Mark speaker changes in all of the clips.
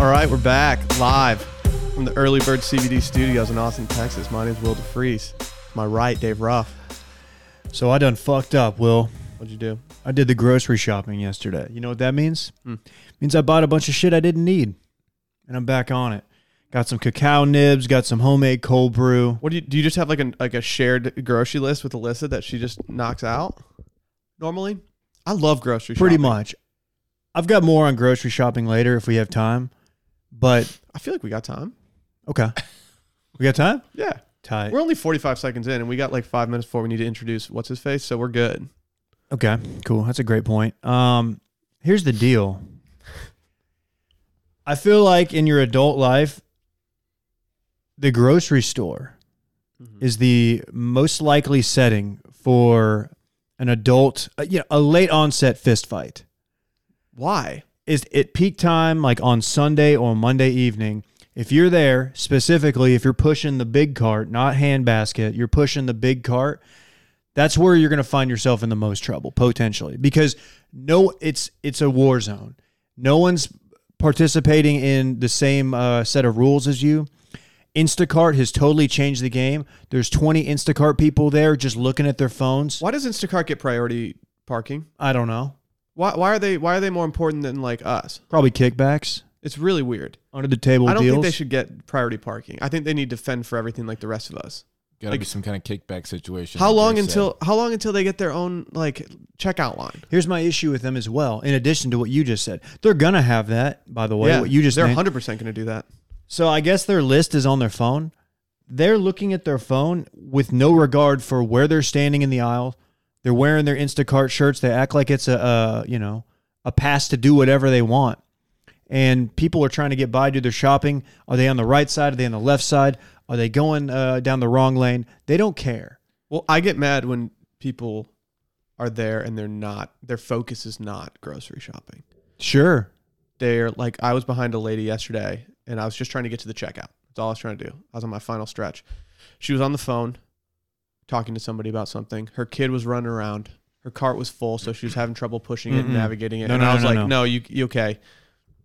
Speaker 1: All right, we're back live from the Early Bird CBD studios in Austin, Texas. My name's Will DeFries. My right, Dave Ruff.
Speaker 2: So I done fucked up, Will.
Speaker 1: What'd you do?
Speaker 2: I did the grocery shopping yesterday. You know what that means? Means I bought a bunch of shit I didn't need, and I'm back on it. Got some cacao nibs, got some homemade cold brew.
Speaker 1: What do you do? You just have like a like a shared grocery list with Alyssa that she just knocks out normally. I love grocery.
Speaker 2: Pretty
Speaker 1: shopping.
Speaker 2: much. I've got more on grocery shopping later if we have time, but
Speaker 1: I feel like we got time.
Speaker 2: okay. We got time?
Speaker 1: Yeah,
Speaker 2: Tight.
Speaker 1: we're only forty five seconds in, and we got like five minutes before we need to introduce what's his face. So we're good.
Speaker 2: Okay, cool. That's a great point. Um, here's the deal. I feel like in your adult life, the grocery store is the most likely setting for an adult, uh, you know, a late onset fist fight
Speaker 1: Why?
Speaker 2: is at peak time, like on Sunday or Monday evening, if you're there specifically, if you're pushing the big cart, not hand basket, you're pushing the big cart, that's where you're going to find yourself in the most trouble potentially because no, it's it's a war zone. No one's participating in the same uh, set of rules as you. Instacart has totally changed the game. There's 20 Instacart people there just looking at their phones.
Speaker 1: Why does Instacart get priority parking?
Speaker 2: I don't know.
Speaker 1: Why, why are they why are they more important than like us?
Speaker 2: Probably kickbacks,
Speaker 1: It's really weird.
Speaker 2: under the table
Speaker 1: I don't
Speaker 2: deals.
Speaker 1: think they should get priority parking. I think they need to fend for everything like the rest of us.
Speaker 3: Got to
Speaker 1: Like-
Speaker 3: be some kind of kickback situation.
Speaker 1: How
Speaker 3: like
Speaker 1: long
Speaker 3: you
Speaker 1: until how long until they get their own like checkout line?
Speaker 2: Here's my issue with them as well. In addition to what you just said, they're gonna have that. By the way, what you just
Speaker 1: they're
Speaker 2: named.
Speaker 1: 100 percent going to do that.
Speaker 2: so I guess their list is on their phone. They're looking at their phone with no regard for where they're standing in the aisle. They're wearing their Instacart shirts. They act like it's a, a you know a pass to do whatever they want. And people are trying to get by, do their shopping. Are they on the right side? Are they on the left side? Are they going uh, down the wrong lane? They don't care.
Speaker 1: Well, I get mad when people are there and they're not. Their focus is not grocery shopping.
Speaker 2: Sure.
Speaker 1: They're like I was behind a lady yesterday and I was just trying to get to the checkout. That's all I was trying to do. I was on my final stretch. She was on the phone talking to somebody about something. Her kid was running around. Her cart was full, so she was having trouble pushing it and
Speaker 2: Mm-mm.
Speaker 1: navigating it.
Speaker 2: No,
Speaker 1: and
Speaker 2: no,
Speaker 1: I was
Speaker 2: no,
Speaker 1: like,
Speaker 2: no.
Speaker 1: "No, you you okay?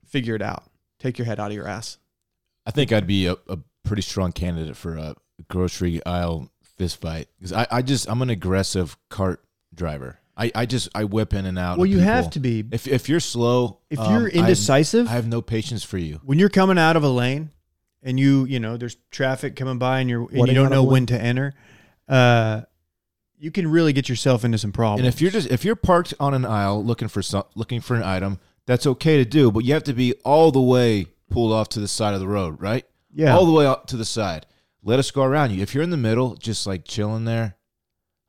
Speaker 1: Figure it out. Take your head out of your ass."
Speaker 3: I think I'd be a, a pretty strong candidate for a grocery aisle fist fight because I, I just I'm an aggressive cart driver. I, I just I whip in and out.
Speaker 2: Well,
Speaker 3: of
Speaker 2: you have
Speaker 3: people.
Speaker 2: to be.
Speaker 3: If if you're slow,
Speaker 2: If
Speaker 3: um,
Speaker 2: you're
Speaker 3: I have-
Speaker 2: indecisive,
Speaker 3: I have no patience for you.
Speaker 2: when you're coming out of a lane and you you know there's traffic coming by and you're and
Speaker 1: What
Speaker 2: you
Speaker 1: out
Speaker 2: don't
Speaker 1: of
Speaker 2: know
Speaker 1: lane?
Speaker 2: when to enter uh you can really get yourself into some problems
Speaker 3: And if you're just if you're parked on an aisle looking for some looking for an item, that's okay to do, but you have to be all the way pulled off to the side of the road, right?
Speaker 2: yeah
Speaker 3: all the way up to the side. Let us go around you. If you're in the middle, just like chilling there,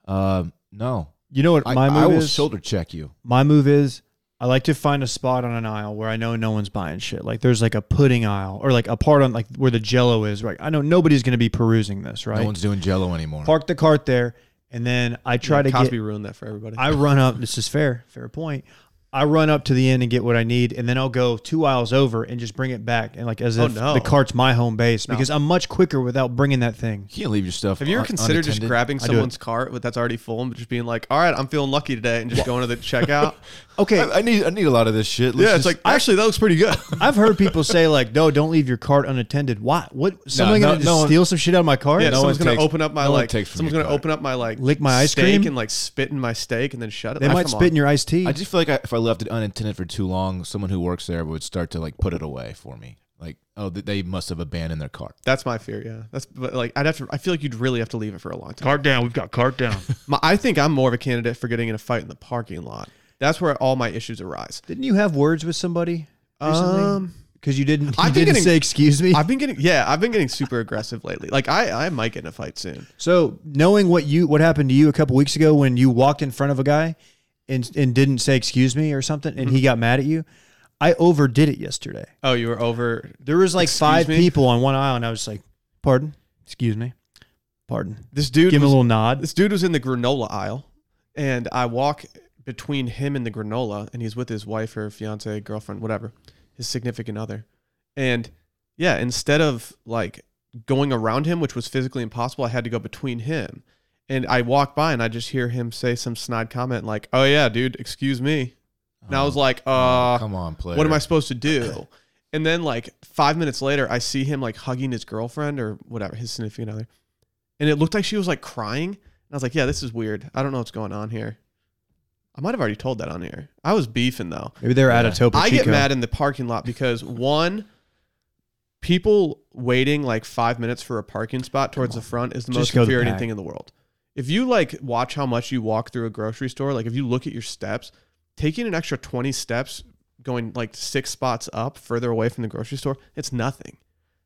Speaker 3: um, no.
Speaker 2: you know what
Speaker 3: I,
Speaker 2: my
Speaker 3: I
Speaker 2: move
Speaker 3: will
Speaker 2: is
Speaker 3: shoulder check you.
Speaker 2: my move is i like to find a spot on an aisle where i know no one's buying shit like there's like a pudding aisle or like a part on like where the jello is right i know nobody's going to be perusing this right
Speaker 3: No one's doing Jello anymore.
Speaker 2: park the cart there and then i try
Speaker 1: Yeah,
Speaker 2: to
Speaker 1: Cosby
Speaker 2: get
Speaker 1: ruined that for everybody.
Speaker 2: I run up. This is fair. Fair point. I run up to the end and get what I need, and then I'll go two aisles over and just bring it back, and like as
Speaker 1: Oh,
Speaker 2: if
Speaker 1: no.
Speaker 2: the cart's my home base because I'm much quicker without bringing that thing.
Speaker 3: you can't leave your stuff.
Speaker 1: Have you ever
Speaker 3: un-
Speaker 1: considered just
Speaker 3: unattended.
Speaker 1: grabbing
Speaker 2: I do it.
Speaker 1: someone's cart with that's already full and just being like, "All right, I'm feeling lucky today," and just going to the checkout?
Speaker 2: Okay,
Speaker 3: I, I need I need a lot of this shit. Let's
Speaker 1: yeah, it's
Speaker 3: just-
Speaker 1: like actually that looks pretty good.
Speaker 2: I've heard people say like, "No, don't leave your cart unattended." Why? What? Someone's
Speaker 3: no-
Speaker 2: gonna just
Speaker 3: no one-
Speaker 2: steal some shit out of my cart?
Speaker 1: yeah,
Speaker 3: no
Speaker 1: someone's
Speaker 3: one
Speaker 1: gonna
Speaker 3: takes-
Speaker 1: open up my
Speaker 3: no one
Speaker 1: like,
Speaker 3: takes from
Speaker 1: someone's
Speaker 3: your
Speaker 1: gonna
Speaker 3: cart.
Speaker 1: open up my like,
Speaker 2: Lick my ice
Speaker 1: steak
Speaker 2: cream?
Speaker 1: and like spit in my steak and then shut it.
Speaker 2: they
Speaker 1: Ah,
Speaker 2: might
Speaker 1: come
Speaker 2: spit in
Speaker 1: on.
Speaker 2: your iced tea.
Speaker 3: I just feel like I, if I left it unattended for too long, someone who works there would start to like put it away for me. Like, oh, th- they must have abandoned their cart.
Speaker 1: That's my fear. Yeah, that's but like I'd have to. I feel like you'd really have to leave it for a long time.
Speaker 4: Cart down. We've got cart down.
Speaker 1: My, I think I'm more of a candidate for getting in a fight in the parking lot. That's where all my issues arise.
Speaker 2: Didn't you have words with somebody recently?
Speaker 1: Um,
Speaker 2: Because you didn't. You
Speaker 1: I've been
Speaker 2: didn't
Speaker 1: getting-
Speaker 2: say excuse me.
Speaker 1: I've been getting yeah, I've been getting super aggressive lately. Like I I might get in a fight soon.
Speaker 2: So knowing what you what happened to you a couple weeks ago when you walked in front of a guy and and didn't say excuse me or something and he
Speaker 1: Mm-hmm.
Speaker 2: got mad at you, I overdid it yesterday.
Speaker 1: Oh, you were over.
Speaker 2: There was like
Speaker 1: Excuse
Speaker 2: five
Speaker 1: me?
Speaker 2: people on one aisle and I was like, "Pardon, excuse me, pardon."
Speaker 1: This dude
Speaker 2: Give him a
Speaker 1: was-
Speaker 2: little nod.
Speaker 1: This dude was in the granola aisle, and I walk between him and the granola, and he's with his wife or fiance, girlfriend, whatever, his significant other. And yeah, instead of like going around him, which was physically impossible, I had to go between him. And I walk by and I just hear him say some snide comment like, Oh yeah, dude, excuse me. And I was like,
Speaker 3: Oh,
Speaker 1: uh
Speaker 3: come on, player.
Speaker 1: what am I supposed to do? And then like five minutes later, I see him like hugging his girlfriend or whatever, his significant other. And it looked like she was like crying. And I was like, yeah, this is weird. I don't know what's going on here. I might have already told that on here. I was beefing though.
Speaker 2: Maybe they're at a
Speaker 3: Yeah.
Speaker 2: Topo
Speaker 1: I get
Speaker 2: Chico.
Speaker 1: mad in the parking lot because one, people waiting like five minutes for a parking spot towards the front is the
Speaker 2: Just
Speaker 1: most
Speaker 2: go to the
Speaker 1: infuriating
Speaker 2: back.
Speaker 1: thing in the world. If you like watch how much you walk through a grocery store, like if you look at your steps, taking an extra 20 steps, going like six spots up further away from the grocery store, it's nothing.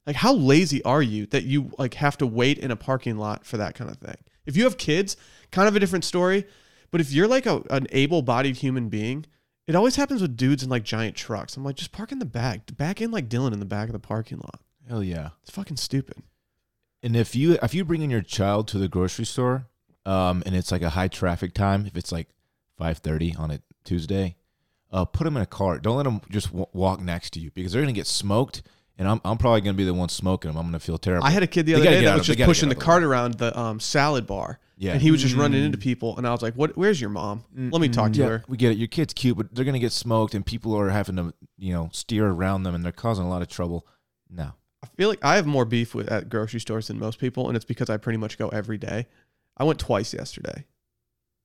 Speaker 1: Like how lazy are you that you like have to wait in a parking lot for that kind of thing? If you have kids, kind of a different story. But if you're like a, an able-bodied human being, it always happens with dudes in like giant trucks. I'm like, just park in the back, back in like Dylan in the back of the parking lot.
Speaker 3: Hell yeah.
Speaker 1: It's fucking stupid.
Speaker 3: And if you if you bring in your child to the grocery store, um, and it's like a high traffic time, if it's like five thirty on a Tuesday, uh, put them in a cart. Don't let them just w- walk next to you because they're gonna get smoked, and I'm I'm probably gonna be the one smoking them. I'm gonna feel terrible.
Speaker 1: I had a kid the
Speaker 3: They
Speaker 1: other
Speaker 3: gotta
Speaker 1: day
Speaker 3: get out
Speaker 1: that
Speaker 3: of-
Speaker 1: was
Speaker 3: they
Speaker 1: just
Speaker 3: gotta
Speaker 1: pushing the
Speaker 3: get out of the
Speaker 1: cart around the um, salad bar,
Speaker 3: yeah, Mm.
Speaker 1: and he was just running into people. And I was like, "What? Where's your mom? Let me talk to
Speaker 3: yeah,
Speaker 1: her."
Speaker 3: we get it. Your kid's cute, but they're gonna get smoked, and people are having to you know steer around them, and they're causing a lot of trouble. No,
Speaker 1: I feel like I have more beef with at grocery stores than most people, and it's because I pretty much go every day. I went twice yesterday.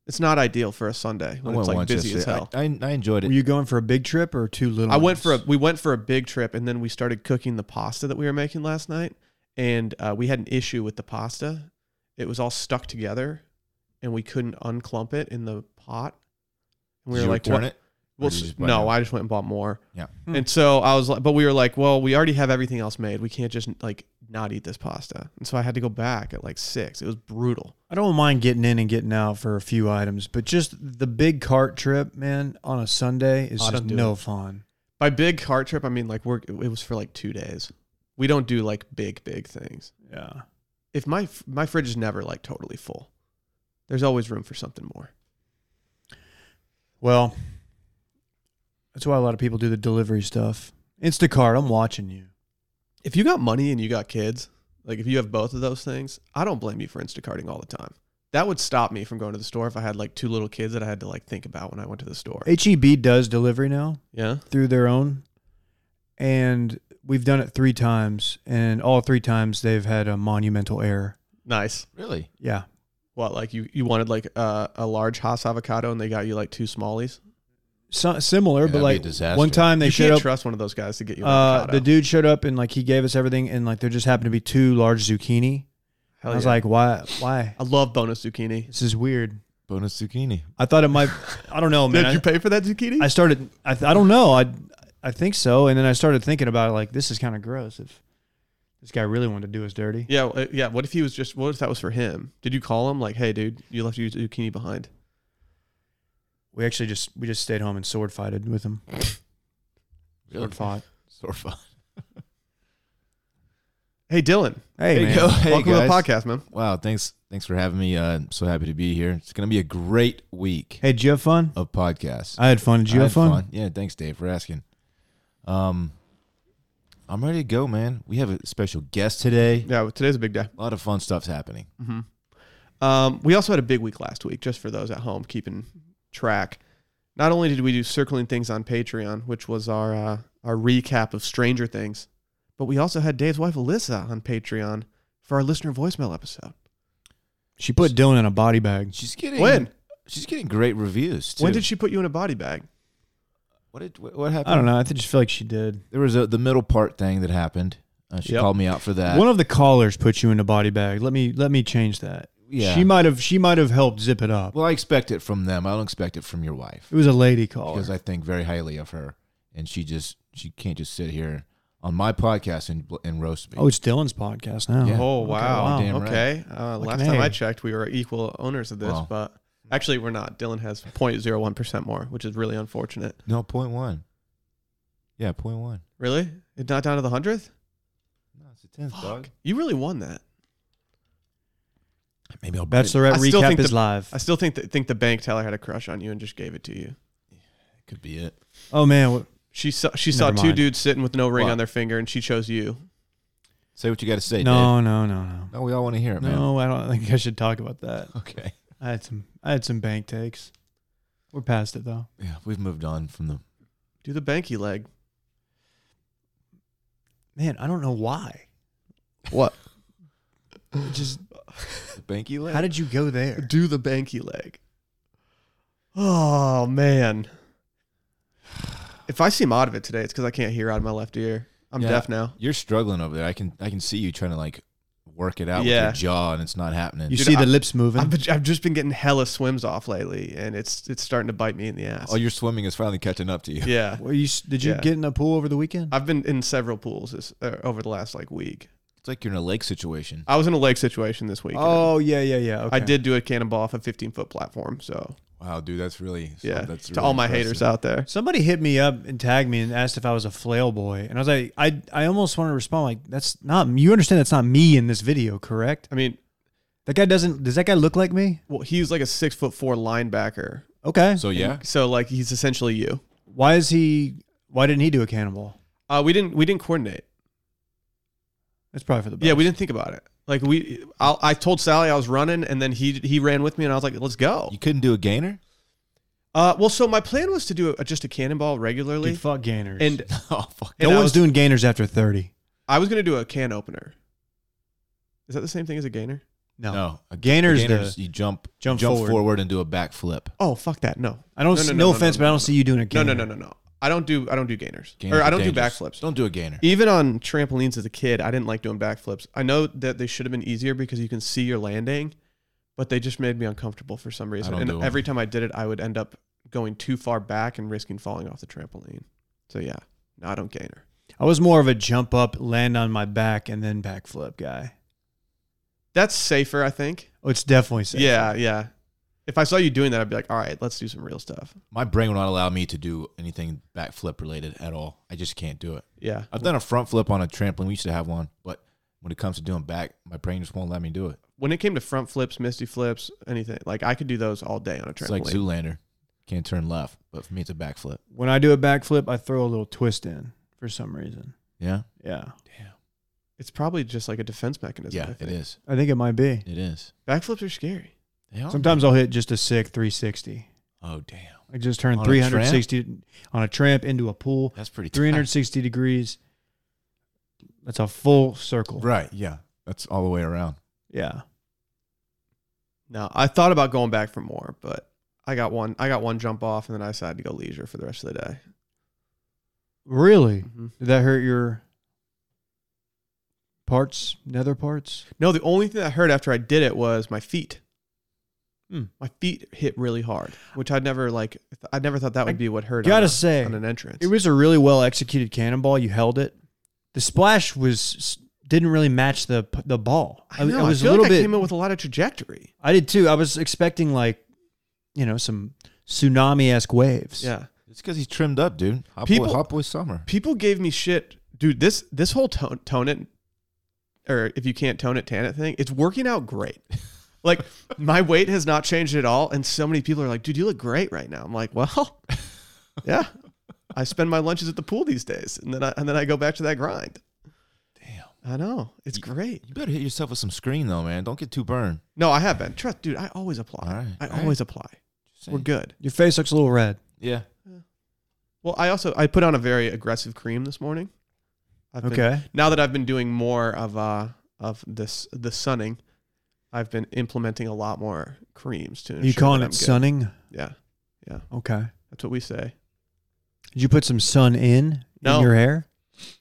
Speaker 1: It's not ideal for a Sunday when it's like busy as
Speaker 3: yesterday.
Speaker 1: hell.
Speaker 3: I, I, I enjoyed
Speaker 2: Were
Speaker 3: it.
Speaker 2: you going for a big trip or two little?
Speaker 1: I went for a
Speaker 2: ones?
Speaker 1: we went for a big trip and then we started cooking the pasta that we were making last night and uh, we had an issue with the pasta. It was all stuck together and we couldn't unclump it in the pot. And we were
Speaker 3: Did you
Speaker 1: like,
Speaker 3: return
Speaker 1: what?
Speaker 3: it?
Speaker 1: Well,
Speaker 3: Or did you
Speaker 1: s-
Speaker 3: just buy
Speaker 1: no,
Speaker 3: new?
Speaker 1: I just went and bought more.
Speaker 3: Yeah.
Speaker 2: Hmm.
Speaker 1: And so I was like, but we were like, well, we already have everything else made. We can't just like not eat this pasta. And so I had to go back at like six. It was brutal.
Speaker 2: I don't mind getting in and getting out for a few items, but just the big cart trip, man, on a Sunday is
Speaker 1: I
Speaker 2: just
Speaker 1: don't do
Speaker 2: no fun.
Speaker 1: By big car trip, I mean like we're, it was for like two days. We don't do like big, big things.
Speaker 2: Yeah.
Speaker 1: if my my fridge is never like totally full, there's always room for something more.
Speaker 2: Well, that's why a lot of people do the delivery stuff. Instacart, I'm watching you.
Speaker 1: If you got money and you got kids, like if you have both of those things, I don't blame you for Instacarting all the time. That would stop me from going to the store if I had like two little kids that I had to like think about when I went to the store.
Speaker 2: HEB E does delivery now
Speaker 1: Yeah.
Speaker 2: through their own, and we've done it three times, and all three times they've had a monumental error.
Speaker 1: Nice.
Speaker 3: Really?
Speaker 2: Yeah.
Speaker 1: What like you you wanted like uh, a large Haas avocado and they got you like two smallies?
Speaker 2: So, similar,
Speaker 3: Yeah,
Speaker 2: but
Speaker 3: that'd be a
Speaker 2: like
Speaker 3: disaster.
Speaker 2: one time they
Speaker 1: you
Speaker 2: showed
Speaker 1: can't
Speaker 2: up.
Speaker 1: trust one of those guys to get you an
Speaker 2: Uh,
Speaker 1: avocado.
Speaker 2: the dude showed up and like he gave us everything, and like there just happened to be two large zucchini.
Speaker 1: Hell
Speaker 2: I was
Speaker 1: yeah.
Speaker 2: like, why? Why?
Speaker 1: I love bonus zucchini.
Speaker 2: This is weird.
Speaker 3: Bonus zucchini.
Speaker 2: I thought it might. I don't know, "Oh, man.
Speaker 1: Did you pay for that zucchini?
Speaker 2: I started. I, th- I don't know. I I think so. And then I started thinking about it, like this is kind of gross. If this guy really wanted to do us dirty,
Speaker 1: Yeah, w- uh, yeah. What if he was just? What if that was for him? Did you call him like, "Hey, dude, you left your zucchini behind"?
Speaker 2: we actually just we just stayed home and sword fighted with him.
Speaker 3: Really?
Speaker 2: Sword fought.
Speaker 3: Sore fun.
Speaker 1: Hey, Dylan,
Speaker 2: Hey,
Speaker 3: There
Speaker 2: man.
Speaker 3: you go. Hey,
Speaker 1: welcome
Speaker 3: guys.
Speaker 1: to the podcast, man.
Speaker 3: Wow, thanks thanks for having me. Uh, I'm so happy to be here. It's gonna be a great week
Speaker 2: Hey, did you have fun?
Speaker 3: of podcasts.
Speaker 2: I had fun. Did you
Speaker 3: I
Speaker 2: have
Speaker 3: had
Speaker 2: fun?
Speaker 3: Yeah, thanks, Dave, for asking. Um, I'm ready to go, man. We have a special guest today.
Speaker 1: Yeah, well, today's a big day.
Speaker 3: A lot of fun stuff's happening.
Speaker 1: Um, we also had a big week last week, just for those at home keeping track. Not only did we do circling things on Patreon, which was our uh, our recap of Stranger Things, but we also had Dave's wife Alyssa on Patreon for our listener voicemail episode.
Speaker 2: She put Dylan in a body bag.
Speaker 3: She's getting
Speaker 1: When
Speaker 3: she's getting great reviews. Too.
Speaker 1: when did she put you in a body bag?
Speaker 3: what did what what happened?
Speaker 2: I don't know. I th- just feel like she did.
Speaker 3: There was a, the middle part thing that happened. Uh, she
Speaker 1: Yep.
Speaker 3: called me out for that.
Speaker 2: One of the callers put you in a body bag. Let me let me change that.
Speaker 3: yeah.
Speaker 2: She might have she might have helped zip it up.
Speaker 3: well, I expect it from them. I don't expect it from your wife.
Speaker 2: It was a lady caller.
Speaker 3: because I think very highly of her, and she just she can't just sit here on my podcast and bl- and roast me.
Speaker 2: oh, it's Dylan's podcast now.
Speaker 3: Yeah.
Speaker 1: Oh
Speaker 2: Okay,
Speaker 1: wow!
Speaker 3: wow. Damn right.
Speaker 1: okay, uh, last
Speaker 2: an
Speaker 1: time
Speaker 2: A.
Speaker 1: I checked, we were equal owners of this,
Speaker 3: Wow.
Speaker 1: but actually, we're not. Dylan has 0.01 percent more, which is really unfortunate.
Speaker 3: no, point one. Yeah, point one.
Speaker 1: Really, it's not down to the hundredth.
Speaker 3: No, it's a tenth dog.
Speaker 1: You really won that.
Speaker 3: Maybe I'll bet
Speaker 2: Bachelorette
Speaker 1: I still
Speaker 2: recap
Speaker 1: think
Speaker 2: is
Speaker 1: the-
Speaker 2: live.
Speaker 1: I still think that think the bank teller had a crush on you and just gave it to you.
Speaker 3: it could be it.
Speaker 2: oh man, what-
Speaker 1: She saw she saw
Speaker 2: Never
Speaker 1: two
Speaker 2: mind.
Speaker 1: dudes sitting with no ring
Speaker 3: What?
Speaker 1: on their finger, and she chose you.
Speaker 3: Say what you got to say.
Speaker 2: no, no, no, no,
Speaker 3: Dave. no, we all want to hear it, man.
Speaker 2: no. I don't think I should talk about that.
Speaker 3: Okay.
Speaker 2: I had some I had some bank takes. We're past it though.
Speaker 3: Yeah, we've moved on from the.
Speaker 1: Do the banky leg.
Speaker 2: man, I don't know why.
Speaker 1: What?
Speaker 2: Just
Speaker 3: The banky leg.
Speaker 2: how did you go there?
Speaker 1: Do the banky leg. Oh man. If I seem out of it today, it's because I can't hear out of my left ear. I'm
Speaker 3: Yeah.
Speaker 1: deaf now.
Speaker 3: You're struggling over there. I can I can see you trying to like work it out
Speaker 1: Yeah.
Speaker 3: with your jaw, and it's not happening.
Speaker 2: You
Speaker 1: Dude,
Speaker 2: see
Speaker 1: I-
Speaker 2: the lips moving.
Speaker 1: I've, been- I've just been getting hella swims off lately, and it's it's starting to bite me in the ass.
Speaker 3: oh, your swimming is finally catching up to you.
Speaker 1: yeah.
Speaker 2: Were you? s- Did you
Speaker 1: Yeah.
Speaker 2: get in a pool over the weekend?
Speaker 1: I've been in several pools this, uh, over the last like week.
Speaker 3: It's like you're in a lake situation.
Speaker 1: I was in a lake situation this weekend.
Speaker 2: oh yeah, yeah, yeah. Okay.
Speaker 1: I did do a cannonball off a 15 foot platform. So
Speaker 3: Wow, dude, that's really
Speaker 1: yeah,
Speaker 3: That's
Speaker 1: to all my haters out there.
Speaker 2: Somebody hit me up and tagged me and asked if I was a flail boy, and I was like, I I almost wanted to respond like, that's not you understand that's not me in this video, correct?
Speaker 1: I mean,
Speaker 2: That guy doesn't. Does that guy look like me?
Speaker 1: well, he's like a six foot four linebacker.
Speaker 2: Okay.
Speaker 3: So yeah,
Speaker 1: So like he's essentially you.
Speaker 2: why is he? Why didn't he do a cannonball?
Speaker 1: Uh, we didn't we didn't coordinate.
Speaker 2: That's probably for the best.
Speaker 1: Yeah, we didn't think about it. Like we, I, I told Sally I was running, and then he he ran with me, and I was like, "Let's go."
Speaker 3: you couldn't do a gainer.
Speaker 1: Uh, well, so my plan was to do a, just a cannonball regularly,
Speaker 2: Dude, fuck gainers.
Speaker 1: and
Speaker 3: oh fuck.
Speaker 2: no
Speaker 1: and I
Speaker 2: one's
Speaker 1: was-
Speaker 2: doing gainers after thirty.
Speaker 1: I was gonna do a can opener. Is that the same thing as a gainer?
Speaker 2: No.
Speaker 3: No, a
Speaker 2: Gainer's the-
Speaker 3: gainer's you jump
Speaker 2: Jump
Speaker 3: jump
Speaker 2: forward.
Speaker 3: forward. and do a backflip.
Speaker 1: Oh fuck that! No,
Speaker 2: I don't.
Speaker 1: No,
Speaker 2: s-
Speaker 1: no,
Speaker 2: No,
Speaker 1: no, no,
Speaker 2: offense,
Speaker 1: no,
Speaker 2: but I
Speaker 1: no,
Speaker 2: don't see you doing a
Speaker 1: no,
Speaker 2: gainer.
Speaker 1: no, no, no, no. I don't do I don't do gainers,
Speaker 3: Gainers
Speaker 1: or I
Speaker 3: are
Speaker 1: don't
Speaker 3: dangerous.
Speaker 1: do backflips.
Speaker 3: Don't do a gainer.
Speaker 1: Even on trampolines as a kid, I didn't like doing backflips. I know that they should have been easier because you can see your landing, but they just made me uncomfortable for some reason.
Speaker 3: don't do
Speaker 1: And
Speaker 3: 'em.
Speaker 1: every time I did it, I would end up going too far back and risking falling off the trampoline. So yeah, no, I don't gainer.
Speaker 2: I was more of a jump up, land on my back, and then backflip guy.
Speaker 1: That's safer, I think.
Speaker 2: Oh, it's definitely safe.
Speaker 1: Yeah, yeah. If I saw you doing that, I'd be like, all right, let's do some real stuff.
Speaker 3: My brain will not allow me to do anything backflip related at all. I just can't do it.
Speaker 1: Yeah.
Speaker 3: I've done a front flip on a trampoline. We used to have one, but when it comes to doing back, my brain just won't let me do it.
Speaker 1: When it came to front flips, misty flips, anything like I could do those all day on a
Speaker 3: It's like
Speaker 1: trampoline.
Speaker 3: Zoolander. Can't turn left, but for me, it's a backflip.
Speaker 2: When I do a backflip, I throw a little twist in for some reason.
Speaker 3: Yeah,
Speaker 2: Yeah.
Speaker 1: it's probably just like a defense mechanism. I
Speaker 3: yeah, it
Speaker 1: think.
Speaker 3: is.
Speaker 2: I think it might be.
Speaker 3: It is.
Speaker 1: Backflips are scary.
Speaker 3: They are.
Speaker 2: Sometimes I'll hit just a sick 360.
Speaker 3: Oh damn,
Speaker 2: I just turned
Speaker 3: On a
Speaker 2: 360 on a tramp into a pool,
Speaker 3: that's pretty. tight.
Speaker 2: 360 degrees. That's a full circle.
Speaker 3: Right. Yeah, that's all the way around.
Speaker 2: Yeah.
Speaker 1: No, I thought about going back for more, but I got one. I got one jump off, and then I decided to go leisure for the rest of the day.
Speaker 2: Really? Did that hurt your parts, nether parts?
Speaker 1: No, the only thing that hurt after I did it was my feet.
Speaker 2: Hmm.
Speaker 1: My feet hit really hard, which I'd never like. th- I never thought that would be what hurt.
Speaker 2: Gotta
Speaker 1: on a,
Speaker 2: say,
Speaker 1: on an entrance.
Speaker 2: It was a really well executed cannonball. You held it. The splash was didn't really match the the ball.
Speaker 1: I know. I,
Speaker 2: was
Speaker 1: feel
Speaker 2: a little
Speaker 1: like I
Speaker 2: bit.
Speaker 1: came in with a lot of trajectory.
Speaker 2: I did too. I was expecting like, you know, some tsunami esque waves.
Speaker 1: Yeah.
Speaker 3: It's because he's trimmed up, dude. Hot
Speaker 1: People-
Speaker 3: boy, hot boy summer.
Speaker 1: People gave me shit, dude. This this whole tone tone it, or if you can't tone it, tan it thing. It's working out great. Like my weight has not changed at all, and so many people are like, "Dude, you look great right now." I'm like, "Well, yeah." I spend my lunches at the pool these days, and then I and then I go back to that grind.
Speaker 3: Damn.
Speaker 1: I know it's great.
Speaker 3: You better hit yourself with some screen though, man. Don't get too burned.
Speaker 1: No, I have been. Trust, dude. I always apply.
Speaker 3: All right,
Speaker 1: I
Speaker 3: all right.
Speaker 1: always apply.
Speaker 3: Just saying.
Speaker 1: We're good.
Speaker 2: Your face looks a little red.
Speaker 3: Yeah.
Speaker 1: Well, I also I put on a very aggressive cream this morning. I've been-
Speaker 2: Okay.
Speaker 1: now that I've been doing more of uh of this the sunning, I've been implementing a lot more creams to.
Speaker 2: you
Speaker 1: ensure
Speaker 2: calling
Speaker 1: that
Speaker 2: it
Speaker 1: I'm good.
Speaker 2: sunning?
Speaker 1: Yeah,
Speaker 2: Okay.
Speaker 1: that's what we say.
Speaker 2: Did you put some sun in
Speaker 1: No.
Speaker 2: in your hair?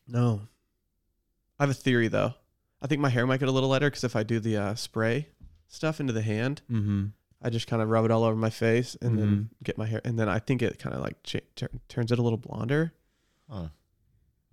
Speaker 1: No, I have a theory though. I think my hair might get a little lighter because if I do the uh, spray stuff into the hand,
Speaker 2: Mm-hmm.
Speaker 1: I just kind of rub it all over my face and then get my hair, and then I think it kind of like cha- tur turns it a little blonder.
Speaker 3: Huh.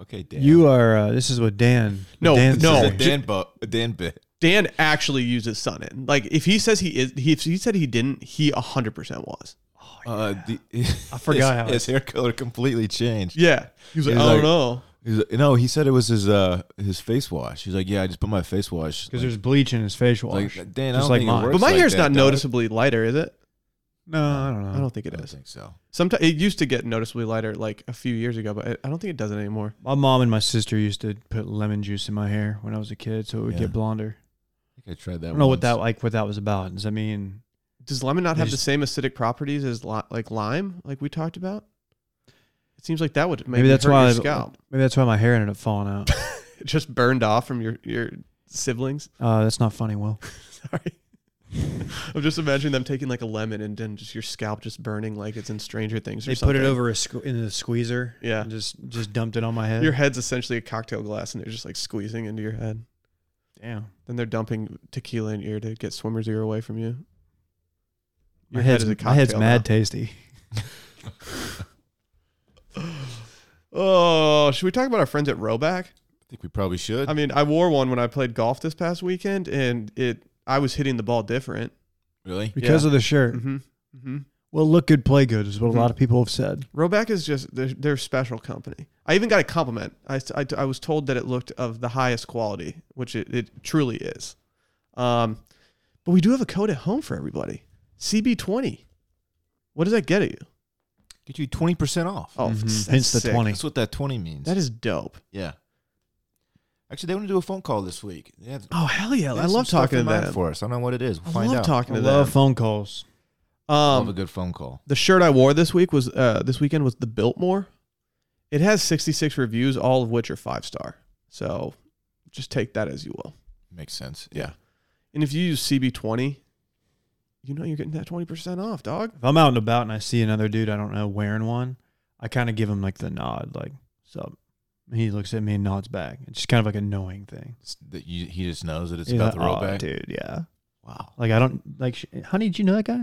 Speaker 3: Okay, Dan.
Speaker 2: You are. Uh, this is what Dan.
Speaker 1: No,
Speaker 2: Dan's
Speaker 1: no.
Speaker 3: This
Speaker 2: doing.
Speaker 3: is a Dan, bu- a Dan bit.
Speaker 1: Dan actually uses sun in. Like if he says he is, he, if he said he didn't, he hundred percent was.
Speaker 2: Oh,
Speaker 3: Uh, the,
Speaker 2: I forgot how
Speaker 3: his, his hair color completely changed.
Speaker 1: Yeah, he was like,
Speaker 3: He's
Speaker 1: I don't
Speaker 3: like-
Speaker 1: know.
Speaker 3: He's like, no, he said it was his uh his face wash. He's like, yeah, I just put my face wash.
Speaker 2: Because
Speaker 3: like,
Speaker 2: there's bleach in his facial
Speaker 3: like,
Speaker 2: wash.
Speaker 3: Dan, I
Speaker 2: Just
Speaker 3: don't
Speaker 2: like
Speaker 3: think
Speaker 2: mine.
Speaker 3: it works
Speaker 1: But my
Speaker 3: like
Speaker 1: hair's
Speaker 3: that,
Speaker 1: not
Speaker 3: dog.
Speaker 1: noticeably lighter, is it?
Speaker 2: no, I don't know.
Speaker 1: I don't think it
Speaker 3: I don't
Speaker 1: is.
Speaker 3: think so.
Speaker 1: Sometimes it used to get noticeably lighter like a few years ago, but I- I don't think it does it anymore.
Speaker 2: My mom and my sister used to put lemon juice in my hair when I was a kid, so it would
Speaker 3: Yeah.
Speaker 2: get blonder.
Speaker 3: I think I tried that.
Speaker 2: I don't know what that like what that was about. Does that mean
Speaker 1: Does lemon not have the
Speaker 2: There's-
Speaker 1: same acidic properties as li- like lime, like we talked about? It seems like that would maybe,
Speaker 2: maybe that's
Speaker 1: hurt
Speaker 2: why
Speaker 1: your
Speaker 2: I-
Speaker 1: scalp.
Speaker 2: maybe that's why my hair ended up falling out?
Speaker 1: just burned off from your your siblings.
Speaker 2: Uh, that's not funny, Will.
Speaker 1: Sorry. I'm just imagining them taking like a lemon and then just your scalp just burning like it's in Stranger Things or
Speaker 2: They
Speaker 1: something.
Speaker 2: put it over a sque- in a squeezer.
Speaker 1: Yeah.
Speaker 2: and just just dumped it on my head.
Speaker 1: Your head's essentially a cocktail glass and they're just like squeezing into your head.
Speaker 2: Damn,
Speaker 1: Then they're dumping tequila in your ear to get swimmer's ear away from you.
Speaker 2: my
Speaker 1: Your
Speaker 2: head's,
Speaker 1: head is a
Speaker 2: my head's
Speaker 1: cocktail
Speaker 2: mad
Speaker 1: now.
Speaker 2: tasty.
Speaker 1: Oh, should we talk about our friends at Roback?
Speaker 3: think we probably should.
Speaker 1: I mean, I wore one when I played golf this past weekend, and it I was hitting the ball different.
Speaker 3: really?
Speaker 2: because
Speaker 1: Yeah.
Speaker 2: of the shirt.
Speaker 1: Mm-hmm. Mm-hmm.
Speaker 2: Well, look good, play good is what
Speaker 1: Mhm.
Speaker 2: a lot of people have said.
Speaker 1: Roback is just they're, they're a special company. I even got a compliment. I, s- I t- I was told that it looked of the highest quality, which it, it truly is. Um, but we do have a code at home for everybody. CB20. What does that get at you?
Speaker 3: Get you 20% off.
Speaker 1: Oh,
Speaker 2: Mhm.
Speaker 1: that's
Speaker 2: Hence the
Speaker 1: sick.
Speaker 2: 20.
Speaker 3: That's what that 20 means.
Speaker 1: That is dope.
Speaker 3: Yeah. Actually, they want to do a phone call this week. They have,
Speaker 1: Oh hell yeah!
Speaker 3: they
Speaker 1: I
Speaker 3: have
Speaker 1: love
Speaker 3: some stuff
Speaker 1: talking to
Speaker 3: in mind
Speaker 1: them.
Speaker 3: for us. I don't know what it is. We'll
Speaker 1: I
Speaker 3: find
Speaker 1: love
Speaker 3: out.
Speaker 1: talking
Speaker 2: I
Speaker 1: to
Speaker 2: love
Speaker 1: them.
Speaker 2: phone calls.
Speaker 3: Love a
Speaker 1: Um,
Speaker 3: good phone call.
Speaker 1: the shirt I wore this week was uh, this weekend was the Biltmore. It has 66 reviews, all of which are five star. So just take that as you will.
Speaker 3: Makes sense. Yeah.
Speaker 1: And if you use CB20, you know you're getting that 20% off, dog.
Speaker 2: If I'm out and about and I see another dude I don't know wearing one, I kind of give him like the nod, like "sup." And He looks at me and nods back. It's just kind of like a knowing thing.
Speaker 3: It's that you, he just knows that it's
Speaker 2: Yeah,
Speaker 3: about the
Speaker 2: "Aw,
Speaker 3: rollback.
Speaker 2: dude. Yeah,
Speaker 3: wow.
Speaker 2: like I don't like. sh- Honey, did you know that guy?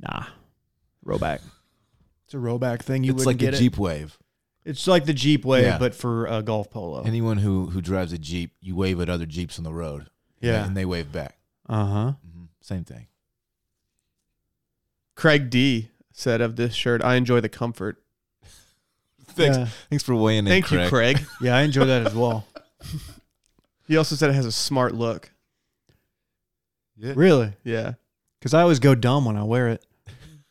Speaker 2: Nah, rollback. It's a rollback thing. You
Speaker 3: it's
Speaker 2: wouldn't
Speaker 3: like
Speaker 2: get
Speaker 3: a
Speaker 2: it.
Speaker 3: Jeep Wave.
Speaker 2: It's like the Jeep way,
Speaker 3: Yeah.
Speaker 2: but for a golf polo.
Speaker 3: Anyone who who drives a Jeep, you wave at other Jeeps on the road.
Speaker 2: yeah.
Speaker 3: And they wave back.
Speaker 2: Uh huh.
Speaker 3: hmm Same thing.
Speaker 1: Craig D said of this shirt, I enjoy the comfort.
Speaker 3: Thanks.
Speaker 2: Yeah.
Speaker 3: Thanks for weighing in.
Speaker 1: Thank you,
Speaker 3: Craig.
Speaker 1: Craig.
Speaker 2: yeah, I enjoy that as well.
Speaker 1: He also said it has a smart look.
Speaker 3: Yeah.
Speaker 2: Really?
Speaker 1: Yeah,
Speaker 2: Because I always go dumb when I wear it.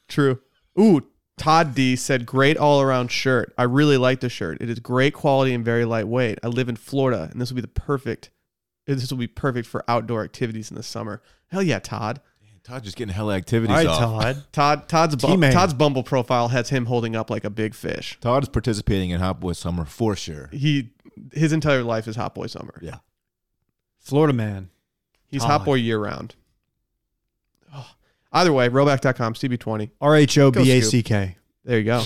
Speaker 1: true. Ooh, Todd D said, great all around shirt. I really like the shirt. It is great quality and very lightweight. I live in Florida, and this will be the perfect. This will be perfect for outdoor activities in the summer. Hell yeah, Todd.
Speaker 3: Todd just getting hella activities
Speaker 2: All right,
Speaker 3: off.
Speaker 2: Todd.
Speaker 1: Todd Todd's bu-
Speaker 2: Teammate.
Speaker 1: Todd's Bumble profile has him holding up like a big fish.
Speaker 3: Todd is participating in Hot Boy Summer for sure.
Speaker 1: He his entire life is hot boy summer.
Speaker 3: Yeah.
Speaker 2: Florida man.
Speaker 1: He's
Speaker 2: Todd.
Speaker 1: hot boy year round. Oh. Either way, roback.com, CB20.
Speaker 2: R H O B A C K.
Speaker 1: There you go.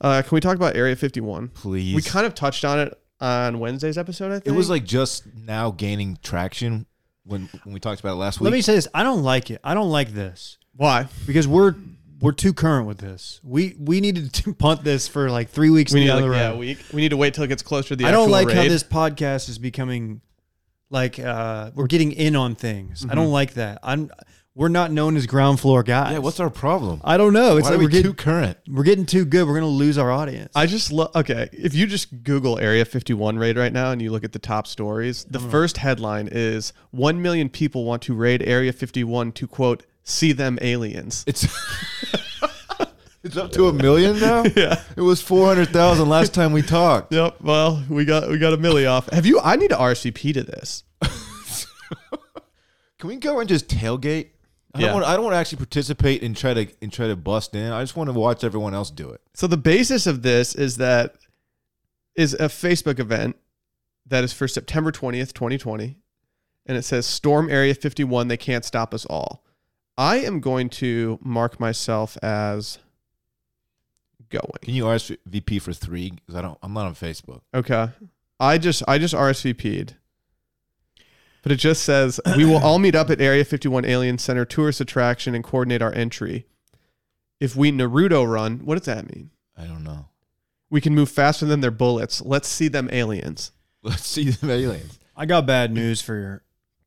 Speaker 1: Uh, can we talk about Area 51?
Speaker 3: Please.
Speaker 1: We kind of touched on it on Wednesday's episode, I think.
Speaker 3: it was like just now gaining traction when when we talked about it last week.
Speaker 2: Let me say this. I don't like it. I don't like this
Speaker 1: why?
Speaker 2: because we're we're too current with this. We we needed to punt this for like three weeks.
Speaker 1: We need,
Speaker 2: down
Speaker 1: like,
Speaker 2: the road.
Speaker 1: yeah, a week. we need to wait till it gets closer to the
Speaker 2: I don't
Speaker 1: actual
Speaker 2: like how
Speaker 1: raid.
Speaker 2: this podcast is becoming like uh we're getting in on things. I
Speaker 1: Mm-hmm.
Speaker 2: don't like that. I'm we're not known as ground floor guys.
Speaker 3: yeah, what's our problem?
Speaker 2: I don't know. It's
Speaker 3: Why are
Speaker 2: like
Speaker 3: we
Speaker 2: we're getting
Speaker 3: too current?
Speaker 2: we're getting too good. We're gonna lose our audience.
Speaker 1: I just look okay. If you just Google Area 51 raid right now and you look at the top stories, the first headline is 1 million people want to raid Area 51 to quote, see them aliens.
Speaker 3: It's it's up to a million now. yeah, it was four hundred thousand last time we talked.
Speaker 1: Yep. Well, we got we got a milli off. Have you? I need to RSVP to this.
Speaker 3: Can we go and just tailgate? I
Speaker 1: Yeah.
Speaker 3: don't want. I don't want to actually participate and try to and try to bust in. I just want to watch everyone else do it.
Speaker 1: So the basis of this is that is a Facebook event that is for September twentieth, twenty twenty, and it says Storm Area fifty one. They can't stop us all. I am going to mark myself as going.
Speaker 3: Can you RSVP for three? Because I don't. I'm not on Facebook.
Speaker 1: Okay. I just I just RSVP'd. But it just says we will all meet up at Area 51 Alien Center tourist attraction and coordinate our entry. If we Naruto run, what does that mean?
Speaker 3: I don't know.
Speaker 1: We can move faster than their bullets. Let's see them aliens.
Speaker 3: Let's see the aliens.
Speaker 2: I got bad news for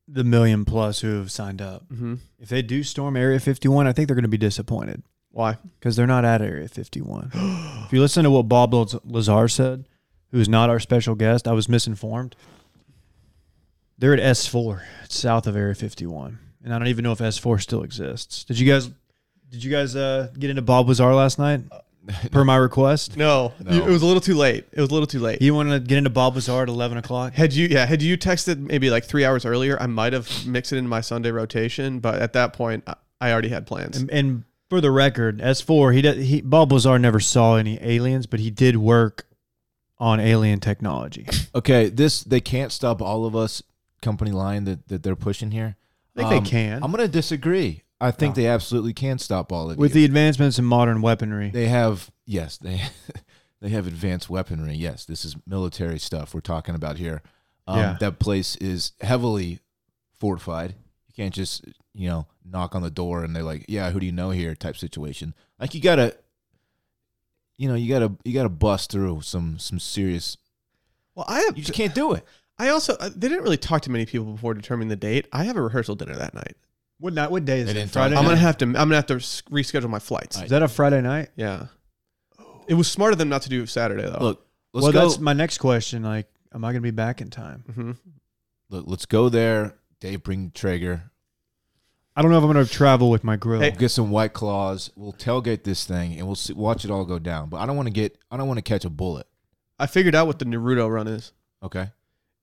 Speaker 2: the million plus who have signed up.
Speaker 1: Mm-hmm.
Speaker 2: If they do storm Area 51, I think they're going to be disappointed
Speaker 1: Why?
Speaker 2: because they're not at Area 51. if you listen to what Bob Laz- Lazar said, who is not our special guest, I was misinformed. They're at S4, it's south of Area 51, and I don't even know if S4 still exists. Did you guys? Did you guys uh, get into Bob Lazar last night? Per my request,
Speaker 1: No,
Speaker 3: No.
Speaker 1: you- it was a little too late. It was a little too late.
Speaker 2: you want to get into Bob Lazar at 11 o'clock.
Speaker 1: Had you yeah, had you texted maybe like 3 hours earlier, I might have mixed it into my Sunday rotation, but at that point I- I already had plans.
Speaker 2: And, and for the record, S four, he, did- he Bob Lazar never saw any aliens, but he did work on alien technology.
Speaker 3: Okay, this they can't stop all of us company line that, that they're pushing here.
Speaker 2: I think
Speaker 3: Um,
Speaker 2: they can.
Speaker 3: I'm gonna disagree. I think they absolutely can stop all of
Speaker 2: With
Speaker 3: you.
Speaker 2: the advancements in modern weaponry,
Speaker 3: they have yes, they they have advanced weaponry. Yes, this is military stuff we're talking about here. Um,
Speaker 2: Yeah.
Speaker 3: That place is heavily fortified. You can't just you know knock on the door and they're like, yeah, who do you know here? Type situation. Like you gotta, you know, you gotta you gotta bust through some some serious.
Speaker 1: Well, I have.
Speaker 3: You just can't do it.
Speaker 1: I also uh, they didn't really talk to many people before determining the date. I have a rehearsal dinner that night.
Speaker 2: what night? What day is
Speaker 3: They
Speaker 2: it?
Speaker 3: didn't
Speaker 2: Friday.
Speaker 3: talk-
Speaker 1: I'm
Speaker 2: night?
Speaker 1: gonna have to. I'm gonna have to s- reschedule my flights.
Speaker 3: All
Speaker 2: is that a Friday night?
Speaker 1: Yeah. It was smart of them not to do it Saturday though.
Speaker 3: Look, let's
Speaker 2: well,
Speaker 3: go.
Speaker 2: that's my next question. Like, am I going to be back in time?
Speaker 1: hmm
Speaker 3: Look, let's go there. Dave, bring Traeger.
Speaker 2: I don't know if I'm going to travel with my grill.
Speaker 1: Hey,
Speaker 3: We'll get some white claws. We'll tailgate this thing, and we'll see, watch it all go down. But I don't want to get. I don't want to catch a bullet.
Speaker 1: I figured out what the Naruto run is.
Speaker 3: Okay.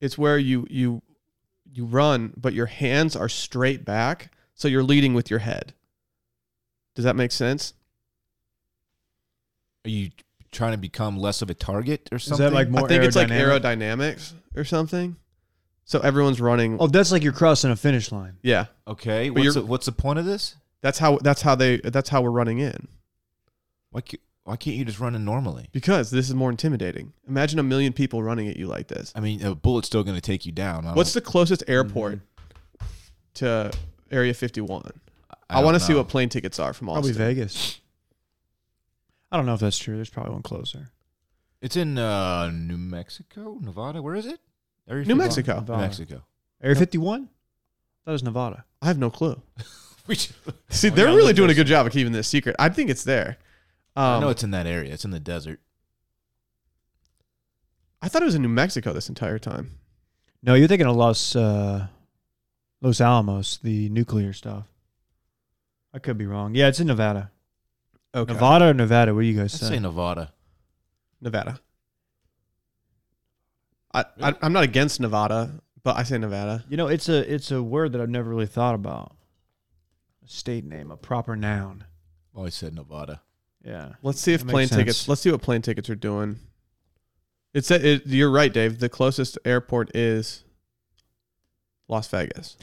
Speaker 1: It's where you you you run, but your hands are straight back, so you're leading with your head. Does that make sense?
Speaker 3: Are you trying to become less of a target or
Speaker 2: is
Speaker 3: something?
Speaker 2: that like more
Speaker 1: I think it's like
Speaker 2: aerodynamic?
Speaker 1: aerodynamics or something. So everyone's running.
Speaker 2: Oh, that's like you're crossing a finish line.
Speaker 1: Yeah,
Speaker 3: okay?
Speaker 1: But
Speaker 3: What's
Speaker 1: you're-
Speaker 3: the, what's the point of this?
Speaker 1: that's how that's how they that's how we're running in
Speaker 3: Why can't, why can't you just run it normally?
Speaker 1: because this is more intimidating. Imagine a million people running at you like this.
Speaker 3: I mean, a bullet's still going to take you down. I don't-
Speaker 1: What's the closest
Speaker 3: Mm-hmm.
Speaker 1: airport to Area 51? I,
Speaker 3: don't
Speaker 1: want to see
Speaker 3: know.
Speaker 1: what plane tickets are from
Speaker 2: Probably
Speaker 1: Austin.
Speaker 2: Vegas. I don't know if that's true. There's probably one closer.
Speaker 3: It's in uh, New Mexico, Nevada. Where is it? Area
Speaker 1: New
Speaker 3: 51?
Speaker 1: Mexico.
Speaker 3: New Mexico.
Speaker 2: Area 51? That was Nevada.
Speaker 1: I have no clue.
Speaker 3: We should-
Speaker 1: See,
Speaker 3: Oh,
Speaker 1: they're
Speaker 3: yeah,
Speaker 1: really
Speaker 3: look,
Speaker 1: doing a
Speaker 3: there's-
Speaker 1: good job of keeping this secret. I think it's there.
Speaker 3: I
Speaker 1: Um,
Speaker 3: know it's in that area. It's in the desert.
Speaker 1: I thought it was in New Mexico this entire time.
Speaker 2: No, you're thinking of Los uh, Los Alamos, the nuclear stuff. I could be wrong. Yeah, it's in Nevada.
Speaker 1: Okay.
Speaker 2: Nevada or Nevada? What do you guys
Speaker 3: I'd
Speaker 2: say?
Speaker 3: say Nevada.
Speaker 1: Nevada. I, I, I'm not against Nevada, but I say Nevada.
Speaker 2: You know, it's a it's a word that I've never really thought about. A state name, a proper noun.
Speaker 3: Always said Nevada.
Speaker 2: Yeah.
Speaker 1: Let's see if
Speaker 2: That makes
Speaker 1: plane
Speaker 2: sense.
Speaker 1: tickets. Let's see what plane tickets are doing. It's a, it, you're right, Dave. The closest airport is Las Vegas.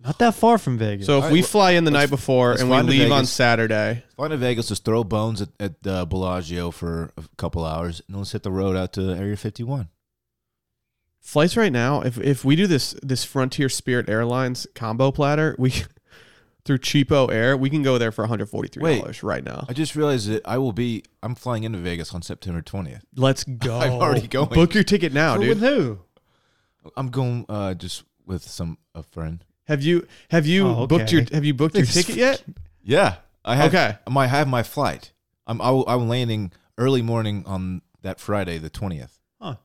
Speaker 2: Not that far from Vegas.
Speaker 1: So if
Speaker 3: All right,
Speaker 1: we
Speaker 3: well,
Speaker 1: fly in the night
Speaker 3: let's-
Speaker 1: before
Speaker 3: let's
Speaker 1: and we
Speaker 3: fly to
Speaker 1: leave on
Speaker 3: Vegas.
Speaker 1: Saturday,
Speaker 3: Fly to Vegas. Let's throw bones at, at uh, Bellagio for a couple hours, and let's hit the road out to Area 51.
Speaker 1: flights right now if if we do this this frontier spirit airlines combo platter we through cheapo air we can go there for $143 right now
Speaker 3: I just realized that I will be. I'm flying into Vegas on September 20th.
Speaker 1: let's go
Speaker 3: I'm already going.
Speaker 1: Oh, book your ticket now dude
Speaker 2: with who?
Speaker 3: I'm going uh, just with some a friend.
Speaker 1: have you have you
Speaker 2: Oh,
Speaker 1: booked your
Speaker 2: okay.
Speaker 1: have you booked your
Speaker 2: This
Speaker 1: ticket yet
Speaker 3: Yeah, I have.
Speaker 1: Okay.
Speaker 3: I might have my flight. I'm I will, I'm landing early morning on that Friday, the 20th.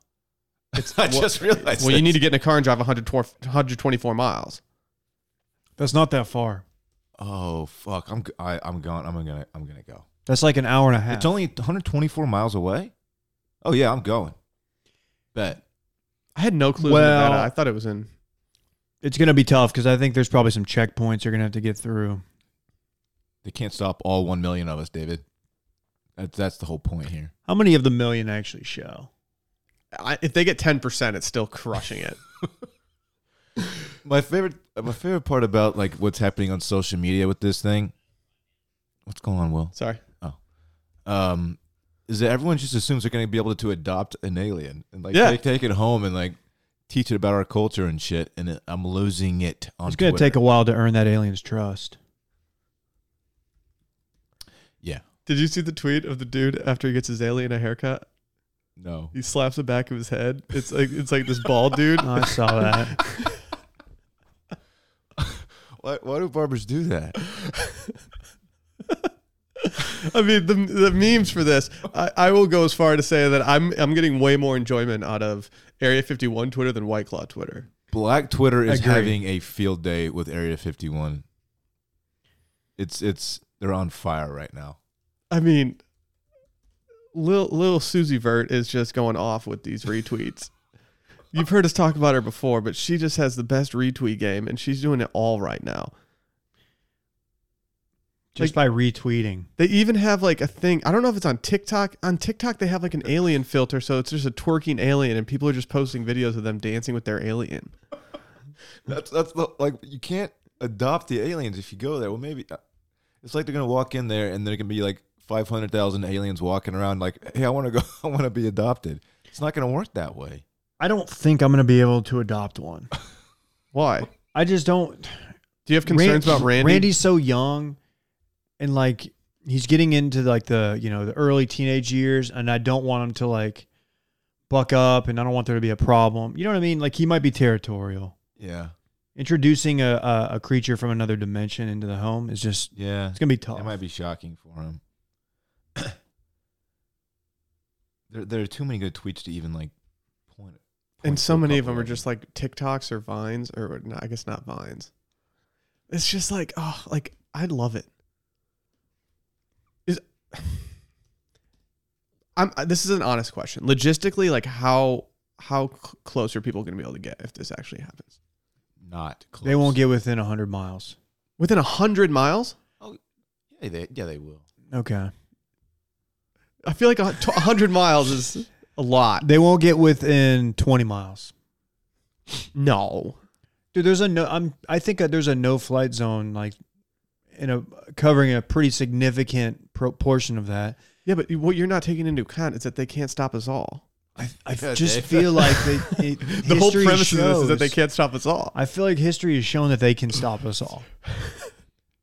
Speaker 2: Huh.
Speaker 3: I just realized.
Speaker 1: well you
Speaker 3: this.
Speaker 1: need to get in a car and drive 124 124 miles
Speaker 2: That's not that far.
Speaker 3: Oh fuck! I'm g- I, I'm gone. I'm gonna I'm gonna go.
Speaker 2: That's like an hour and a half.
Speaker 3: It's only 124 miles away. Oh yeah, I'm going. Bet.
Speaker 1: i had no clue it was
Speaker 2: Well-
Speaker 1: Nevada. i thought it was in
Speaker 2: it's going to be tough because I think there's probably some checkpoints you're going to have to get through.
Speaker 3: They can't stop all one million of us, David. That's that's the whole point here.
Speaker 2: How many of the million actually show?
Speaker 1: I, if they get 10% it's still crushing it
Speaker 3: My favorite my favorite part about like what's happening on social media with this thing. What's going on, Will?
Speaker 1: sorry
Speaker 3: Um, is that everyone just assumes they're going to be able to adopt an alien and like
Speaker 1: Yeah.
Speaker 3: take, take it home and like teach it about our culture and shit. And it, I'm losing it on.
Speaker 2: It's going to
Speaker 3: Twitter.
Speaker 2: take a while to earn that alien's trust.
Speaker 3: yeah.
Speaker 1: did you see the tweet of the dude after he gets his alien a haircut
Speaker 3: No.
Speaker 1: he slaps the back of his head it's like it's like this bald dude
Speaker 2: Oh, I saw that.
Speaker 3: Why, why do barbers do that?
Speaker 1: I mean, the, the memes for this, I, I will go as far to say that I'm I'm getting way more enjoyment out of Area 51 Twitter than White Claw Twitter.
Speaker 3: Black Twitter is
Speaker 2: Agree.
Speaker 3: having a field day with Area 51. It's it's they're on fire right now.
Speaker 1: I mean, Lil Lil Susie Vert is just going off with these retweets. You've heard us talk about her before, but she just has the best retweet game, and she's doing it all right now.
Speaker 2: just by retweeting.
Speaker 1: They even have like a thing. I don't know if it's on TikTok. On TikTok, they have like an alien filter, so it's just a twerking alien, and people are just posting videos of them dancing with their alien.
Speaker 3: That's that's the, like you can't adopt the aliens if you go there. Well, maybe uh, it's like they're gonna walk in there and there can be like five hundred thousand aliens walking around. Like, hey, I want to go. I want to be adopted. It's not gonna work that way.
Speaker 2: I don't think I'm going to be able to adopt one.
Speaker 1: Why?
Speaker 2: I just don't.
Speaker 1: Do you have concerns
Speaker 2: Ran-
Speaker 1: about Randy?
Speaker 2: Randy's so young, and like he's getting into like the you know the early teenage years, and I don't want him to like buck up, and I don't want there to be a problem. You know what I mean? Like he might be territorial.
Speaker 3: Yeah,
Speaker 2: Introducing a a, a creature from another dimension into the home is just
Speaker 3: yeah.
Speaker 2: it's gonna be tough.
Speaker 3: It might be shocking for him. there, there are too many good tweets to even like point.
Speaker 1: and so many of them are just like TikToks or Vines, or no, I guess not Vines. It's just like, oh, like I love it. Is I'm I- this is an honest question. Logistically, like how how cl- close are people going to be able to get if this actually happens?
Speaker 3: not. Close.
Speaker 2: they won't get within hundred miles.
Speaker 1: Within a hundred miles?
Speaker 3: Yeah, they, yeah, they will.
Speaker 2: Okay.
Speaker 1: I feel like a hundred miles is a lot.
Speaker 2: They won't get within twenty miles.
Speaker 1: No,
Speaker 2: Dude, there's a no. I'm. I think there's a no flight zone like in a covering a pretty significant proportion of that.
Speaker 1: yeah, but what you're not taking into account is that they can't stop us all.
Speaker 2: I, I
Speaker 3: Yeah,
Speaker 2: just
Speaker 3: Dave.
Speaker 2: feel like they, it,
Speaker 1: The whole
Speaker 2: history
Speaker 1: premise
Speaker 2: shows,
Speaker 1: of this is that they can't stop us all.
Speaker 2: I feel like history has shown that they can stop us all.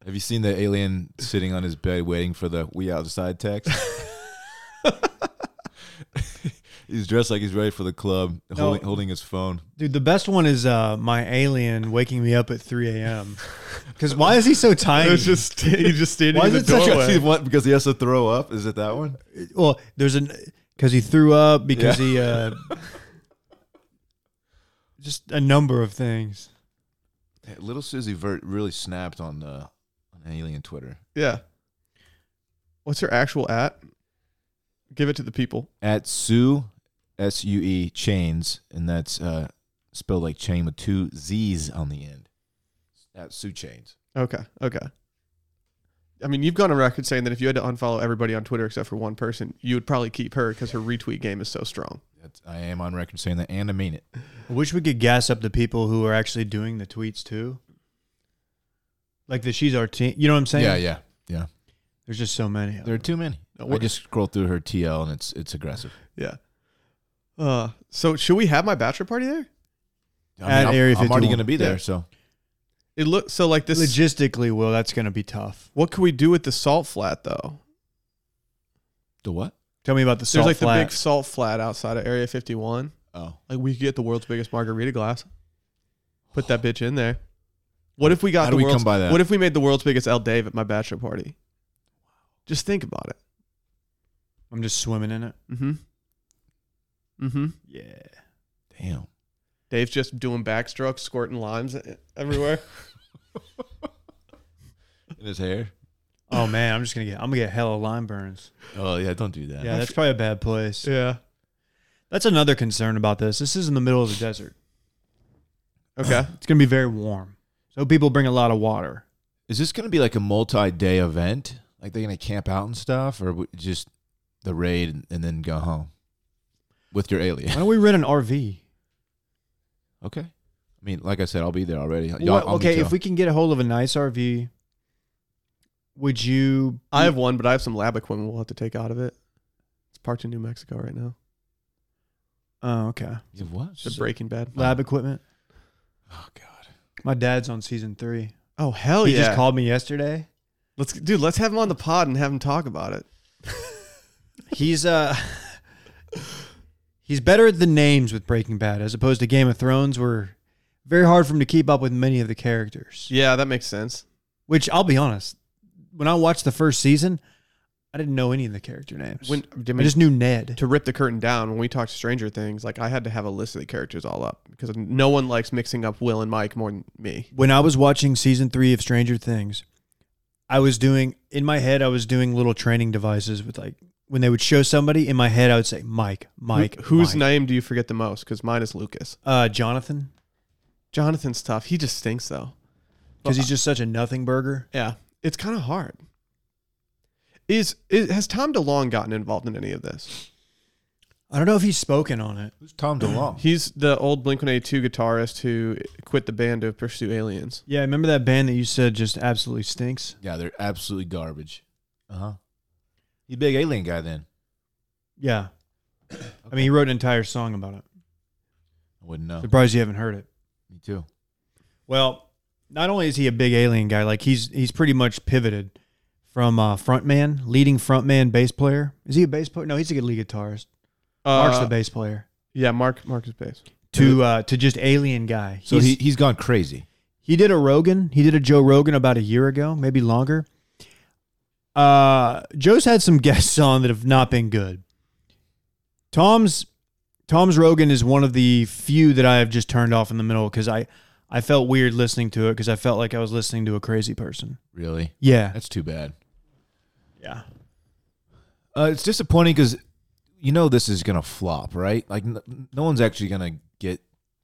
Speaker 3: Have you seen the alien sitting on his bed waiting for the "We outside" text? he's dressed like he's ready for the club, holding, holding his phone.
Speaker 2: Dude, the best one is uh, my alien waking me up at 3 a.m. Because why is he so tiny?
Speaker 1: It's just he's just standing
Speaker 2: Why
Speaker 1: in the
Speaker 2: is it such a-
Speaker 1: doorway.
Speaker 3: Because he, want- because he has to throw up. Is it that one?
Speaker 2: well, there's an because he threw up because he uh, just a number of things.
Speaker 3: Hey, Little Susie Vert really snapped on uh, on alien Twitter
Speaker 1: Yeah. What's her actual at? Give it to the people.
Speaker 3: at Sue S U E chains, and that's uh, spelled like chain with two Z's on the end. At Sue chains.
Speaker 1: Okay. Okay. I mean, you've gone on record saying that if you had to unfollow everybody on Twitter except for one person, you would probably keep her because her retweet game is so strong.
Speaker 3: That's, I am on record saying that, and I mean it.
Speaker 2: I wish we could gas up the people who are actually doing the tweets too. Like the she's our team. You know what I'm saying?
Speaker 3: Yeah, yeah, yeah.
Speaker 2: There's just so many. of
Speaker 3: There are too many.
Speaker 1: No
Speaker 3: I
Speaker 1: worries.
Speaker 3: just scroll through her TL and it's it's aggressive.
Speaker 1: Yeah. Uh, so should we have my bachelor party there?
Speaker 3: I
Speaker 2: At
Speaker 3: I'm-
Speaker 2: Area
Speaker 3: I'm,
Speaker 2: 51.
Speaker 3: already going to be there,
Speaker 1: Yeah.
Speaker 3: so
Speaker 1: It look so like this.
Speaker 2: Logistically, Will, that's going to be tough.
Speaker 1: What could we do with the salt flat though?
Speaker 3: the what?
Speaker 2: Tell me about the
Speaker 1: There's
Speaker 2: salt
Speaker 1: like the
Speaker 2: flat.
Speaker 1: big salt flat outside of Area 51.
Speaker 3: Oh,
Speaker 1: Like we could get the world's biggest margarita glass. Put that bitch in there. What if we got the
Speaker 3: How do we
Speaker 1: world's
Speaker 3: come by that?
Speaker 1: What if we made the world's biggest El Dave at my bachelor party? Just think about it.
Speaker 2: I'm just swimming in it.
Speaker 1: Mm-hmm. Mm-hmm.
Speaker 2: Yeah.
Speaker 3: damn.
Speaker 1: Dave's just doing backstrokes, squirting limes e-, everywhere.
Speaker 3: In his hair.
Speaker 2: Oh man, I'm just gonna get I'm gonna get hella lime burns.
Speaker 3: Oh yeah, don't do that.
Speaker 2: Yeah, that's probably a bad place.
Speaker 1: yeah.
Speaker 2: That's another concern about this. This is in the middle of the desert.
Speaker 1: Okay.
Speaker 2: It's gonna be very warm. So people bring a lot of water.
Speaker 3: Is this going to be like a multi-day event? Like they're going to camp out and stuff, or w- just the raid and, and then go home with your alien?
Speaker 2: Why don't we rent an RV?
Speaker 3: okay. I mean, like I said, I'll be there already. Y'all-
Speaker 2: What-
Speaker 3: I'll meet
Speaker 2: okay,
Speaker 3: y'all.
Speaker 2: if we can get a hold of a nice RV, would you?
Speaker 1: I have one, but I have some lab equipment we'll have to take out of it. It's parked in New Mexico right now.
Speaker 2: Oh, okay.
Speaker 3: You have what?
Speaker 1: The Breaking Bad.
Speaker 2: Lab equipment.
Speaker 3: Oh god.
Speaker 2: My dad's on season three.
Speaker 1: Oh hell
Speaker 2: he
Speaker 1: yeah!
Speaker 2: just called me yesterday.
Speaker 1: let's dude, let's have him on the pod and have him talk about it.
Speaker 2: He's uh he's better at the names with Breaking Bad as opposed to Game of Thrones where very hard for him to keep up with many of the characters.
Speaker 1: Yeah, that makes sense.
Speaker 2: Which I'll be honest, when I watched the first season, I didn't know any of the character names.
Speaker 1: When I
Speaker 2: I
Speaker 1: mean,
Speaker 2: just knew Ned.
Speaker 1: to rip the curtain down when we talked Stranger Things, like I had to have a list of the characters all up because no one likes mixing up Will and Mike more than me.
Speaker 2: When I was watching season 3 of Stranger Things, I was doing in my head I was doing little training devices with like when they would show somebody in my head I would say Mike, Mike,
Speaker 1: Who- whose
Speaker 2: Mike.
Speaker 1: name do you forget the most? Because mine is Lucas.
Speaker 2: uh Jonathan
Speaker 1: Jonathan's tough. He just stinks though. Uh.
Speaker 2: because he's just such a nothing burger.
Speaker 1: Yeah, it's kind of hard. Is, is has Tom DeLong gotten involved in any of this?
Speaker 2: I don't know if he's spoken on it.
Speaker 3: Who's Tom DeLong?
Speaker 1: He's the old Blink One Eighty Two guitarist who quit the band to pursue aliens.
Speaker 2: Yeah, remember that band that you said just absolutely stinks?
Speaker 3: yeah, they're absolutely garbage. Uh huh. He's a big alien guy then.
Speaker 2: Yeah. I mean, he wrote an entire song about it.
Speaker 3: I wouldn't know.
Speaker 2: Surprised you haven't heard it.
Speaker 3: Me too.
Speaker 2: Well, not only is he a big alien guy, like he's he's pretty much pivoted from uh, frontman, leading frontman, bass player. Is he a bass player? No, he's a good lead guitarist. Mark's
Speaker 1: Uh,
Speaker 2: the bass player.
Speaker 1: Yeah, Mark Mark is bass.
Speaker 2: To uh, to just alien guy.
Speaker 3: So
Speaker 2: He's-
Speaker 3: he, he's gone crazy.
Speaker 2: He did a Rogan. He did a Joe Rogan about a year ago, maybe longer. Uh, Joe's had some guests on that have not been good. Tom's Tom's Rogan is one of the few that I have just turned off in the middle because I I felt weird listening to it because I felt like I was listening to a crazy person.
Speaker 3: Really?
Speaker 2: Yeah,
Speaker 3: That's too bad.
Speaker 2: yeah,
Speaker 3: Uh, it's disappointing because you know this is gonna flop, right? Like no, no one's actually gonna get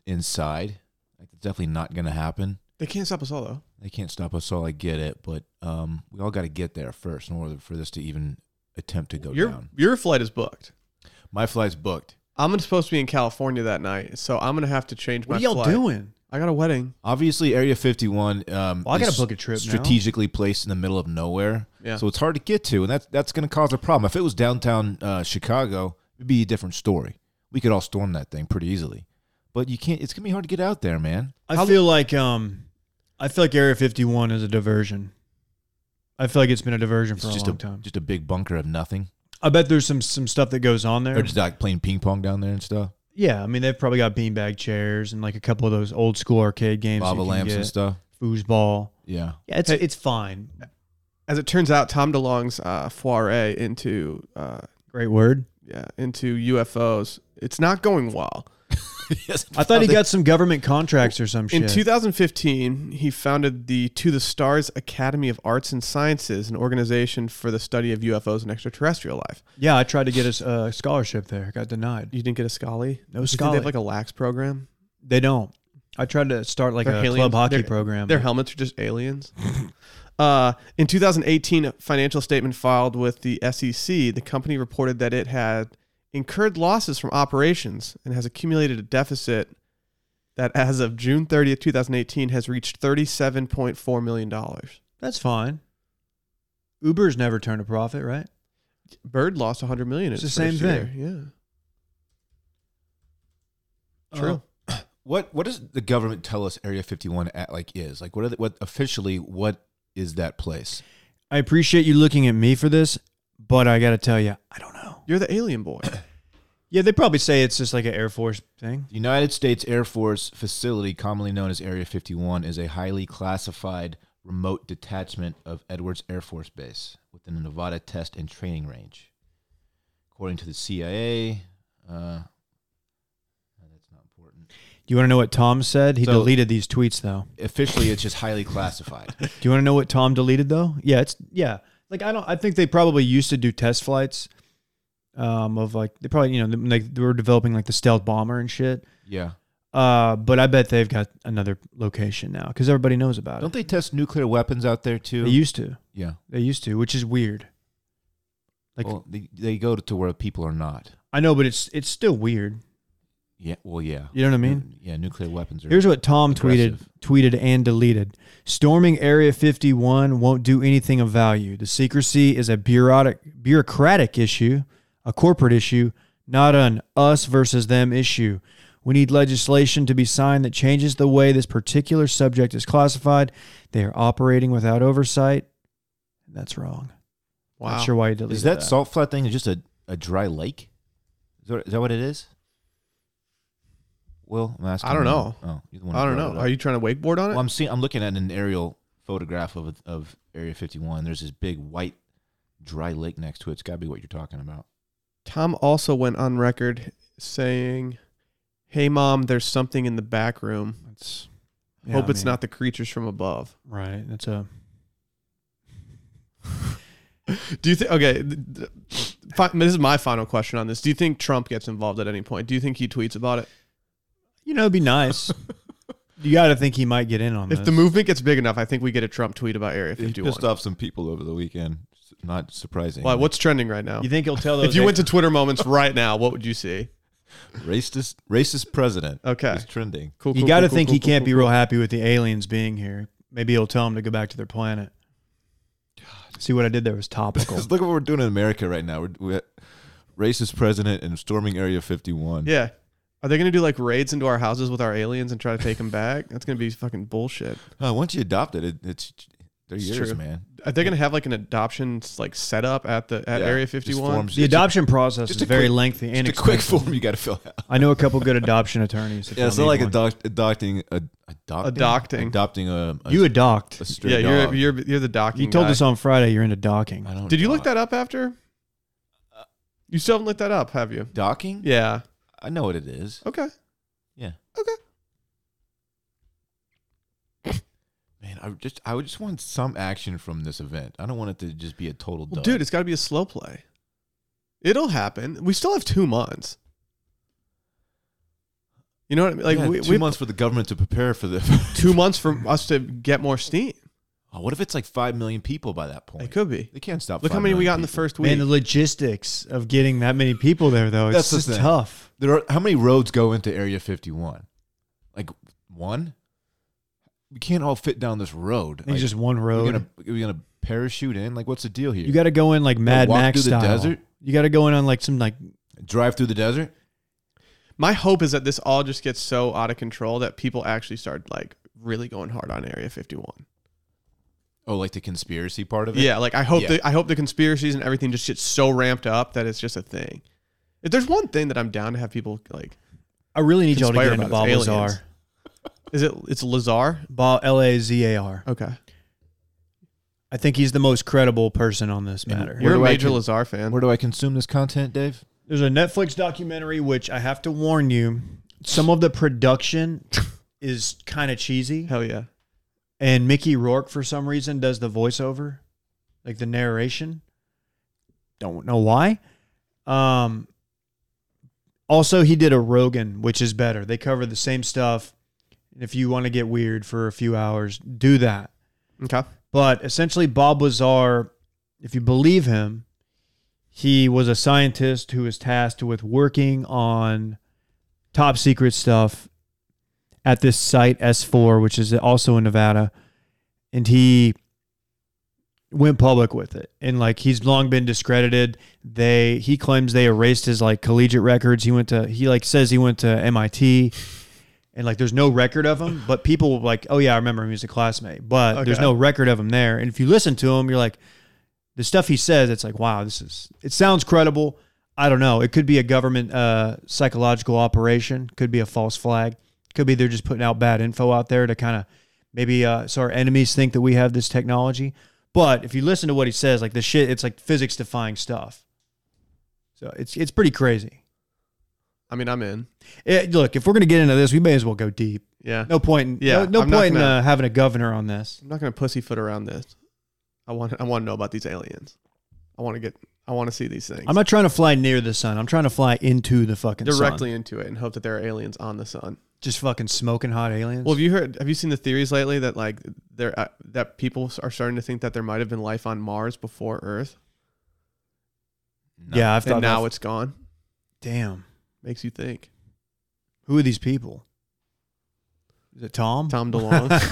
Speaker 3: inside. Like it's definitely not gonna happen.
Speaker 1: They can't stop us all though.
Speaker 3: They can't stop us all. I get it, but um, we all got to get there first in order for this to even attempt to go
Speaker 1: Your
Speaker 3: down.
Speaker 1: your flight is booked.
Speaker 3: My flight's booked.
Speaker 1: I'm supposed to be in California that night, so I'm gonna have to change
Speaker 2: What
Speaker 1: my
Speaker 2: are y'all
Speaker 1: flight.
Speaker 2: doing?
Speaker 1: I got a wedding.
Speaker 3: Obviously, Area 51. Um,
Speaker 2: Well, I
Speaker 3: is
Speaker 2: gotta book a trip now.
Speaker 3: Strategically placed in the middle of nowhere,
Speaker 1: Yeah.
Speaker 3: so it's hard to get to, and that's that's going to cause a problem. If it was downtown uh, Chicago, it'd be a different story. We could all storm that thing pretty easily, but you can't. It's going to be hard to get out there, man.
Speaker 2: I feel like um, I feel like Area Fifty One is a diversion. I feel like it's been a diversion
Speaker 3: It's
Speaker 2: for a
Speaker 3: just
Speaker 2: long
Speaker 3: a
Speaker 2: time.
Speaker 3: just a big bunker of nothing,
Speaker 2: I bet there's some some stuff that goes on there.
Speaker 3: or just like playing ping pong down there and stuff,
Speaker 2: Yeah, I mean they've probably got beanbag chairs and like a couple of those old school arcade games.
Speaker 3: lava
Speaker 2: you can
Speaker 3: lamps and
Speaker 2: get,
Speaker 3: stuff.
Speaker 2: Foosball.
Speaker 3: Yeah,
Speaker 2: Yeah, it's it's fine.
Speaker 1: As it turns out, Tom DeLong's uh, foray into uh,
Speaker 2: Great word.
Speaker 1: yeah into UFOs it's not going well.
Speaker 2: Oh,
Speaker 3: yes.
Speaker 2: I thought he got some government contracts or some shit.
Speaker 1: In 2015, he founded the To the Stars Academy of Arts and Sciences, an organization for the study of UFOs and extraterrestrial life.
Speaker 2: yeah, I tried to get a s- a scholarship there, got denied.
Speaker 1: You didn't get a Scully?
Speaker 2: No
Speaker 1: You think They
Speaker 2: Scully.
Speaker 1: have like a lax program.
Speaker 2: They don't. I tried to start like
Speaker 1: They're
Speaker 2: a
Speaker 1: aliens.
Speaker 2: club hockey
Speaker 1: They're-
Speaker 2: program.
Speaker 1: Their helmets are just aliens. uh, in 2018, a financial statement filed with the SEC, the company reported that it had incurred losses from operations and has accumulated a deficit that, as of June 30th, 2018, has reached 37.4 million dollars.
Speaker 2: That's fine. Uber's never turned a profit, right?
Speaker 1: Bird lost 100 million. in
Speaker 2: It's the
Speaker 1: its
Speaker 2: same
Speaker 1: first year. Yeah.
Speaker 2: Uh-huh.
Speaker 1: True.
Speaker 3: What what does the government tell us Area 51 at, like is? Like what are the, what officially what is that place?
Speaker 2: I appreciate you looking at me for this, but I got to tell you, I don't know.
Speaker 1: You're the alien boy.
Speaker 2: Yeah, they probably say it's just like an Air Force thing.
Speaker 3: The United States Air Force facility, commonly known as Area 51, is a highly classified remote detachment of Edwards Air Force Base within the Nevada Test and Training Range. According to the CIA, uh, that's not important.
Speaker 2: Do you want to know what Tom said? He
Speaker 3: So-
Speaker 2: deleted these tweets though.
Speaker 3: Officially, it's just highly classified.
Speaker 2: Do you want to know what Tom deleted though? Yeah, it's yeah. Like I don't. I think they probably used to do test flights, um, of like they probably you know they, they were developing like the stealth bomber and shit.
Speaker 3: yeah.
Speaker 2: Uh, but I bet they've got another location now because everybody knows about
Speaker 3: Don't they test nuclear weapons out there
Speaker 2: it.
Speaker 3: too?
Speaker 2: They used to.
Speaker 3: yeah.
Speaker 2: They used to, which is weird. Like
Speaker 3: well, they, they go to where people are not.
Speaker 2: I know, but it's it's still weird.
Speaker 3: Yeah. Well, yeah.
Speaker 2: You know what I mean?
Speaker 3: Nu- Yeah, nuclear weapons are.
Speaker 2: Here's what Tom
Speaker 3: Aggressive.
Speaker 2: tweeted tweeted and deleted. Storming Area 51 won't do anything of value. The secrecy is a bureaucratic bureaucratic issue, a corporate issue, not an us versus them issue. We need legislation to be signed that changes the way this particular subject is classified. They are operating without oversight. That's wrong.
Speaker 1: Wow.
Speaker 2: Not sure why you deleted
Speaker 3: is that,
Speaker 2: that. uh,
Speaker 3: salt flat thing just a, a dry lake? Is that, is that what it is? Well, I'm asking
Speaker 1: I don't
Speaker 3: you.
Speaker 1: know.
Speaker 3: Oh, you're the one who
Speaker 1: I don't
Speaker 3: brought
Speaker 1: know.
Speaker 3: it up.
Speaker 1: Are you trying to wakeboard on it?
Speaker 3: Well, I'm seeing. I'm looking at an aerial photograph of of Area 51. There's this big white dry lake next to it. It's got to be what you're talking about.
Speaker 1: Tom also went on record saying, "Hey mom, there's something in the back room.
Speaker 2: That's-
Speaker 1: Hope
Speaker 2: yeah, I
Speaker 1: it's
Speaker 2: mean-
Speaker 1: not the creatures from above."
Speaker 2: right. That's a
Speaker 1: Do you think? Okay, th- th- fi- this is my final question on this. Do you think Trump gets involved at any point? Do you think he tweets about it?
Speaker 2: you know, it'd be nice. you got to think he might get in on
Speaker 1: If
Speaker 2: this.
Speaker 1: the movement gets big enough, I think we get a Trump tweet about Area
Speaker 3: He
Speaker 1: 51.
Speaker 3: pissed off some people over the weekend. not surprising.
Speaker 1: Why? What's trending right now?
Speaker 2: You think he'll tell those?
Speaker 1: If you went
Speaker 2: eight-
Speaker 1: to Twitter moments right now, what would you see?
Speaker 3: racist racist president
Speaker 1: Okay.
Speaker 3: is trending.
Speaker 1: Cool.
Speaker 2: you
Speaker 1: cool,
Speaker 2: got to
Speaker 1: cool, cool,
Speaker 2: think
Speaker 1: cool,
Speaker 2: he
Speaker 1: cool,
Speaker 2: can't
Speaker 1: cool,
Speaker 2: be
Speaker 1: cool.
Speaker 2: real happy with the aliens being here. Maybe he'll tell them to go back to their planet. See what I did there was topical.
Speaker 3: 'Cause look at what we're doing in America right now. We're, we're racist president and storming Area 51.
Speaker 1: Yeah. Are they going to do like raids into our houses with our aliens and try to take them back? That's going to be fucking bullshit.
Speaker 3: Uh, once you adopt it, it it's they're
Speaker 1: It's
Speaker 3: yours,
Speaker 1: true.
Speaker 3: man.
Speaker 1: Are they going to have like an adoption like setup at the at
Speaker 3: Yeah,
Speaker 1: Area
Speaker 3: just
Speaker 1: 51?
Speaker 3: forms.
Speaker 2: the
Speaker 3: It's a-
Speaker 2: adoption process
Speaker 3: just
Speaker 2: is
Speaker 3: a
Speaker 2: very
Speaker 3: quick-
Speaker 2: lengthy and
Speaker 3: Just a quick
Speaker 2: expensive.
Speaker 3: form you got to fill out.
Speaker 2: I know a couple good adoption attorneys. if
Speaker 3: Yeah,
Speaker 2: y'all
Speaker 3: it's not
Speaker 2: need
Speaker 3: like
Speaker 2: one.
Speaker 3: adoct, adopting a adopting
Speaker 1: Adopting.
Speaker 3: adopting a, a
Speaker 2: You adoct.
Speaker 3: a stray
Speaker 1: Yeah, you're,
Speaker 3: dog.
Speaker 1: you're you're the docking.
Speaker 2: You told
Speaker 1: guy.
Speaker 2: us on Friday you're into docking.
Speaker 3: I don't
Speaker 1: Did you look
Speaker 3: dock-
Speaker 1: that up after? Uh, You still haven't looked that up, have you?
Speaker 3: docking?
Speaker 1: Yeah.
Speaker 3: I know what it is.
Speaker 1: Okay.
Speaker 3: Yeah.
Speaker 1: Okay.
Speaker 3: Man, I just I would just want some action from this event. I don't want it to just be a total
Speaker 1: Well,
Speaker 3: dud.
Speaker 1: dude, it's got to be a slow play. It'll happen. We still have two months. You know what I mean? Like
Speaker 3: Yeah,
Speaker 1: we,
Speaker 3: two
Speaker 1: we
Speaker 3: months for the government to prepare for the.
Speaker 1: two months for us to get more steam.
Speaker 3: Oh, what if it's like five million people by that point?
Speaker 1: It could be.
Speaker 3: They can't stop.
Speaker 1: Look how
Speaker 3: 5
Speaker 1: many we got
Speaker 3: million
Speaker 1: in the
Speaker 3: people.
Speaker 1: first week.
Speaker 2: Man, the logistics of getting that many people there though, it's
Speaker 3: That's the
Speaker 2: just
Speaker 3: thing.
Speaker 2: tough.
Speaker 3: There are how many roads go into Area Fifty One? Like one. We can't all fit down this road.
Speaker 2: I think
Speaker 3: Like,
Speaker 2: just one
Speaker 3: are
Speaker 2: road.
Speaker 3: we gonna are we gonna parachute in? Like, what's the deal here?
Speaker 2: you got to go in like Mad
Speaker 3: walk
Speaker 2: Max
Speaker 3: through the
Speaker 2: style.
Speaker 3: desert?
Speaker 2: You got to go in on like some like
Speaker 3: drive through the desert.
Speaker 1: My hope is that this all just gets so out of control that people actually start like really going hard on Area 51.
Speaker 3: Oh, like the conspiracy part of it.
Speaker 1: Yeah, like I hope
Speaker 3: Yeah.
Speaker 1: the I hope the conspiracies and everything just gets so ramped up that it's just a thing. If there's one thing that I'm down to have people like,
Speaker 2: I really need y'all to get
Speaker 1: Conspire
Speaker 2: into
Speaker 1: about this,
Speaker 2: Balazar.
Speaker 1: aliens. is it it's Lazar?
Speaker 2: Ba L A Z A R.
Speaker 1: Okay,
Speaker 2: I think he's the most credible person on this
Speaker 3: And
Speaker 2: matter.
Speaker 3: Where
Speaker 1: you're a
Speaker 3: do I
Speaker 1: major
Speaker 3: con-
Speaker 1: Lazar fan.
Speaker 3: Where do I consume this content, Dave?
Speaker 2: There's a Netflix documentary which I have to warn you, some of the production is kind of cheesy
Speaker 1: Hell yeah,
Speaker 2: and Mickey Rourke for some reason does the voiceover, like the narration. Don't know why. Um also he did a Rogan, which is better. They cover the same stuff. If you want to get weird for a few hours, do that.
Speaker 1: okay,
Speaker 2: But essentially, Bob Lazar, if you believe him, he was a scientist who was tasked with working on top secret stuff at this site S4, which is also in Nevada. And he went public with it. And like he's long been discredited. They he claims they erased his like collegiate records. He went to he like says he went to MIT and like there's no record of him, but people were like, "Oh yeah, I remember him. He was a classmate." But there's
Speaker 1: Okay.
Speaker 2: no record of him there. And if you listen to him, you're like the stuff he says, it's like, "Wow, this is it sounds credible." I don't know. It could be a government uh, psychological operation. Could be a false flag. Could be they're just putting out bad info out there to kind of maybe uh, so our enemies think that we have this technology. But if you listen to what he says, like the shit, it's like physics defying stuff. So it's it's pretty crazy.
Speaker 1: I mean I'm in.
Speaker 2: It, look, if we're gonna get into this, we may as well go deep.
Speaker 1: Yeah,
Speaker 2: No point. In,
Speaker 1: Yeah,
Speaker 2: no, no
Speaker 1: I'm not
Speaker 2: point in
Speaker 1: gonna-
Speaker 2: uh, having a governor on this.
Speaker 1: I'm not gonna pussyfoot around this. I want I want to know about these aliens. I want to get I want to see these things
Speaker 2: I'm not trying to fly near the sun. I'm trying to fly into the fucking sun.
Speaker 1: directly into it and hope that there are aliens on the sun.
Speaker 2: Just fucking smoking hot aliens.
Speaker 1: Well, have you heard? Have you seen the theories lately that like there uh, that people are starting to think that there might have been life on Mars before Earth,
Speaker 3: No.
Speaker 2: yeah, I've
Speaker 1: and
Speaker 2: thought
Speaker 1: now
Speaker 2: now.
Speaker 1: it's gone?
Speaker 2: damn,
Speaker 1: Makes you think.
Speaker 2: who are these people? Is it Tom?
Speaker 1: Tom DeLonge.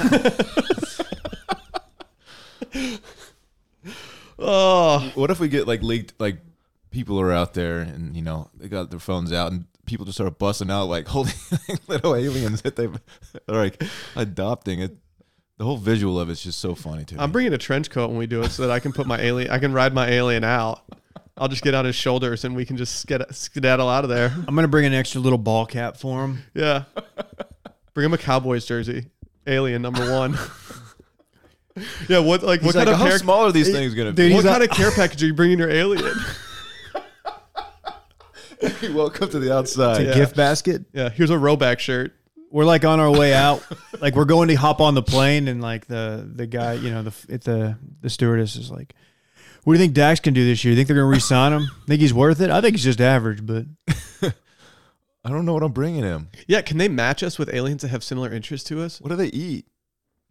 Speaker 1: oh,
Speaker 3: What if we get like leaked? Like people are out there, and you know they got their phones out, and people just start busting out like holding little aliens that they are like adopting it. The whole visual of it's just so funny to me.
Speaker 1: I'm bringing a trench coat when we do it so that I can put my alien. I can ride my alien out. I'll just get on his shoulders and we can just sked- skedaddle out of there.
Speaker 2: I'm gonna bring an extra little ball cap for him.
Speaker 1: Yeah. Bring him a Cowboys jersey. Alien number one. yeah. What like what
Speaker 3: He's like, "Oh,
Speaker 1: kind of
Speaker 3: how
Speaker 1: hair?
Speaker 3: small are these things gonna
Speaker 2: Dude,
Speaker 3: be?
Speaker 1: what
Speaker 2: he's a-
Speaker 1: kind of care package are you bringing your alien?
Speaker 3: Welcome to the outside.
Speaker 1: Yeah.
Speaker 2: Gift basket.
Speaker 1: Yeah. Here's a Roback shirt.
Speaker 2: We're like on our way out. like we're going to hop on the plane, and like the the guy, you know, the it, the the stewardess is like, "What do you think Dax can do this year? You think they're gonna re-sign him? Think he's worth it? I think he's just average, but
Speaker 3: I don't know what I'm bringing him.
Speaker 1: Yeah. Can they match us with aliens that have similar interests to us?
Speaker 3: What do they eat?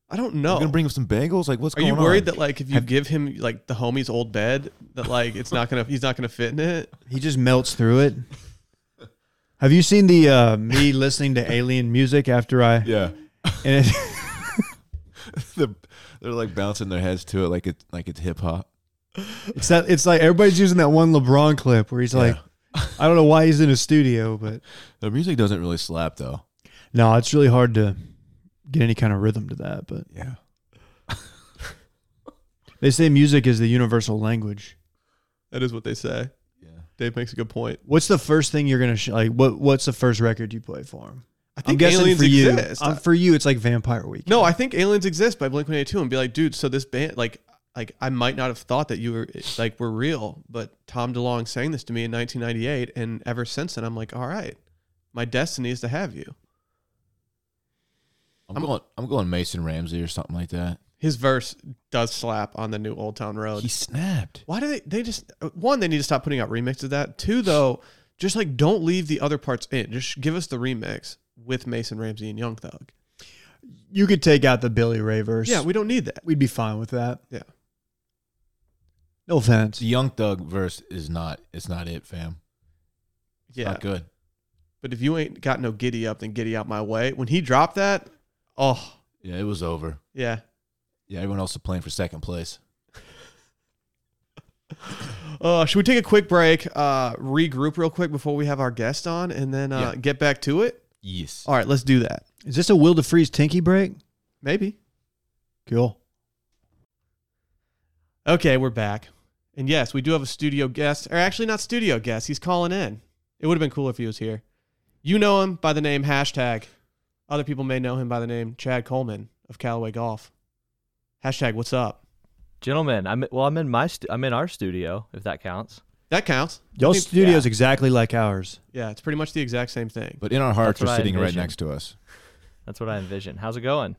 Speaker 1: I don't
Speaker 3: You
Speaker 1: know.
Speaker 3: gonna bring him some bagels? Like, what's
Speaker 1: Oh. Are
Speaker 3: going
Speaker 1: you
Speaker 3: on?
Speaker 1: worried that like if you
Speaker 3: Have-
Speaker 1: give him like the homie's old bed that like it's not gonna he's not gonna fit in it?
Speaker 2: He just melts through it. Have you seen the uh, me listening to alien music after I?
Speaker 3: yeah,
Speaker 2: And it,
Speaker 3: the, they're like bouncing their heads to it, like it, like it's hip hop.
Speaker 2: it's that. It's like everybody's using that one LeBron clip where he's like, I don't know why he's in a studio, but
Speaker 3: The music doesn't really slap though.
Speaker 2: no, it's really hard to get any kind of rhythm to that. But
Speaker 3: Yeah,
Speaker 2: they say music is the universal language.
Speaker 1: That is what they say.
Speaker 3: yeah.
Speaker 1: Dave makes a good point.
Speaker 2: What's the first thing you're gonna sh- like? What What's the first record you play for him?
Speaker 1: I
Speaker 2: I'm
Speaker 1: think
Speaker 2: guessing
Speaker 1: aliens
Speaker 2: for you,
Speaker 1: exist.
Speaker 2: um, for you, it's like Vampire Week.
Speaker 1: no, I think aliens exist by Blink One Eighty Two and be like, dude. So this band like like I might not have thought that you were like were real, but Tom DeLonge sang this to me in 1998, and ever since then I'm like, all right, my destiny is to have you.
Speaker 3: I'm,
Speaker 1: I'm-
Speaker 3: going. I'm going Mason Ramsey or something like that.
Speaker 1: His verse does slap on the new Old Town Road.
Speaker 3: He snapped.
Speaker 1: Why do they? They just uh, one. They need to stop putting out remixes of that. Two, though, just like don't leave the other parts in. Just give us the remix with Mason Ramsey and Young Thug.
Speaker 2: you could take out the Billy Ray verse.
Speaker 1: Yeah, we don't need that.
Speaker 2: we'd be fine with that.
Speaker 1: Yeah.
Speaker 2: No offense.
Speaker 3: The Young Thug verse is not. It's not it, fam. It's
Speaker 1: Yeah,
Speaker 3: Not good.
Speaker 1: but if you ain't got no giddy up, then giddy out my way. When he dropped that, oh
Speaker 3: Yeah, it was over.
Speaker 1: yeah,
Speaker 3: Yeah, everyone else is playing for second place.
Speaker 1: Uh, should we take a quick break, uh, regroup real quick before we have our guest on, and then uh,
Speaker 3: Yeah.
Speaker 1: get back to it?
Speaker 3: Yes.
Speaker 1: All right, let's do that.
Speaker 2: Is this a Will DeFreeze Tinky break?
Speaker 1: Maybe.
Speaker 2: Cool.
Speaker 1: Okay, we're back. And yes, we do have a studio guest, or actually not studio guest. He's calling in. It would have been cool if he was here. You know him by the name hashtag. Other people may know him by the name Chad Coleman of Callaway Golf. Hashtag what's up?
Speaker 4: Gentlemen, I'm well. I'm in my. St- I'm in our studio, if that counts.
Speaker 1: That counts.
Speaker 2: Y'all
Speaker 1: Think-
Speaker 2: studio's exactly like ours.
Speaker 1: Yeah, it's pretty much the exact same thing.
Speaker 3: But in our hearts,
Speaker 4: That's what
Speaker 3: are
Speaker 4: I
Speaker 3: sitting right
Speaker 4: envisioned.
Speaker 3: next to us.
Speaker 4: That's what I envision. How's it going?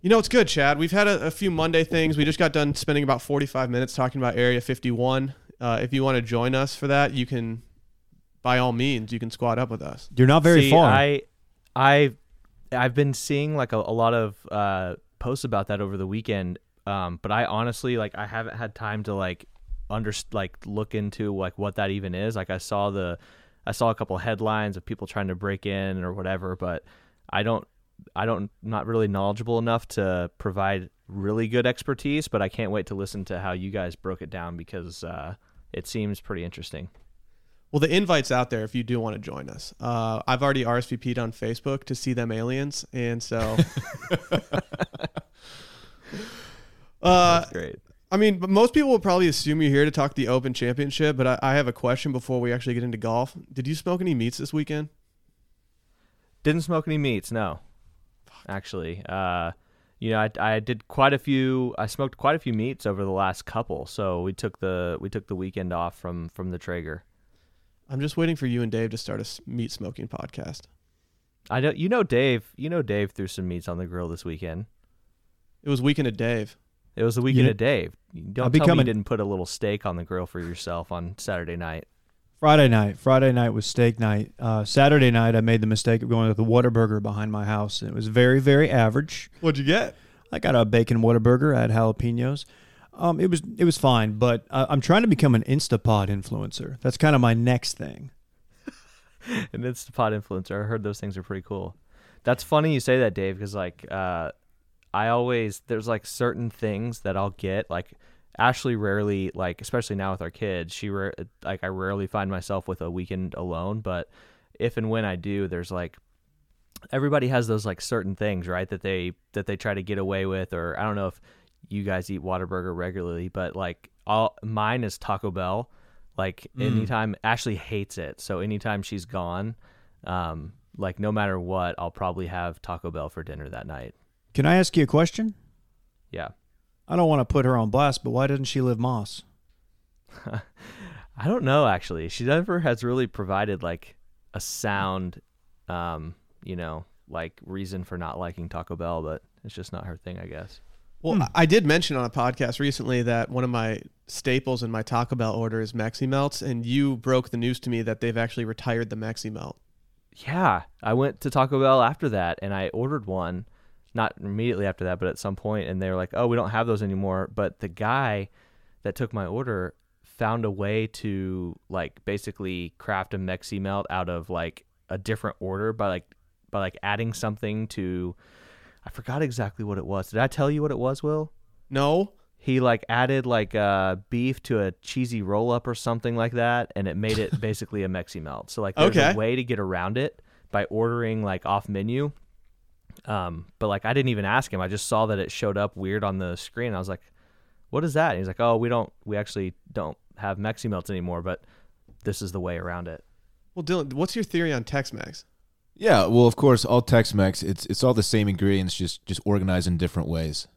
Speaker 1: You know, it's good, Chad. We've had a, a few Monday things. We just got done spending about 45 minutes talking about Area 51. Uh, if you want to join us for that, you can, by all means, you can squad up with us.
Speaker 2: You're not very
Speaker 4: See,
Speaker 2: far.
Speaker 4: I, I, I've been seeing like a, a lot of uh, posts about that over the weekend. Um, but I honestly like I haven't had time to like under like look into like what that even is. Like I saw the, I saw a couple headlines of people trying to break in or whatever, but I don't. I don't not really knowledgeable enough to provide really good expertise, but I can't wait to listen to how you guys broke it down because uh, it seems pretty interesting.
Speaker 1: Well, the invite's out there if you do want to join us. Uh, I've already RSVP'd on Facebook to see them aliens, and so. uh,
Speaker 4: Great.
Speaker 1: I mean, but most people will probably assume you're here to talk the Open Championship, but I, I have a question before we actually get into golf. Did you smoke any meats this weekend?
Speaker 4: Didn't smoke any meats, no. Actually, uh, you know, I, I did quite a few. I smoked quite a few meats over the last couple, so we took the we took the weekend off from from the Traeger.
Speaker 1: I'm just waiting for you and Dave to start a s- meat smoking podcast.
Speaker 4: I know you know Dave. You know Dave threw some meats on the grill this weekend.
Speaker 1: It was weekend of Dave.
Speaker 4: It was the weekend
Speaker 2: kn-
Speaker 4: of Dave. You Don't
Speaker 2: I'll
Speaker 4: tell
Speaker 2: become
Speaker 4: me
Speaker 2: an-
Speaker 4: you didn't put a little steak on the grill for yourself on Saturday night.
Speaker 2: Friday night. Friday night was steak night. Uh, Saturday night, I made the mistake of going with a Whataburger behind my house. It was very, very average.
Speaker 1: What'd you get?
Speaker 2: I got a bacon Whataburger. I had jalapenos. Um, it was it was fine, but uh, I'm trying to become an Instapod influencer. That's kind of my next thing.
Speaker 4: and it's the pot influencer. I heard those things are pretty cool. That's funny you say that, Dave, because like uh, I always there's like certain things that I'll get like Ashley rarely like especially now with our kids she rare like I rarely find myself with a weekend alone, but if and when I do, there's like everybody has those like certain things right that they that they try to get away with or I don't know if you guys eat Whataburger regularly, but like all mine is Taco Bell. Like anytime Ashley hates it, so anytime she's gone, um, like no matter what, I'll probably have Taco Bell for dinner that night.
Speaker 2: Can I ask you a question?
Speaker 4: Yeah,
Speaker 2: I don't want to put her on blast, but why doesn't she live Moss?
Speaker 4: I don't know actually. She never has really provided like a sound, um, you know, like reason for not liking Taco Bell, but it's just not her thing, I guess.
Speaker 1: Well, I did mention on a podcast recently that one of my staples in my Taco Bell order is Maxi Melts, and you broke the news to me that they've actually retired the Maxi Melt.
Speaker 4: Yeah, I went to Taco Bell after that and I ordered one not immediately after that, but at some point, and they were like, "Oh, we don't have those anymore." But the guy that took my order found a way to like basically craft a Mexi melt out of like a different order by like by like adding something to. I forgot exactly what it was. Did I tell you what it was, Will?
Speaker 1: No.
Speaker 4: He like added like uh, beef to a cheesy roll up or something like that, and it made it basically a Mexi melt. So like, there's
Speaker 1: Okay.
Speaker 4: a way to get around it by ordering like off menu. Um, but like I didn't even ask him. I just saw that it showed up weird on the screen. I was like, "What is that?" And he's like, "Oh, we don't. We actually don't have Mexi melts anymore, but this is the way around it."
Speaker 1: Well, Dylan, what's your theory on Tex-Mex?
Speaker 3: Yeah, well, of course, all Tex-Mex, it's it's all the same ingredients, just just organized in different ways.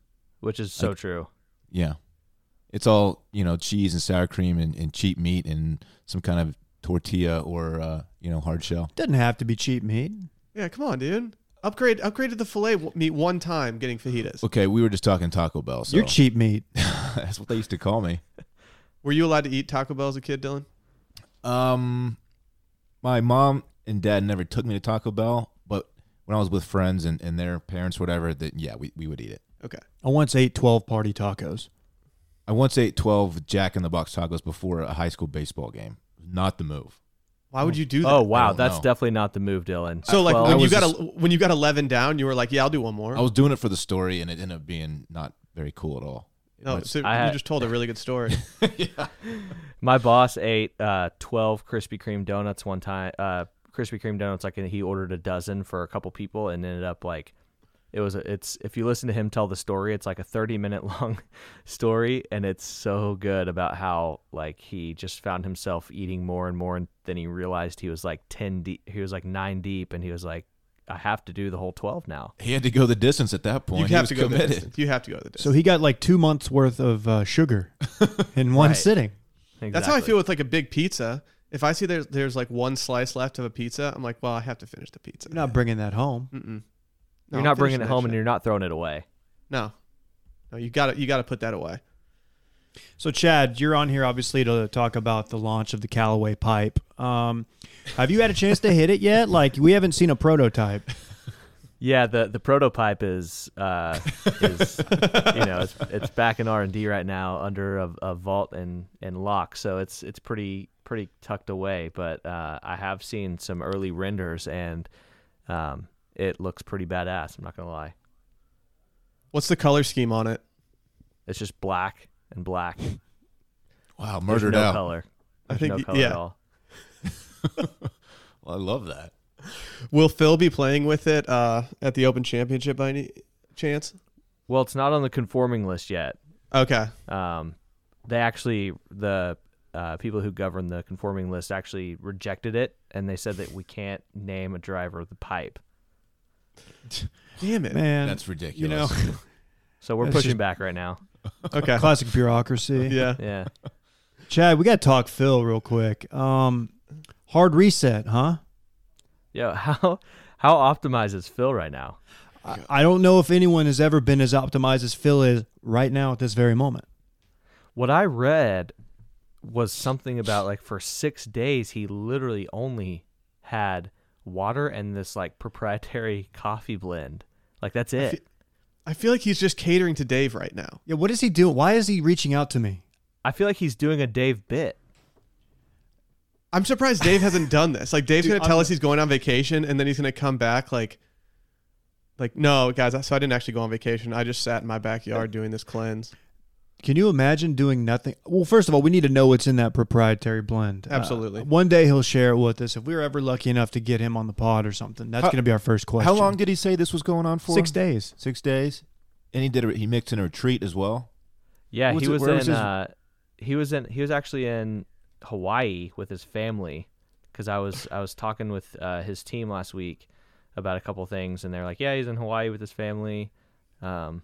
Speaker 4: Which is so true.
Speaker 3: Yeah, it's all you know, cheese and sour cream and, and cheap meat and some kind of tortilla or uh, you know hard shell.
Speaker 2: Doesn't have to be cheap meat.
Speaker 1: Yeah, come on, dude. Upgrade upgraded the filet w- meat one time getting fajitas.
Speaker 3: Okay, we were just talking Taco Bell, so
Speaker 2: You're cheap meat.
Speaker 3: that's what they used to call me.
Speaker 1: Were you allowed to eat Taco Bell as a kid, Dylan?
Speaker 3: Um, my mom and dad never took me to Taco Bell, but when I was with friends and, and their parents, whatever, that yeah, we, we would eat it.
Speaker 1: Okay.
Speaker 2: I once ate 12 party tacos.
Speaker 3: I once ate twelve Jack in the Box tacos before a high school baseball game. Not the move.
Speaker 1: Why would you do that?
Speaker 4: Oh wow,
Speaker 3: don't
Speaker 4: that's
Speaker 3: know.
Speaker 4: definitely not the move, Dylan.
Speaker 1: So like
Speaker 4: Well,
Speaker 1: when
Speaker 3: I
Speaker 1: you
Speaker 3: was
Speaker 1: got
Speaker 3: just-
Speaker 1: a, when you got 11 down, you were like, "Yeah, I'll do one more."
Speaker 3: I was doing it for the story, and it ended up being not very cool at all.
Speaker 1: no,
Speaker 3: But-
Speaker 1: so
Speaker 4: I
Speaker 1: you
Speaker 4: had-
Speaker 1: just told a really good story.
Speaker 4: My boss ate uh, 12 Krispy Kreme donuts one time. Uh, Krispy Kreme donuts, like, and he ordered a dozen for a couple people and ended up like, it was, a, it's, if you listen to him tell the story, it's like a 30 minute long story. And it's so good about how, like, he just found himself eating more and more. And then he realized he was like 10 deep, he was like nine deep. And he was like, I have to do the whole 12 now.
Speaker 3: he had to go the distance at that
Speaker 1: you
Speaker 3: point. he
Speaker 1: have
Speaker 3: was
Speaker 1: to go the
Speaker 3: committed.
Speaker 1: distance. You have to go the distance.
Speaker 2: So he got like two months worth of uh, sugar in one
Speaker 4: Right.
Speaker 2: sitting.
Speaker 1: That's how I
Speaker 4: Exactly.
Speaker 1: feel with like a big pizza. If I see there's there's like one slice left of a pizza, I'm like, "Well, I have to finish the pizza."
Speaker 2: You're not bringing that home.
Speaker 1: Mm-mm. No,
Speaker 4: You're
Speaker 1: I'm
Speaker 4: not
Speaker 1: finishing
Speaker 4: bringing it
Speaker 1: that
Speaker 4: home and
Speaker 1: shit.
Speaker 4: you're not throwing it away.
Speaker 1: No. No, you got to you got to put that away.
Speaker 2: So Chad, you're on here obviously to talk about the launch of the Callaway pipe. Um, have you had a chance to hit it yet? Like we haven't seen a prototype.
Speaker 4: Yeah, the the prototype is uh, is you know it's, it's back in R and D right now under a, a vault and and lock, so it's it's pretty pretty tucked away. But uh, I have seen some early renders and um, it looks pretty badass. I'm not gonna lie,
Speaker 1: What's the color scheme on it?
Speaker 4: it's just black and black. There's
Speaker 3: Wow, murdered
Speaker 4: no
Speaker 3: out.
Speaker 4: color.
Speaker 1: I
Speaker 4: There's
Speaker 1: think
Speaker 4: no
Speaker 1: y-
Speaker 4: color
Speaker 1: yeah.
Speaker 4: at all.
Speaker 3: Well, I love that.
Speaker 1: Will Phil be playing with it uh, at the Open Championship by any chance?
Speaker 4: Well, it's not on the conforming list yet.
Speaker 1: Okay.
Speaker 4: um, they actually the uh, people who govern the conforming list actually rejected it, and they said that we can't name a driver of the pipe.
Speaker 1: Damn it.
Speaker 2: Man,
Speaker 3: That's ridiculous.
Speaker 2: you know,
Speaker 4: So we're
Speaker 2: That's
Speaker 4: pushing
Speaker 2: just-
Speaker 4: back right now.
Speaker 1: Okay.
Speaker 2: classic bureaucracy.
Speaker 1: Yeah.
Speaker 4: Yeah,
Speaker 2: Chad, we got to talk Phil real quick. Um, hard reset, huh?
Speaker 4: yeah. How how optimized is Phil right now?
Speaker 2: I, I don't know if anyone has ever been as optimized as Phil is right now at this very moment.
Speaker 4: What I read was something about like for six days he literally only had water and this like proprietary coffee blend. Like that's it.
Speaker 1: I feel like he's just catering to Dave right now.
Speaker 2: Yeah, what is he doing? Why is he reaching out to me?
Speaker 4: I feel like he's doing a Dave bit.
Speaker 1: I'm surprised Dave hasn't done this. Like Dave's
Speaker 2: Dude,
Speaker 1: gonna tell
Speaker 2: I'm-
Speaker 1: us he's going on vacation, and then he's gonna come back like, like no, guys. I- So I didn't actually go on vacation. I just sat in my backyard doing this cleanse.
Speaker 2: Can you imagine doing nothing? Well, first of all, we need to know what's in that proprietary blend. Uh,
Speaker 1: Absolutely.
Speaker 2: one day he'll share it with us if we are ever lucky enough to get him on the pod or something. That's
Speaker 3: How-
Speaker 2: going to be our first question.
Speaker 3: How long did he say this was going on for?
Speaker 2: Six days.
Speaker 3: Six days. And he did. A, he mixed in a retreat as well.
Speaker 4: Yeah,
Speaker 3: What's
Speaker 4: he
Speaker 3: it-
Speaker 4: was
Speaker 3: where
Speaker 4: in.
Speaker 3: was his-
Speaker 4: uh, he was in. He was actually in Hawaii with his family, because I was I was talking with uh, his team last week about a couple things, and they're like, yeah, he's in Hawaii with his family, um,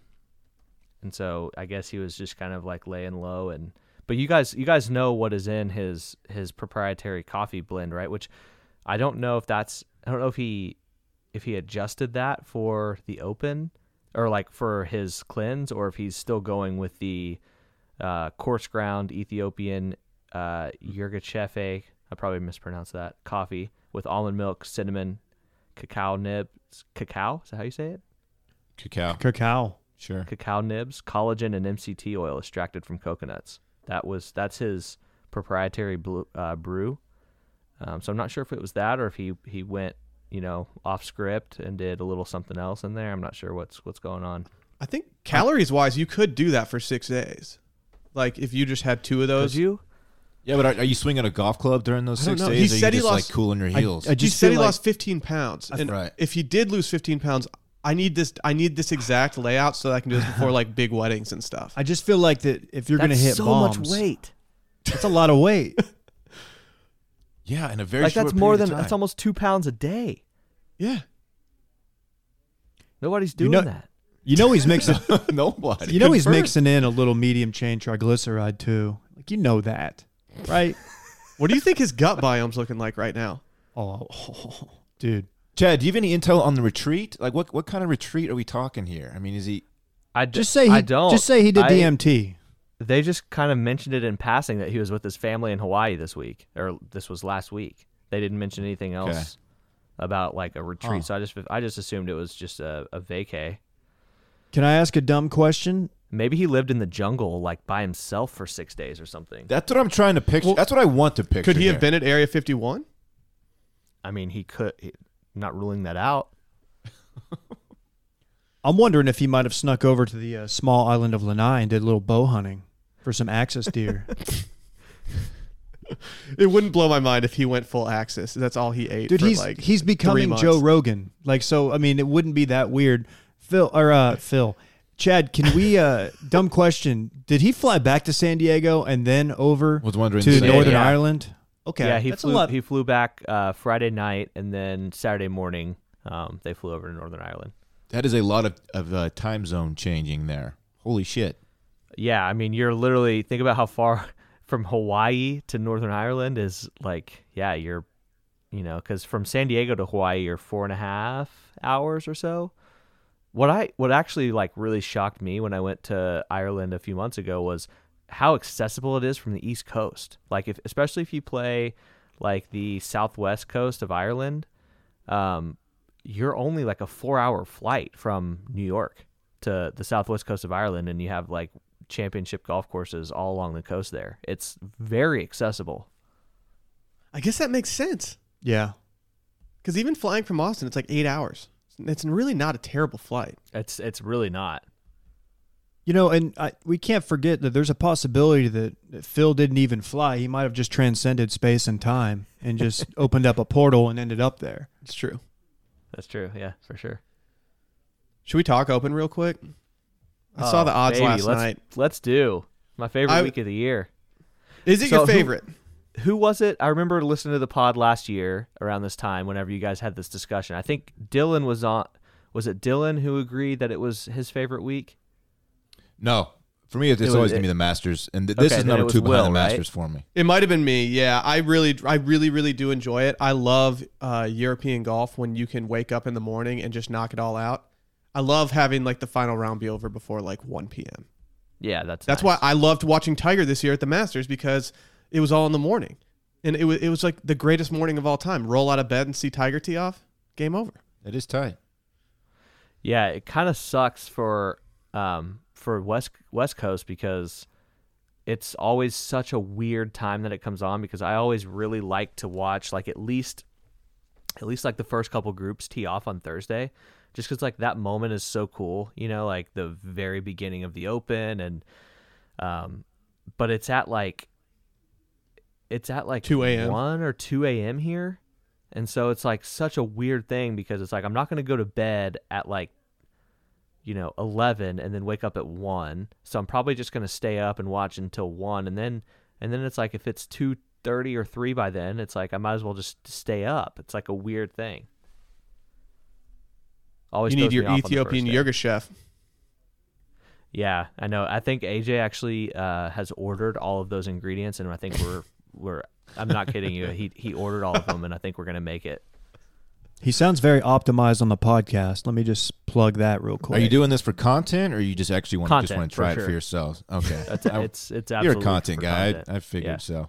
Speaker 4: and so I guess he was just kind of like laying low and. But you guys, you guys know what is in his his proprietary coffee blend, right? Which I don't know if that's I don't know if he if he adjusted that for the open or like for his cleanse or if he's still going with the uh, coarse ground Ethiopian uh, Yirgachefe, I probably mispronounced that, coffee with almond milk, cinnamon, cacao nibs. Cacao? Is that how you say it?
Speaker 3: Cacao.
Speaker 2: Cacao.
Speaker 3: Sure.
Speaker 4: cacao nibs, collagen, and MCT oil extracted from coconuts. That was that's his proprietary blue, uh, brew. Um, so I'm not sure if it was that or if he he went you know off script and did a little something else in there. I'm not sure what's what's going on.
Speaker 1: I think calories wise, you could do that for six days. Like if you just had two of
Speaker 4: Did
Speaker 1: those.
Speaker 4: you?
Speaker 3: Yeah, but are, are you swinging a golf club during those
Speaker 1: I don't
Speaker 3: six
Speaker 1: know.
Speaker 3: days?
Speaker 1: He
Speaker 3: or you
Speaker 1: said he
Speaker 3: just
Speaker 1: lost-
Speaker 3: like cooling your heels.
Speaker 2: I
Speaker 1: He
Speaker 2: just
Speaker 1: said
Speaker 2: feel
Speaker 1: he
Speaker 2: like-
Speaker 1: lost 15 pounds, and
Speaker 3: right.
Speaker 1: if he did lose 15 pounds, I need this. I need this exact layout so that I can do this before like big weddings and stuff.
Speaker 2: I just feel like that if you're going to
Speaker 4: That's
Speaker 2: hit
Speaker 4: so
Speaker 2: bombs,
Speaker 4: much weight.
Speaker 2: that's a lot of weight.
Speaker 3: yeah, in a very
Speaker 4: like
Speaker 3: short
Speaker 4: that's more
Speaker 3: period of
Speaker 4: than that's
Speaker 3: time.
Speaker 4: almost two pounds a day.
Speaker 1: yeah,
Speaker 4: Nobody's
Speaker 2: You
Speaker 4: doing
Speaker 2: know-
Speaker 4: that.
Speaker 2: You know he's mixing.
Speaker 3: nobody.
Speaker 2: you know he's
Speaker 1: Confirmed.
Speaker 2: mixing in a little medium chain triglyceride too. Like you know that, right?
Speaker 1: What do you think his gut biome's looking like right now?
Speaker 2: oh, dude.
Speaker 3: Chad, do you have any intel on the retreat? Like, what what kind of retreat are we talking here? I mean, is he?
Speaker 4: I d-
Speaker 2: Just say he.
Speaker 4: I don't.
Speaker 2: Just say he did
Speaker 4: I-
Speaker 2: DMT.
Speaker 4: They just kind of mentioned it in passing that he was with his family in Hawaii this week, or this was last week. They didn't mention anything else
Speaker 3: Okay.
Speaker 4: about like a retreat,
Speaker 3: Huh.
Speaker 4: so I just I just assumed it was just a, a vacay.
Speaker 2: Can I ask a dumb question?
Speaker 4: Maybe he lived in the jungle like by himself for six days or something.
Speaker 3: That's what I'm trying to picture.
Speaker 1: Well,
Speaker 3: that's what I want to picture.
Speaker 1: Could he have
Speaker 3: here.
Speaker 1: been at Area 51?
Speaker 4: I mean, he could he- not ruling that out.
Speaker 2: I'm wondering if he might have snuck over to the uh, small island of Lanai and did a little bow hunting for some axis deer.
Speaker 1: It wouldn't blow my mind if he went full axis. That's all he ate.
Speaker 2: Dude,
Speaker 1: for
Speaker 2: he's
Speaker 1: like
Speaker 2: he's becoming
Speaker 1: months.
Speaker 2: Joe Rogan. Like so, I mean, it wouldn't be that weird. Phil or uh, Phil, Chad, can we? Uh, dumb question. Did he fly back to San Diego and then over
Speaker 3: Was wondering the
Speaker 2: to
Speaker 3: same.
Speaker 2: Northern
Speaker 4: Yeah.
Speaker 2: Ireland? Okay,
Speaker 4: yeah, he
Speaker 2: that's
Speaker 4: flew
Speaker 2: a lot.
Speaker 4: he flew back uh, Friday night and then Saturday morning um, they flew over to Northern Ireland.
Speaker 3: That is a lot of of uh, time zone changing there. Holy shit!
Speaker 4: Yeah, I mean, you're literally think about how far from Hawaii to Northern Ireland is like, yeah, you're, you know, because from San Diego to Hawaii, you're four and a half hours or so. What I, what actually like really shocked me when I went to Ireland a few months ago was how accessible it is from the East Coast. Like, if, especially if you play like the Southwest coast of Ireland, um, you're only like a four hour flight from New York to the southwest coast of Ireland, and you have like championship golf courses all along the coast there. It's very accessible.
Speaker 1: I guess that makes sense
Speaker 2: yeah,
Speaker 1: because even flying from Austin, it's like eight hours. It's really not a terrible flight.
Speaker 4: It's it's really not.
Speaker 2: you know, and I, we can't forget that there's a possibility that, that Phil didn't even fly. He might have just transcended space and time and just opened up a portal and ended up there.
Speaker 1: It's true.
Speaker 4: That's true. Yeah, for sure.
Speaker 1: Should we talk open real quick? I saw
Speaker 4: Oh,
Speaker 1: the odds
Speaker 4: baby,
Speaker 1: last
Speaker 4: let's,
Speaker 1: night.
Speaker 4: Let's do my favorite
Speaker 1: I-
Speaker 4: week of the year.
Speaker 1: Is it
Speaker 4: So
Speaker 1: your
Speaker 4: who-
Speaker 1: favorite?
Speaker 4: Who was it? I remember listening to the pod last year around this time. Whenever you guys had this discussion, I think Dylan was on. Was it Dylan who agreed that it was his favorite week?
Speaker 3: No, for me, it's,
Speaker 4: It
Speaker 3: it's
Speaker 4: was-
Speaker 3: always
Speaker 4: it-
Speaker 3: gonna be the Masters, and th- this
Speaker 4: Okay,
Speaker 3: is
Speaker 4: then it
Speaker 3: number
Speaker 4: was
Speaker 3: two behind the
Speaker 4: Will, right?
Speaker 3: Masters for me.
Speaker 1: It might have been me. Yeah, I really, I really, really do enjoy it. I love uh, European golf when you can wake up in the morning and just knock it all out. I love having like the final round be over before like 1 p.m.
Speaker 4: Yeah, that's
Speaker 1: That's
Speaker 4: nice.
Speaker 1: why I loved watching Tiger this year at the Masters because it was all in the morning, and it was it was like the greatest morning of all time. Roll out of bed and see Tiger tee off. Game over.
Speaker 3: It is tight.
Speaker 4: Yeah, it kind of sucks for um for West West Coast because it's always such a weird time that it comes on because I always really like to watch like at least at least like the first couple groups tee off on Thursday just cuz like that moment is so cool, you know, like the very beginning of the open and um but it's at like it's at like
Speaker 1: 2 a.m..
Speaker 4: 1 or 2 a.m. here. And so it's like such a weird thing because it's like I'm not going to go to bed at like you know, 11 and then wake up at 1. So I'm probably just going to stay up and watch until 1 and then and then it's like if it's 2:30 or 3 by then, it's like I might as well just stay up. It's like a weird thing. Always
Speaker 1: you need
Speaker 4: throws me
Speaker 1: your
Speaker 4: off on the
Speaker 1: Ethiopian
Speaker 4: first day.
Speaker 1: yoga chef.
Speaker 4: Yeah, I know. I think AJ actually uh, has ordered all of those ingredients and I think we're we're I'm not kidding you. He he ordered all of them and I think we're going to make it.
Speaker 2: He sounds very optimized on the podcast. Let me just plug that real quick.
Speaker 3: Are you doing this for content, or you just actually want to just
Speaker 4: Content,
Speaker 3: want to
Speaker 4: for
Speaker 3: try it
Speaker 4: sure.
Speaker 3: for yourselves? Okay,
Speaker 4: That's
Speaker 3: I-
Speaker 4: it's it's
Speaker 3: you're
Speaker 4: absolutely
Speaker 3: a content
Speaker 4: for
Speaker 3: guy. I-
Speaker 4: content.
Speaker 3: I, figured
Speaker 4: Yeah.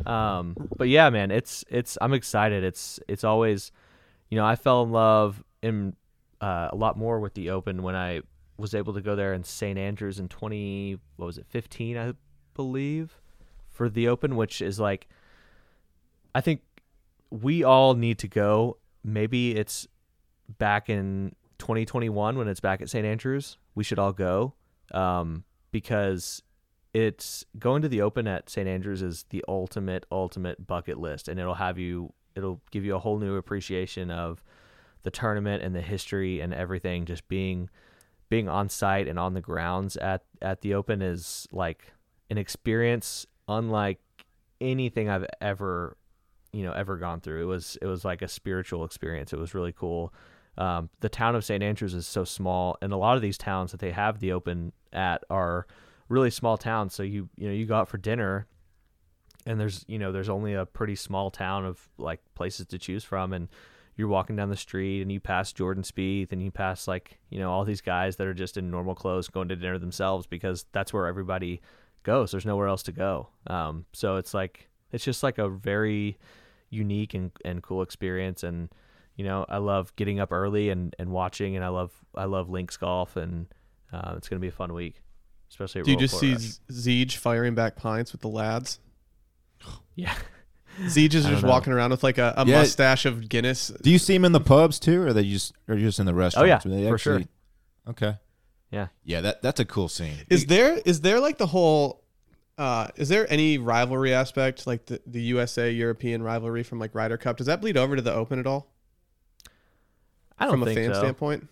Speaker 3: so.
Speaker 4: Um, but yeah, man, it's it's I'm excited. It's it's always, you know, I fell in love in uh, a lot more with the Open when I was able to go there in St Andrews in 20 what was it 15 I believe for the Open, which is like I think we all need to go. Maybe it's back in 2021 when it's back at St Andrews. We should all go um, because it's going to the Open at St Andrews is the ultimate ultimate bucket list, and it'll have you. It'll give you a whole new appreciation of the tournament and the history and everything. Just being being on site and on the grounds at at the Open is like an experience unlike anything I've ever you know ever gone through. It was it was like a spiritual experience. It was really cool. Um, the town of St Andrews is so small, and a lot of these towns that they have the Open at are really small towns. So you you know you go out for dinner, and there's you know there's only a pretty small town of like places to choose from, and you're walking down the street and you pass Jordan Spieth and you pass like you know all these guys that are just in normal clothes going to dinner themselves because that's where everybody goes. There's nowhere else to go. Um, so it's like it's just like a very unique and, and cool experience and you know I love getting up early and, and watching and I love I love links golf and uh, it's gonna be a fun week especially at
Speaker 1: Do you
Speaker 4: Royal
Speaker 1: just see
Speaker 4: Florida.
Speaker 1: Zeej firing back pints with the lads?
Speaker 4: yeah
Speaker 1: Zeej is
Speaker 4: I don't
Speaker 1: just
Speaker 4: know.
Speaker 1: walking around with like a, a
Speaker 3: Yeah.
Speaker 1: mustache of Guinness.
Speaker 3: Do you see him in the pubs too, or they just or just in the restaurants?
Speaker 4: Oh, yeah,
Speaker 3: Where they
Speaker 4: for sure.
Speaker 3: actually- Okay.
Speaker 4: Yeah.
Speaker 3: Yeah, that that's a cool scene.
Speaker 1: Is there is there like the whole uh, is there any rivalry aspect like the, the USA European rivalry from like Ryder Cup? Does that bleed over to the Open at all
Speaker 4: I don't
Speaker 1: from a
Speaker 4: think
Speaker 1: fan
Speaker 4: so
Speaker 1: standpoint?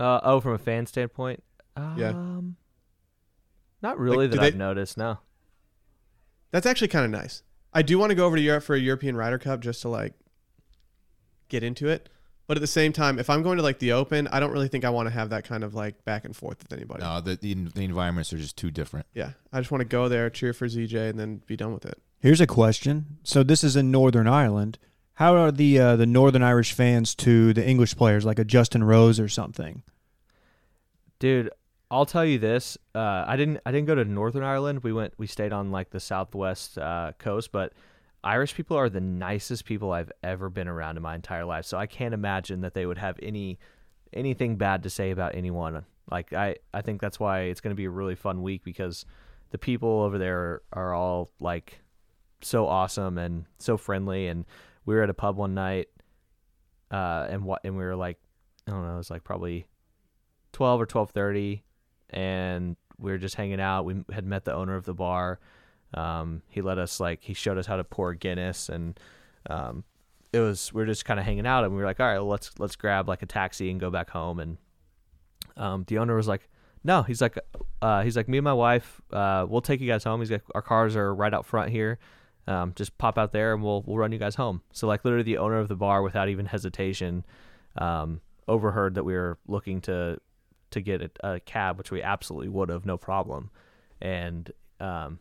Speaker 4: uh, oh from a fan standpoint um,
Speaker 1: Yeah.
Speaker 4: not really
Speaker 1: do
Speaker 4: that
Speaker 1: they-
Speaker 4: I've noticed no
Speaker 1: That's actually kind of nice. I do want to go over to Europe for a European Ryder Cup just to like get into it. But at the same time, if I'm going to like the Open, I don't really think I want to have that kind of like back and forth with anybody.
Speaker 3: No, the, the the environments are just too different.
Speaker 1: Yeah, I just want to go there, cheer for ZJ, and then be done with it.
Speaker 2: Here's a question. So this is in Northern Ireland. How are the uh, the Northern Irish fans to the English players, like a Justin Rose or something?
Speaker 4: Dude, I'll tell you this. Uh, I didn't. I didn't go to Northern Ireland. We went. We stayed on like the southwest uh, coast. But Irish people are the nicest people I've ever been around in my entire life. So I can't imagine that they would have any anything bad to say about anyone. Like I, I think that's why it's going to be a really fun week because the people over there are, are all like so awesome and so friendly. And we were at a pub one night, uh, and what and we were like, I don't know, it was like probably 12 or 12:30 and we were just hanging out. We had met the owner of the bar. Um, he let us like he showed us how to pour Guinness and um, it was we were just kind of hanging out and we were like, "All right, well, let's let's grab like a taxi and go back home." And um, the owner was like, "No," he's like uh, he's like me and my wife uh, we'll take you guys home. He's like our cars are right out front here. Um, just pop out there and we'll we'll run you guys home. So like literally the owner of the bar without even hesitation um, overheard that we were looking to to get a, a cab, which we absolutely would have, no problem. And um,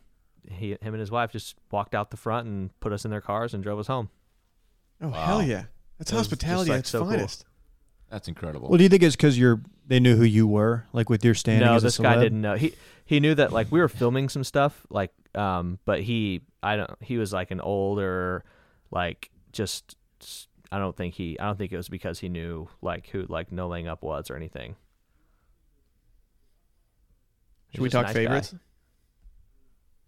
Speaker 4: he, him and his wife just walked out the front and put us in their cars and drove us home.
Speaker 1: Oh
Speaker 3: Wow.
Speaker 1: hell yeah, that's
Speaker 4: That was
Speaker 1: hospitality
Speaker 4: just, like,
Speaker 1: at its
Speaker 4: so cool.
Speaker 1: finest.
Speaker 3: That's incredible.
Speaker 2: Well, do you think it's because you're they knew who you were, like with your standing?
Speaker 4: no,
Speaker 2: as a
Speaker 4: this guy
Speaker 2: celeb?
Speaker 4: didn't know. He he knew that like we were filming some stuff, like um, but he I don't he was like an older, like just I don't think he I don't think it was because he knew like who like no laying up was or anything. He
Speaker 1: Should we
Speaker 4: was a
Speaker 1: talk
Speaker 4: nice guy.
Speaker 1: favorites?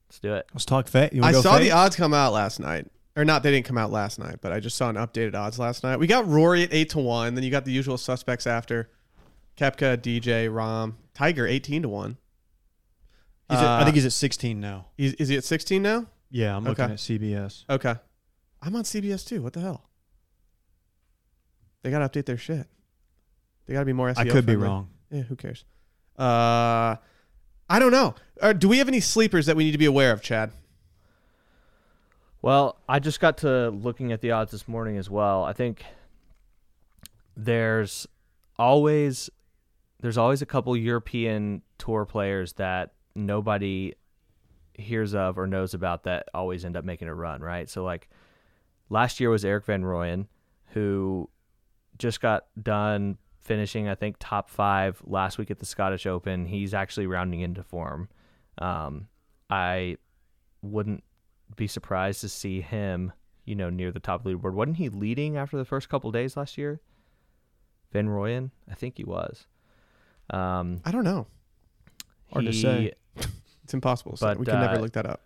Speaker 4: Let's do it.
Speaker 2: Let's talk fate. You
Speaker 1: I
Speaker 2: wanna go
Speaker 1: saw
Speaker 2: fate?
Speaker 1: the uh, odds come out last night, or not? They didn't come out last night, but I just saw an updated odds last night. We got Rory at eight to one. Then you got the usual suspects after Kepka, DJ, Rom, Tiger eighteen to one.
Speaker 2: He's at- I
Speaker 1: Uh,
Speaker 2: think he's at 16 now.
Speaker 1: He's, is he at sixteen now?
Speaker 2: Yeah, I'm looking
Speaker 1: okay.
Speaker 2: at CBS.
Speaker 1: Okay, I'm on CBS too. What the hell? They got to update their shit. They got to be more. SEO
Speaker 2: I could be
Speaker 1: friendly.
Speaker 2: wrong.
Speaker 1: Yeah, who cares? Uh, I don't know. Uh, do we have any sleepers that we need to be aware of, Chad?
Speaker 4: Well, I just got to looking at the odds this morning as well. I think there's always there's always a couple European tour players that nobody hears of or knows about that always end up making a run, right? So like last year was Eric Van Rooyen, who just got done finishing, I think, top five last week at the Scottish Open. He's actually rounding into form. Um, I wouldn't be surprised to see him, you know, near the top leaderboard. Wasn't he leading after the first couple days last year? Van Royen? I think he was. Um,
Speaker 1: I don't know.
Speaker 2: Hard to
Speaker 4: he-
Speaker 2: say.
Speaker 1: It's impossible. So
Speaker 4: But,
Speaker 1: we can never
Speaker 4: uh,
Speaker 1: look that up.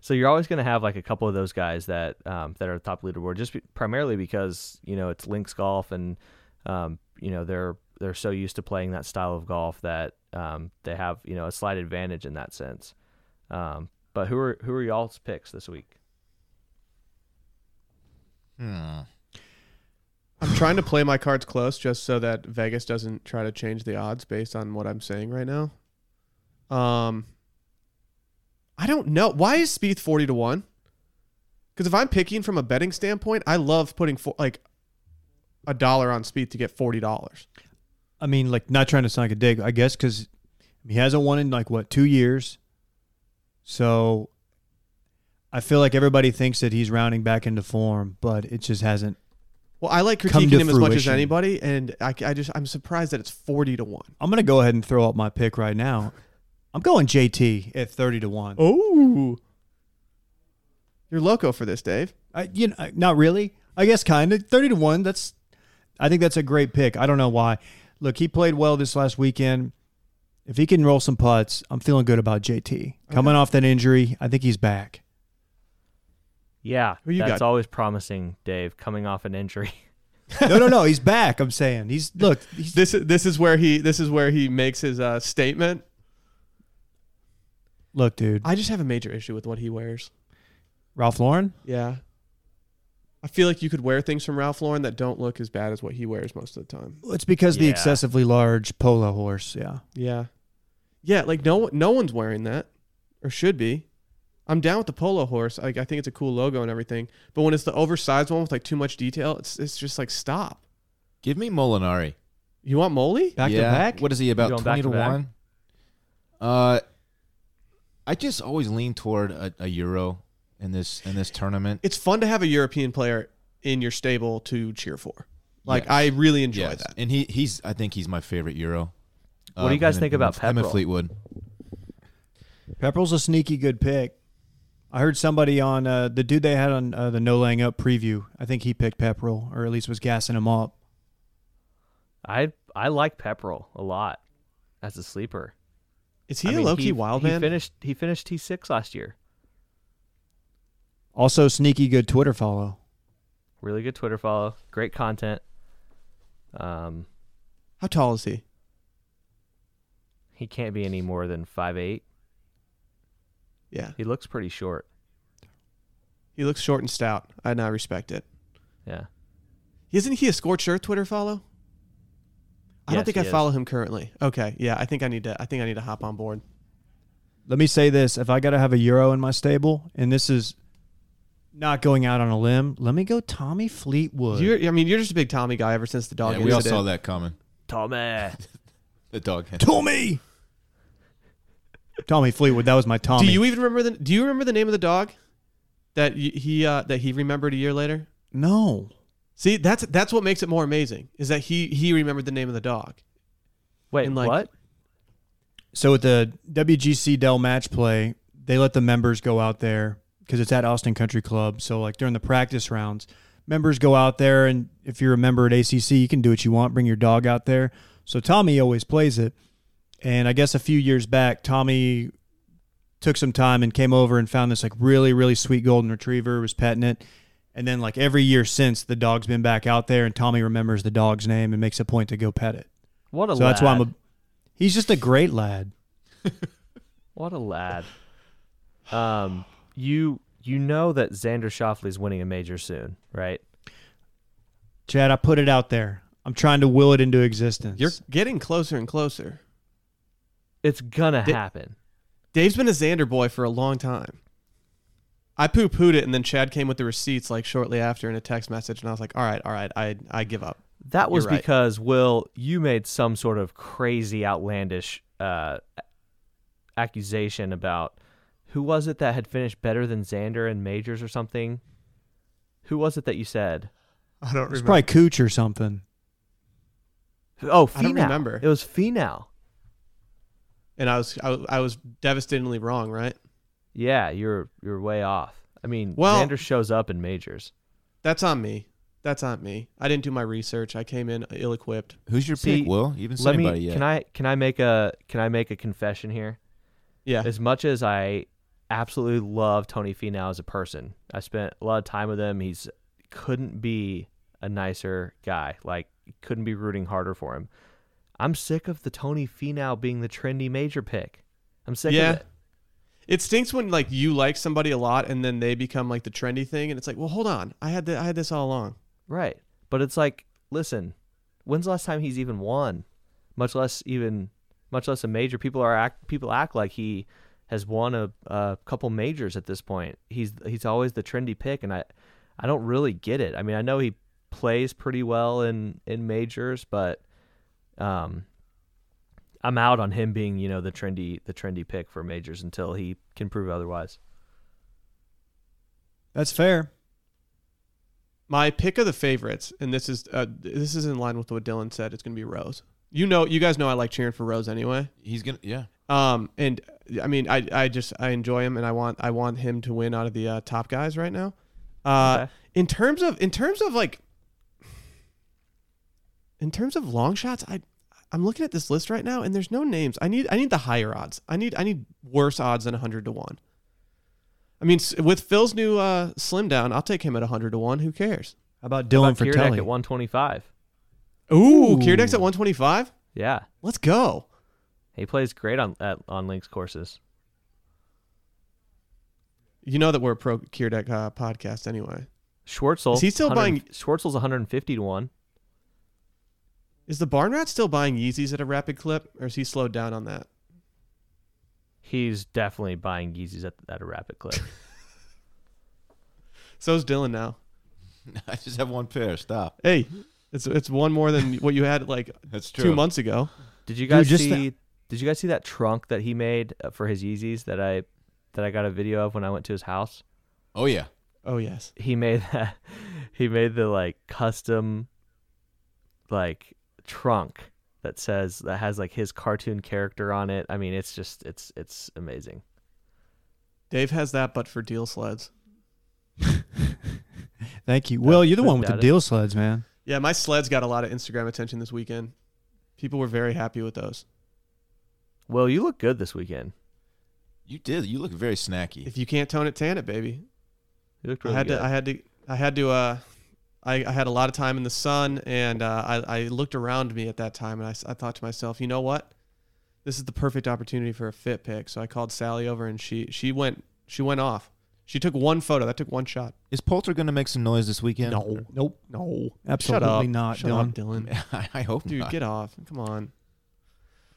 Speaker 4: so you're always going to have like a couple of those guys that um, that are top leaderboard, just be, primarily because you know it's links golf, and um, you know they're they're so used to playing that style of golf that um, they have you know a slight advantage in that sense. Um, but who are who are y'all's picks this week?
Speaker 3: Hmm.
Speaker 1: I'm trying to play my cards close just so that Vegas doesn't try to change the odds based on what I'm saying right now. Um, I don't know. Why is Spieth 40 to 1? Because if I'm picking from a betting standpoint, I love putting for, like a dollar on Spieth to get $40.
Speaker 2: I mean, like not trying to sound like a dig, I guess, because he hasn't won in like what two years. So I feel like everybody thinks that he's rounding back into form, but it just hasn't.
Speaker 1: Well, I like
Speaker 2: Come
Speaker 1: critiquing him
Speaker 2: to
Speaker 1: as much as
Speaker 2: fruition.
Speaker 1: anybody, and I, I just I'm surprised that it's 40 to 1.
Speaker 2: I'm gonna go ahead and throw up my pick right now. I'm going JT at thirty to one.
Speaker 1: Oh. You're loco for this, Dave.
Speaker 2: I, you know, not really. I guess kind of thirty to one. That's, I think that's a great pick. I don't know why. Look, he played well this last weekend. If he can roll some putts, I'm feeling good about JT coming off that injury. I think he's back.
Speaker 4: Yeah,
Speaker 1: Who you
Speaker 4: that's
Speaker 1: got?
Speaker 4: always promising, Dave. Coming off an injury,
Speaker 2: No, no, no, he's back. I'm saying he's look. He's,
Speaker 1: This this is where he this is where he makes his uh, statement.
Speaker 2: look, dude,
Speaker 1: I just have a major issue with what he wears.
Speaker 2: Ralph Lauren.
Speaker 1: Yeah. I feel like you could wear things from Ralph Lauren that don't look as bad as what he wears most of the time.
Speaker 2: It's because the
Speaker 4: Yeah.
Speaker 2: excessively large polo horse. Yeah,
Speaker 1: Yeah. Yeah, like no no one's wearing that or should be. I'm down with the polo horse. Like I think it's a cool logo and everything, but when it's the oversized one with like too much detail, it's it's just like stop.
Speaker 3: Give me Molinari.
Speaker 1: You want Molly?
Speaker 2: back
Speaker 3: yeah.
Speaker 2: to back.
Speaker 3: What is he
Speaker 4: You
Speaker 3: about
Speaker 4: going back
Speaker 3: twenty to
Speaker 4: to back?
Speaker 3: one? Uh, I just always lean toward a, a euro in this in this tournament.
Speaker 1: It's fun to have a European player in your stable to cheer for. Like
Speaker 3: Yes.
Speaker 1: I really enjoy
Speaker 3: Yes.
Speaker 1: that.
Speaker 3: and he he's I think he's my favorite euro. Uh,
Speaker 4: What do you guys
Speaker 3: him
Speaker 4: think
Speaker 3: and-
Speaker 4: about
Speaker 3: him and
Speaker 4: Pepperell?
Speaker 3: Fleetwood?
Speaker 2: Pepperell's a sneaky good pick. I heard somebody on uh, the dude they had on uh, the no laying up preview. I think he picked Pepperell, or at least was gassing him up.
Speaker 4: I I like Pepperell a lot as a sleeper.
Speaker 1: Is he
Speaker 4: I
Speaker 1: a
Speaker 4: mean,
Speaker 1: low key wild
Speaker 4: he
Speaker 1: man?
Speaker 4: Finished he finished T six last year.
Speaker 2: Also, sneaky good Twitter follow.
Speaker 4: Really good Twitter follow. Great content. Um,
Speaker 1: How tall is he?
Speaker 4: he can't be any more than five eight.
Speaker 1: Yeah.
Speaker 4: He looks pretty short.
Speaker 1: He looks short and stout, and I respect it.
Speaker 4: Yeah.
Speaker 1: Isn't he a scorched earth Twitter follow? I don't
Speaker 4: Yes,
Speaker 1: think
Speaker 4: he
Speaker 1: I
Speaker 4: is.
Speaker 1: follow him currently. Okay, yeah, I think I need to. I think I need to hop on board.
Speaker 2: Let me say this: if I got to have a euro in my stable, and this is not going out on a limb, let me go Tommy Fleetwood.
Speaker 1: You're, I mean, you're just a big Tommy guy ever since the dog
Speaker 3: Yeah, we all
Speaker 1: incident.
Speaker 3: saw that coming.
Speaker 4: Tommy.
Speaker 3: The dog.
Speaker 2: Tommy. Tommy Fleetwood. That was my Tommy.
Speaker 1: Do you even remember the? Do you remember the name of the dog that y- he uh, that he remembered a year later?
Speaker 2: no.
Speaker 1: See, that's that's what makes it more amazing is that he he remembered the name of the dog.
Speaker 4: Wait,
Speaker 1: And, like-
Speaker 4: what?
Speaker 2: So at the WGC Dell match play, they let the members go out there because it's at Austin Country Club. So like during the practice rounds, members go out there, and if you're a member at ACC, you can do what you want. Bring your dog out there. So Tommy always plays it, and I guess a few years back, Tommy took some time and came over and found this like really really sweet golden retriever was petting it and then like every year since the dog's been back out there and tommy remembers the dog's name and makes a point to go pet it
Speaker 4: What a
Speaker 2: so that's why i'm
Speaker 4: lad.
Speaker 2: a he's just a great lad
Speaker 4: What a lad. Um, you you know that Xander Shoffley's winning a major soon, right?
Speaker 2: Chad, I put it out there. I'm trying to will it into existence.
Speaker 1: You're getting closer and closer.
Speaker 4: It's gonna
Speaker 1: Did-
Speaker 4: happen.
Speaker 1: Dave's been a Xander boy for a long time. I poo pooed it, and then Chad came with the receipts like shortly after in a text message, and I was like, "All right, all right, I I give up."
Speaker 4: That was
Speaker 1: You're right.
Speaker 4: because Will, you made some sort of crazy, outlandish uh, accusation about who was it that had finished better than Xander in majors or something. Who was it that you said?
Speaker 1: I don't
Speaker 2: it's probably Cooch or something.
Speaker 4: Oh, Finau.
Speaker 1: I don't remember.
Speaker 4: It was Finau.
Speaker 1: and I was I, was- I was devastatingly wrong, right?
Speaker 4: Yeah, you're you're way off. I mean,
Speaker 1: Well-
Speaker 4: Xander shows up in majors.
Speaker 1: That's on me. that's on me. I didn't do my research. I came in ill-equipped.
Speaker 3: Who's your
Speaker 4: See,
Speaker 3: pick, Will? You haven't said
Speaker 4: Let me.
Speaker 3: anybody yet.
Speaker 4: Can I? Can I make a? Can I make a confession here?
Speaker 1: Yeah,
Speaker 4: as much as I absolutely love Tony Finau as a person, I spent a lot of time with him. He's couldn't be a nicer guy. Like couldn't be rooting harder for him. I'm sick of the Tony Finau being the trendy major pick. I'm sick
Speaker 1: Yeah.
Speaker 4: of it.
Speaker 1: it stinks when like you like somebody a lot and then they become like the trendy thing, and it's like, well, hold on, I had the, I had this all along.
Speaker 4: Right. But it's like, listen, when's the last time he's even won? Much less even much less a major. People are act people act like he has won a, a couple majors at this point. He's he's always the trendy pick and I I don't really get it. I mean, I know he plays pretty well in in majors, but um I'm out on him being, you know, the trendy the trendy pick for majors until he can prove otherwise.
Speaker 2: That's fair.
Speaker 1: My pick of the favorites, and this is uh, this is in line with what Dylan said. It's going to be Rose. You know, you guys know I like cheering for Rose anyway.
Speaker 3: He's gonna. Yeah.
Speaker 1: Um, and I mean, I, I just I enjoy him, and I want I want him to win out of the uh, top guys right now. Uh,
Speaker 4: Okay.
Speaker 1: in terms of in terms of like in terms of long shots, I I'm looking at this list right now, and there's no names. I need I need the higher odds. I need I need worse odds than 100 to one. I mean, s- with Phil's new uh, slim down, I'll take him at 100 to one. Who cares?
Speaker 2: How about
Speaker 4: How
Speaker 2: Dylan
Speaker 4: about Kierdeck
Speaker 2: Fratelli?
Speaker 4: at 125.
Speaker 1: Ooh, Kierdek's at 125.
Speaker 4: Yeah.
Speaker 1: Let's go.
Speaker 4: He plays great on at, on links courses.
Speaker 1: You know that we're a pro Kierdek uh, podcast anyway.
Speaker 4: Schwartzel.
Speaker 1: Is he still
Speaker 4: 100
Speaker 1: buying-
Speaker 4: Schwartzel's 150 to one.
Speaker 1: Is the barn rat still buying Yeezys at a rapid clip, or is he slowed down on that?
Speaker 4: He's definitely buying Yeezys at, at a rapid clip.
Speaker 1: So's Dylan now.
Speaker 3: I just have one pair. Stop.
Speaker 1: Hey, it's it's one more than what you had like
Speaker 3: That's true.
Speaker 1: two months ago.
Speaker 4: Did you guys
Speaker 2: just
Speaker 4: see?
Speaker 2: that-
Speaker 4: Did you guys see that trunk that he made uh, for his Yeezys that I that I got a video of when I went to his house?
Speaker 3: Oh yeah.
Speaker 1: Oh yes,
Speaker 4: He made that. He made the like custom, like trunk that says that has like his cartoon character on it. I mean, it's just it's it's amazing.
Speaker 1: Dave has that, but for deal sleds.
Speaker 2: Thank you. Will, you're the
Speaker 4: Without
Speaker 2: one with the
Speaker 4: it.
Speaker 2: deal sleds, man.
Speaker 1: Yeah, my sleds got a lot of Instagram attention this weekend. People were very happy with those.
Speaker 4: Well, you look good this weekend.
Speaker 3: You did. You look very snacky.
Speaker 1: If you can't tone it, tan it, baby.
Speaker 4: You looked
Speaker 1: I
Speaker 4: really
Speaker 1: had
Speaker 4: good.
Speaker 1: to. I had to. I had to. Uh, I, I had a lot of time in the sun, and uh, I I looked around me at that time, and I s- I thought to myself, you know what? This is the perfect opportunity for a fit pick. So I called Sally over, and she she went she went off. She took one photo. That took one shot.
Speaker 3: Is Poulter gonna make some noise this weekend?
Speaker 2: Nope.
Speaker 1: No,
Speaker 2: Absolutely
Speaker 1: Shut up.
Speaker 2: not,
Speaker 1: Shut
Speaker 2: Dylan.
Speaker 1: up, Dylan.
Speaker 3: I, I hope
Speaker 1: Dude,
Speaker 3: not.
Speaker 1: get off. Come on.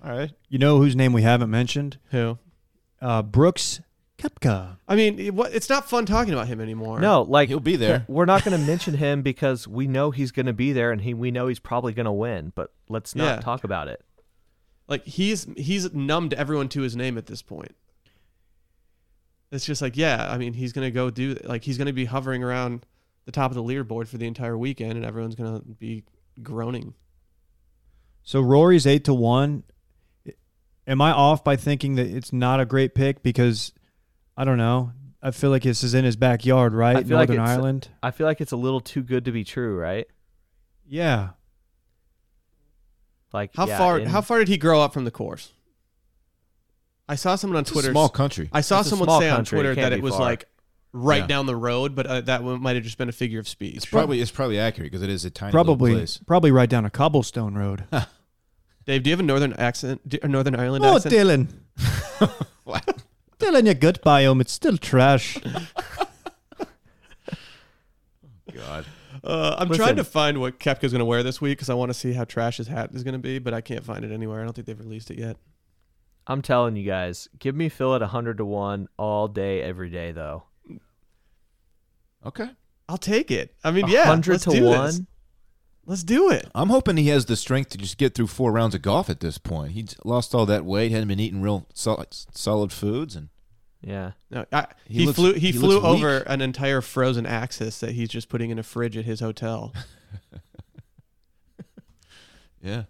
Speaker 3: All right.
Speaker 2: You know whose name we haven't mentioned?
Speaker 1: Who?
Speaker 2: Uh, Brooks Kepka.
Speaker 1: I mean, it, what, it's not fun talking about him anymore.
Speaker 4: no, like
Speaker 3: He'll be there.
Speaker 4: we're not going to mention him because we know he's going to be there and he we know he's probably going to win, but let's not
Speaker 1: Yeah.
Speaker 4: talk about it.
Speaker 1: like he's he's numbed everyone to his name at this point. It's just like, yeah, I mean, he's gonna go do like he's gonna be hovering around the top of the leaderboard for the entire weekend, and everyone's gonna be groaning.
Speaker 2: So Rory's eight to one. Am I off by thinking that it's not a great pick because I don't know. I feel like this is in his backyard,
Speaker 4: I
Speaker 2: right?
Speaker 4: feel like
Speaker 2: Northern
Speaker 4: it's-
Speaker 2: Ireland.
Speaker 4: I feel like it's a little too good to be true, right?
Speaker 2: Yeah.
Speaker 4: Like
Speaker 1: How
Speaker 4: yeah,
Speaker 1: far
Speaker 4: in-
Speaker 1: how far did he grow up from the course? I saw someone on
Speaker 3: It's a
Speaker 1: Twitter.
Speaker 3: small country.
Speaker 1: I saw
Speaker 4: It's a
Speaker 1: someone
Speaker 4: small
Speaker 1: say on
Speaker 4: country, it
Speaker 1: Twitter
Speaker 4: can't
Speaker 1: that
Speaker 4: be
Speaker 1: it was
Speaker 4: far.
Speaker 1: like right
Speaker 3: Yeah.
Speaker 1: down the road, but uh, that one might have just been a figure of speech.
Speaker 3: It's probably it's probably accurate because it is a tiny little
Speaker 2: Probably
Speaker 3: place.
Speaker 2: probably right down a cobblestone road.
Speaker 1: Dave, do you have a northern accent, d- a Northern Ireland
Speaker 2: oh,
Speaker 1: accent?
Speaker 2: Dylan.
Speaker 3: What?
Speaker 2: Dylan, your gut biome, it's still trash.
Speaker 3: God.
Speaker 1: Uh, I'm
Speaker 4: Listen.
Speaker 1: trying to find what Kepka's going to wear this week because I want to see how trash his hat is going to be, but I can't find it anywhere. I don't think they've released it yet.
Speaker 4: I'm telling you guys, give me Phil at 100 to 1 all day every day though.
Speaker 3: Okay.
Speaker 1: I'll take it. I mean, yeah,
Speaker 4: 100
Speaker 1: let's
Speaker 4: to
Speaker 1: do
Speaker 4: 1.
Speaker 1: this. Let's do it.
Speaker 3: I'm hoping he has the strength to just get through four rounds of golf at this point. He's lost all that weight, hadn't been eating real solid, solid foods, and
Speaker 4: Yeah.
Speaker 1: No, I,
Speaker 3: He
Speaker 1: he,
Speaker 3: looks-
Speaker 1: flew. He,
Speaker 3: he
Speaker 1: flew
Speaker 3: looks weak.
Speaker 1: over an entire frozen axis that he's just putting in a fridge at his hotel.
Speaker 3: yeah,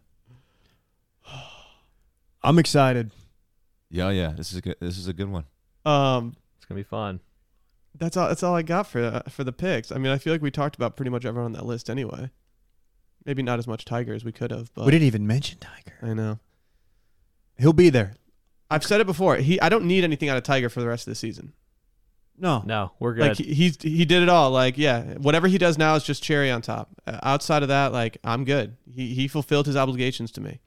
Speaker 2: I'm excited.
Speaker 3: yeah, yeah. This is a good, this is a good one.
Speaker 1: Um,
Speaker 4: It's going to be fun.
Speaker 1: That's all. That's all I got for uh, for the picks. I mean, I feel like we talked about pretty much everyone on that list anyway. Maybe not as much Tiger as we could have, but
Speaker 2: we didn't even mention Tiger.
Speaker 1: I know.
Speaker 2: He'll be there.
Speaker 1: I've said it before. He, I don't need anything out of Tiger for the rest of the season.
Speaker 2: No.
Speaker 4: No, we're
Speaker 1: Like
Speaker 4: good.
Speaker 1: he- he's he did it all. Like yeah, whatever he does now is just cherry on top. Uh, outside of that, like I'm good. He he fulfilled his obligations to me.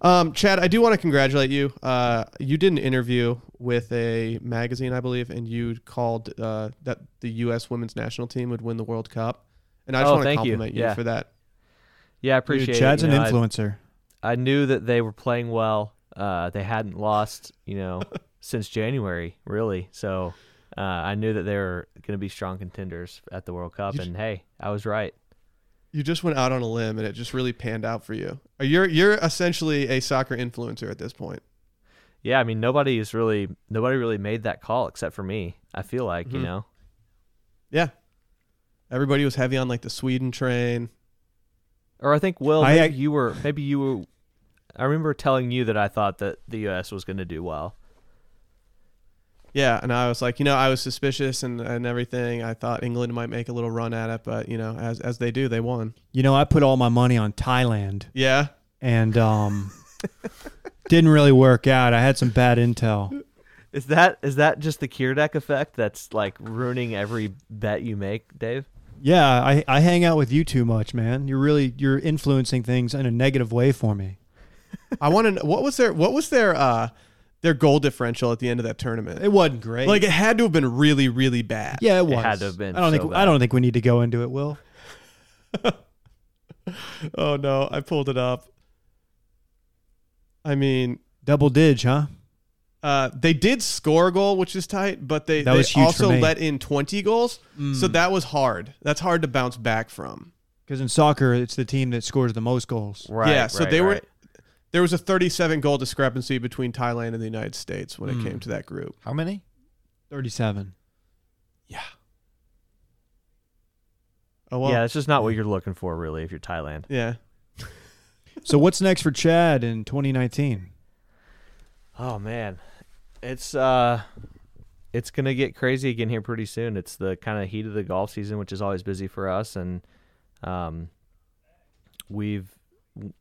Speaker 1: Um, Chad, I do want to congratulate you. Uh, you did an interview with a magazine, I believe, and you called uh, that the U.S. women's national team would win the World Cup, and I just
Speaker 4: Oh,
Speaker 1: want to
Speaker 4: thank you.
Speaker 1: compliment you,
Speaker 4: Yeah.
Speaker 1: for that.
Speaker 4: yeah, I
Speaker 2: Dude,
Speaker 4: appreciate
Speaker 2: Chad's
Speaker 4: it. You
Speaker 2: an
Speaker 4: know, I-
Speaker 2: influencer.
Speaker 4: I knew that they were playing well. Uh, they hadn't lost, you know, since January, really. So uh, I knew that they were going to be strong contenders at the World Cup.
Speaker 1: You-
Speaker 4: And hey, I was right.
Speaker 1: You just went out on a limb, and it just really panned out for you. Uh, You're you're essentially a soccer influencer at this point.
Speaker 4: Yeah, I mean, nobody is really nobody really made that call except for me. I feel like you
Speaker 1: Mhm.
Speaker 4: know,
Speaker 1: Yeah. Everybody was heavy on like the Sweden train.
Speaker 4: or I think Will,
Speaker 2: I-
Speaker 4: maybe you were maybe you were. I remember telling you that I thought that the U.S. was going to do well.
Speaker 1: Yeah, and I was like, you know, I was suspicious and, and everything. I thought England might make a little run at it, but you know, as as they do, they won.
Speaker 2: You know, I put all my money on Thailand
Speaker 1: Yeah.
Speaker 2: and um didn't really work out. I had some bad intel.
Speaker 4: Is that is that just the Kierdeck effect that's like ruining every bet you make, Dave?
Speaker 2: Yeah, I, I hang out with you too much, man. You're really you're influencing things in a negative way for me.
Speaker 1: I want to know what was their what was their uh their goal differential at the end of that tournament?
Speaker 2: It wasn't great.
Speaker 1: Like it had to have been really really bad.
Speaker 2: yeah, it
Speaker 4: It
Speaker 2: was.
Speaker 4: had to have been
Speaker 2: I don't
Speaker 4: so
Speaker 2: think
Speaker 4: bad.
Speaker 2: I don't think we need to go into it, Will.
Speaker 1: Oh no, I pulled it up. I mean,
Speaker 2: Double dig, huh?
Speaker 1: uh, they did score a goal, which is tight, but they,
Speaker 2: That
Speaker 1: they
Speaker 2: was huge for
Speaker 1: also
Speaker 2: me. Hmm.
Speaker 1: let in 20 goals.
Speaker 2: Mm.
Speaker 1: So that was hard. That's hard to bounce back from.
Speaker 2: Because in soccer, it's the team that scores the most goals.
Speaker 4: Right.
Speaker 1: yeah, so
Speaker 4: right,
Speaker 1: they were
Speaker 4: right.
Speaker 1: there was a 37 goal discrepancy between Thailand and the United States when it
Speaker 4: Hmm.
Speaker 1: came to that group.
Speaker 3: How many?
Speaker 2: Thirty-seven.
Speaker 1: Yeah. Oh well.
Speaker 4: yeah,
Speaker 1: Yeah.
Speaker 4: it's just not what you're looking for, really, if you're Thailand.
Speaker 2: So what's next for Chad in 2019?
Speaker 4: Oh man, it's uh, it's gonna get crazy again here pretty soon. It's the kind of heat of the golf season, which is always busy for us, and um, we've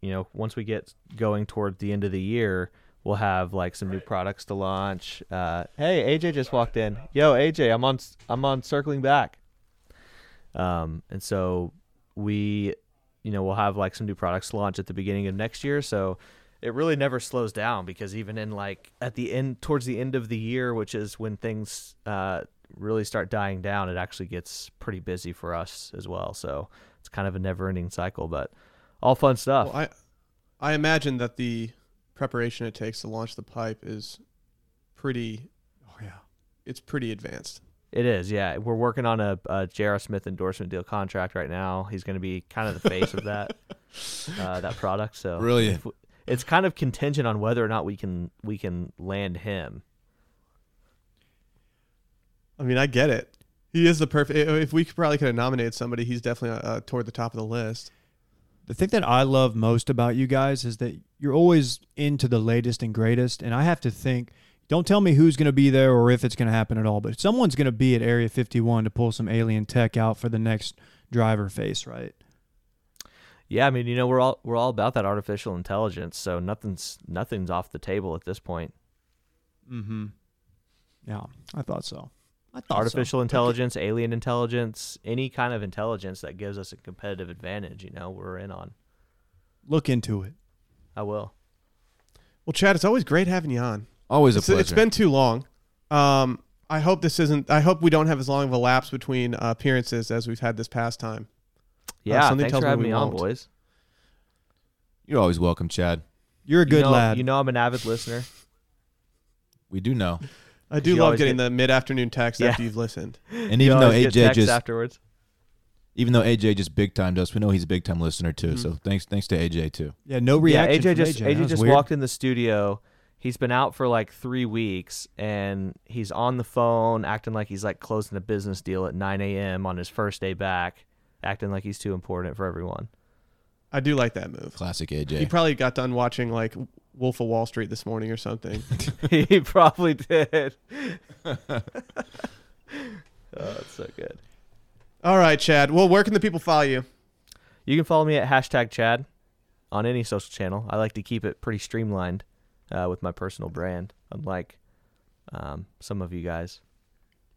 Speaker 4: you know once we get going toward the end of the year, we'll have like some new products to launch. Uh, hey, AJ just walked in. Yo, AJ, I'm on I'm on circling back. Um, and so we, you know, we'll have like some new products to launch at the beginning of next year. So it really never slows down because even in like at the end, towards the end of the year, which is when things uh, really start dying down, it actually gets pretty busy for us as well. So it's kind of a never ending cycle, but all fun stuff.
Speaker 1: Well, I I imagine that the preparation it takes to launch the pipe is pretty
Speaker 2: Oh yeah.
Speaker 1: it's pretty advanced.
Speaker 4: It is, yeah. We're working on a, a J.R. Smith endorsement deal contract right now. He's going to be kind of the face of that uh, that product. So
Speaker 3: Brilliant.
Speaker 4: if we- it's kind of contingent on whether or not we can we can land him.
Speaker 1: I mean, I get it. He is the perfect. If we could probably could have nominated somebody, he's definitely uh, toward the top of the list.
Speaker 2: The thing that I love most about you guys is that you're always into the latest and greatest, and I have to think. Don't tell me who's going to be there or if it's going to happen at all, but someone's going to be at Area 51 to pull some alien tech out for the next driver face, right?
Speaker 4: Yeah, I mean, you know, we're all we're all about that artificial intelligence. So nothing's nothing's off the table at this point.
Speaker 2: Mm-hmm. Yeah, I thought so. I thought
Speaker 4: Artificial intelligence, alien intelligence, any kind of intelligence that gives us a competitive advantage. You know, we're in on.
Speaker 2: So. Look into it.
Speaker 4: I will.
Speaker 1: Well, Chad, it's always great having you on.
Speaker 3: Always a
Speaker 1: It's-
Speaker 3: pleasure.
Speaker 1: it's been too long. Um, I hope this isn't. I hope we don't have as long of a lapse between uh, appearances as we've had this past time.
Speaker 4: Yeah,
Speaker 1: something
Speaker 4: thanks
Speaker 1: tells
Speaker 4: for
Speaker 1: me
Speaker 4: having
Speaker 1: we
Speaker 4: me on,
Speaker 1: won't.
Speaker 4: boys.
Speaker 3: You're always welcome, Chad.
Speaker 2: You're a good
Speaker 4: you know,
Speaker 2: lad.
Speaker 4: You know, I'm an avid listener.
Speaker 3: We do know.
Speaker 1: I do
Speaker 4: You
Speaker 1: love
Speaker 4: always
Speaker 1: getting
Speaker 4: get-
Speaker 1: the mid-afternoon text
Speaker 4: Yeah.
Speaker 1: after you've listened.
Speaker 3: And
Speaker 4: You
Speaker 3: even though
Speaker 4: always get
Speaker 3: AJ
Speaker 4: texts
Speaker 3: just
Speaker 4: afterwards.
Speaker 3: even though AJ just big timed us, we know he's a big time listener too. So thanks thanks to AJ too.
Speaker 2: yeah, no reaction.
Speaker 4: Yeah, AJ
Speaker 2: from
Speaker 4: just
Speaker 2: That was
Speaker 4: just
Speaker 2: weird.
Speaker 4: walked in the studio. He's been out for like three weeks, and he's on the phone acting like he's like closing a business deal at 9 a.m. on his first day back, acting like he's too important for everyone.
Speaker 1: I do like that move.
Speaker 3: Classic
Speaker 1: He
Speaker 3: AJ.
Speaker 1: probably got done watching like Wolf of Wall Street this morning or something.
Speaker 4: he probably did. oh, it's so good.
Speaker 1: All right, Chad. Well, where can the people follow you?
Speaker 4: You can follow me at hashtag Chad on any social channel. I like to keep it pretty streamlined uh, with my personal brand, unlike um, some of you guys.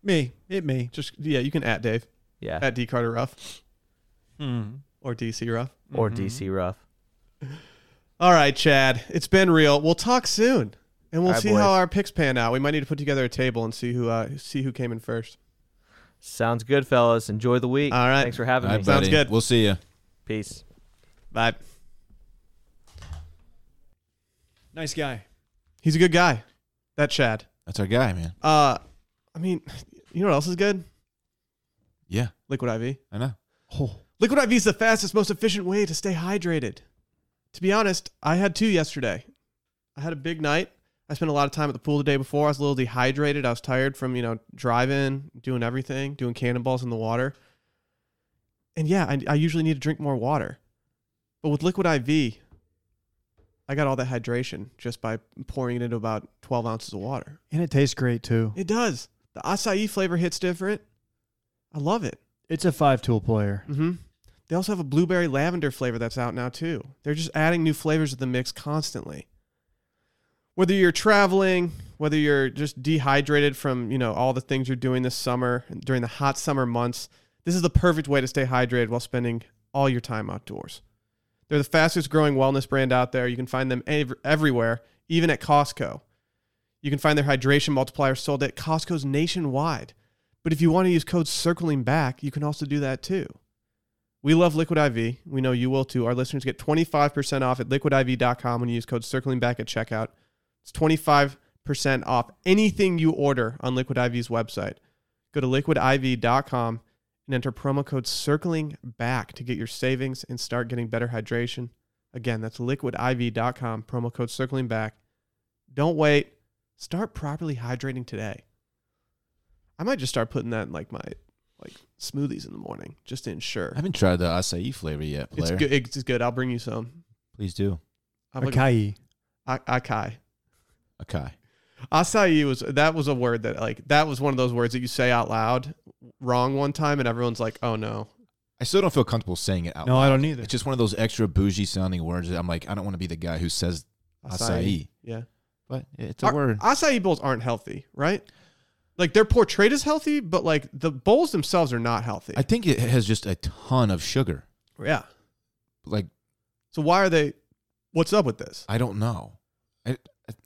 Speaker 2: Me, it me.
Speaker 1: Just yeah, you can at Dave
Speaker 4: Yeah.
Speaker 1: at D Carter Ruff
Speaker 2: Hmm.
Speaker 1: or DC Ruff.
Speaker 4: or DC Rough.
Speaker 1: All right, Chad. It's been real. We'll talk soon, and we'll
Speaker 4: All right,
Speaker 1: see
Speaker 4: boys.
Speaker 1: how our picks pan out. We might need to put together a table and see who uh, see who came in first.
Speaker 4: Sounds good, fellas. Enjoy the week.
Speaker 1: All right.
Speaker 4: Thanks for having
Speaker 3: All
Speaker 4: me.
Speaker 3: right,
Speaker 1: Sounds
Speaker 3: buddy.
Speaker 1: good.
Speaker 3: We'll see you.
Speaker 4: Peace.
Speaker 1: Bye.
Speaker 2: Nice guy.
Speaker 1: He's a good guy. That Chad.
Speaker 3: That's our guy, man.
Speaker 1: Uh, I mean, you know what else is good?
Speaker 3: Yeah,
Speaker 1: Liquid IV.
Speaker 3: I know.
Speaker 1: Liquid IV is the fastest, most efficient way to stay hydrated. To be honest, I had two yesterday. I had a big night. I spent a lot of time at the pool the day before. I was a little dehydrated. I was tired from, you know, driving, doing everything, doing cannonballs in the water. And yeah, I, I usually need to drink more water. But with Liquid IV, I got all that hydration just by pouring it into about 12 ounces of water.
Speaker 2: And it tastes great too.
Speaker 1: It does. The acai flavor hits different. I love it.
Speaker 2: It's a five tool player.
Speaker 3: Mm,
Speaker 1: Mm-hmm. They also have a blueberry lavender flavor that's out now too. They're just adding new flavors to the mix constantly. Whether you're traveling, whether you're just dehydrated from you know all the things you're doing this summer during the hot summer months, this is the perfect way to stay hydrated while spending all your time outdoors. They're the fastest growing wellness brand out there. You can find them ev- everywhere, even at Costco. You can find their hydration multiplier sold at Costco's nationwide. But if you want to use code circling back, you can also do that too. We love Liquid IV. We know you will too. Our listeners get 25% off at liquidiv.com when you use code circling back at checkout. It's 25% off anything you order on Liquid IV's website. Go to liquidiv.com and enter promo code circling back to get your savings and start getting better hydration. Again, that's liquidiv.com, promo code circling back. Don't wait. Start properly hydrating today. I might just start putting that in like my like smoothies in the morning just to ensure.
Speaker 3: I haven't tried the acai flavor yet,
Speaker 1: It's
Speaker 3: player.
Speaker 1: good. It's good. I'll bring you some.
Speaker 3: Please do.
Speaker 1: I'm like,
Speaker 2: Acai.
Speaker 1: a- acai.
Speaker 3: Okay.
Speaker 1: Acai was that was a word that like that was one of those words that you say out loud wrong one time and everyone's like, oh no.
Speaker 3: I still don't feel comfortable saying it out
Speaker 2: No,
Speaker 3: loud.
Speaker 2: I don't either.
Speaker 3: It's just one of those extra bougie sounding words that I'm like, I don't want to be the guy who says acai.
Speaker 1: Yeah.
Speaker 3: But it's a
Speaker 1: Are-
Speaker 3: word.
Speaker 1: Acai bowls aren't healthy, right? Like they're portrayed as healthy, but like the bowls themselves are not healthy.
Speaker 3: I think it has just a ton of sugar.
Speaker 1: yeah.
Speaker 3: Like,
Speaker 1: So why are they? What's up with this?
Speaker 3: I don't know. I,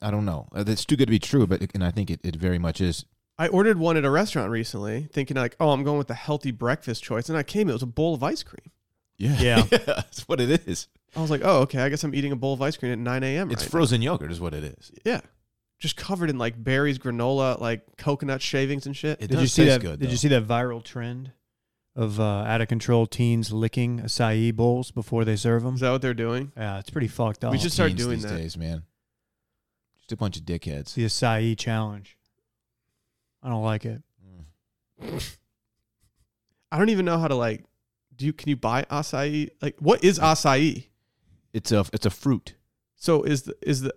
Speaker 3: I don't know. Uh, That's too good to be true, but and I think it, it very much is.
Speaker 1: I ordered one at a restaurant recently, thinking like, oh, I'm going with the healthy breakfast choice, and I came, it was a bowl of ice cream.
Speaker 3: Yeah.
Speaker 2: Yeah.
Speaker 3: That's what it is.
Speaker 1: I was like, oh, okay, I guess I'm eating a bowl of ice cream at 9 a.m.
Speaker 3: It's
Speaker 1: right now.
Speaker 3: frozen yogurt, is what it is.
Speaker 1: Yeah. Just covered in like berries, granola, like coconut shavings and shit.
Speaker 3: It
Speaker 2: did
Speaker 3: does
Speaker 2: you see
Speaker 3: taste
Speaker 2: that?
Speaker 3: good.
Speaker 2: did
Speaker 3: though.
Speaker 2: you see that viral trend of uh, out of control teens licking acai bowls before they serve them?
Speaker 1: Is that what they're doing?
Speaker 2: yeah, it's pretty fucked up.
Speaker 1: We should start
Speaker 3: Teens
Speaker 1: doing
Speaker 3: these
Speaker 1: that.
Speaker 3: days, man? Just a bunch of dickheads.
Speaker 2: It's the acai challenge. I don't like it.
Speaker 3: Mm.
Speaker 1: I don't even know how to like do you can you buy acai? Like what is acai?
Speaker 3: It's a it's a fruit.
Speaker 1: So is the is the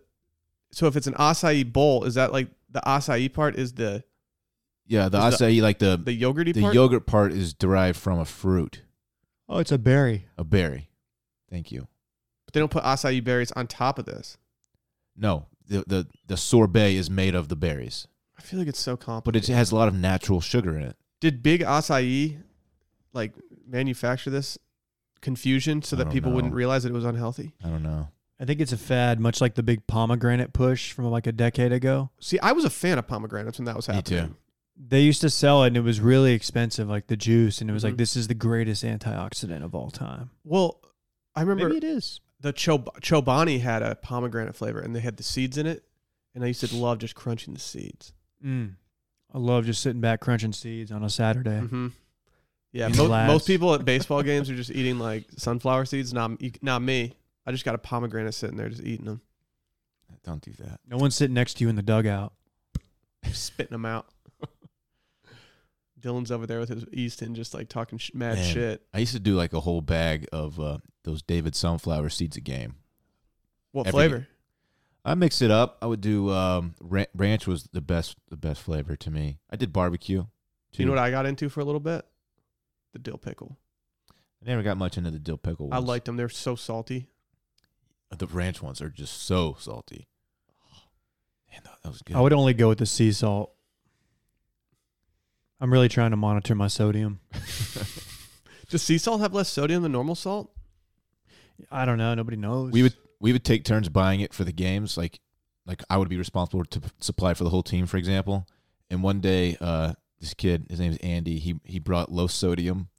Speaker 1: so if it's an acai bowl, is that like the acai part is the
Speaker 3: Yeah, the
Speaker 1: Is the-
Speaker 3: acai, like the
Speaker 1: the yogurty
Speaker 3: the
Speaker 1: part?
Speaker 3: yogurt part is derived from a fruit,
Speaker 2: Oh, it's a berry.
Speaker 3: a berry. Thank you.
Speaker 1: but they don't put acai berries on top of this.
Speaker 3: No, the the the sorbet is made of the berries,
Speaker 1: I feel like it's so
Speaker 3: but it
Speaker 1: complicated.
Speaker 3: has a lot of natural sugar in it.
Speaker 1: Did big acai like manufacture this confusion so
Speaker 3: I
Speaker 1: that
Speaker 3: don't
Speaker 1: people
Speaker 3: know.
Speaker 1: wouldn't realize that it was unhealthy?
Speaker 3: I don't know.
Speaker 2: I think it's a fad, much like the big pomegranate push from like a decade ago.
Speaker 1: See, I was a fan of pomegranates when that was
Speaker 3: Me too.
Speaker 1: happening.
Speaker 2: They used to sell it, and it was really expensive, like the juice, and it was
Speaker 1: Mhm.
Speaker 3: Mm-hmm.
Speaker 2: like this is the greatest antioxidant of all time.
Speaker 1: Well, I remember
Speaker 2: Maybe it is.
Speaker 1: the Chob- Chobani had a pomegranate flavor and they had the seeds in it. And I used to love just crunching the seeds.
Speaker 2: Mm. I love just sitting back crunching seeds on a Saturday.
Speaker 1: Mm-hmm. Yeah,
Speaker 2: In
Speaker 1: mo-
Speaker 2: class.
Speaker 1: most people at baseball games are just eating like sunflower seeds. Not, me- not me. I just got a pomegranate sitting there just eating them,
Speaker 3: Don't do that.
Speaker 2: No one's sitting next to you in the dugout.
Speaker 1: spitting them out. Dylan's over there with his Easton just like talking sh- mad
Speaker 3: Man.
Speaker 1: shit.
Speaker 3: I used to do like a whole bag of uh, those David sunflower seeds a game.
Speaker 1: What
Speaker 3: Every-
Speaker 1: flavor?
Speaker 3: I mix it up. I would do um, ra- ranch was the best the best flavor to me. I did barbecue.
Speaker 1: Do you know what I got into for a little bit? The dill pickle.
Speaker 3: I never got much into the dill pickle.
Speaker 1: I
Speaker 3: Ones.
Speaker 1: liked them. They're so salty.
Speaker 3: the ranch ones are just so salty. Man, that, that was good.
Speaker 2: I would only go with the sea salt. I'm really trying to monitor my sodium.
Speaker 1: Does sea salt have less sodium than normal salt?
Speaker 2: I don't know. Nobody knows.
Speaker 3: we would we would take turns buying it for the games. Like like I would be responsible to p- supply for the whole team, for example. And one day, uh, this kid, his name's Andy. He he brought low sodium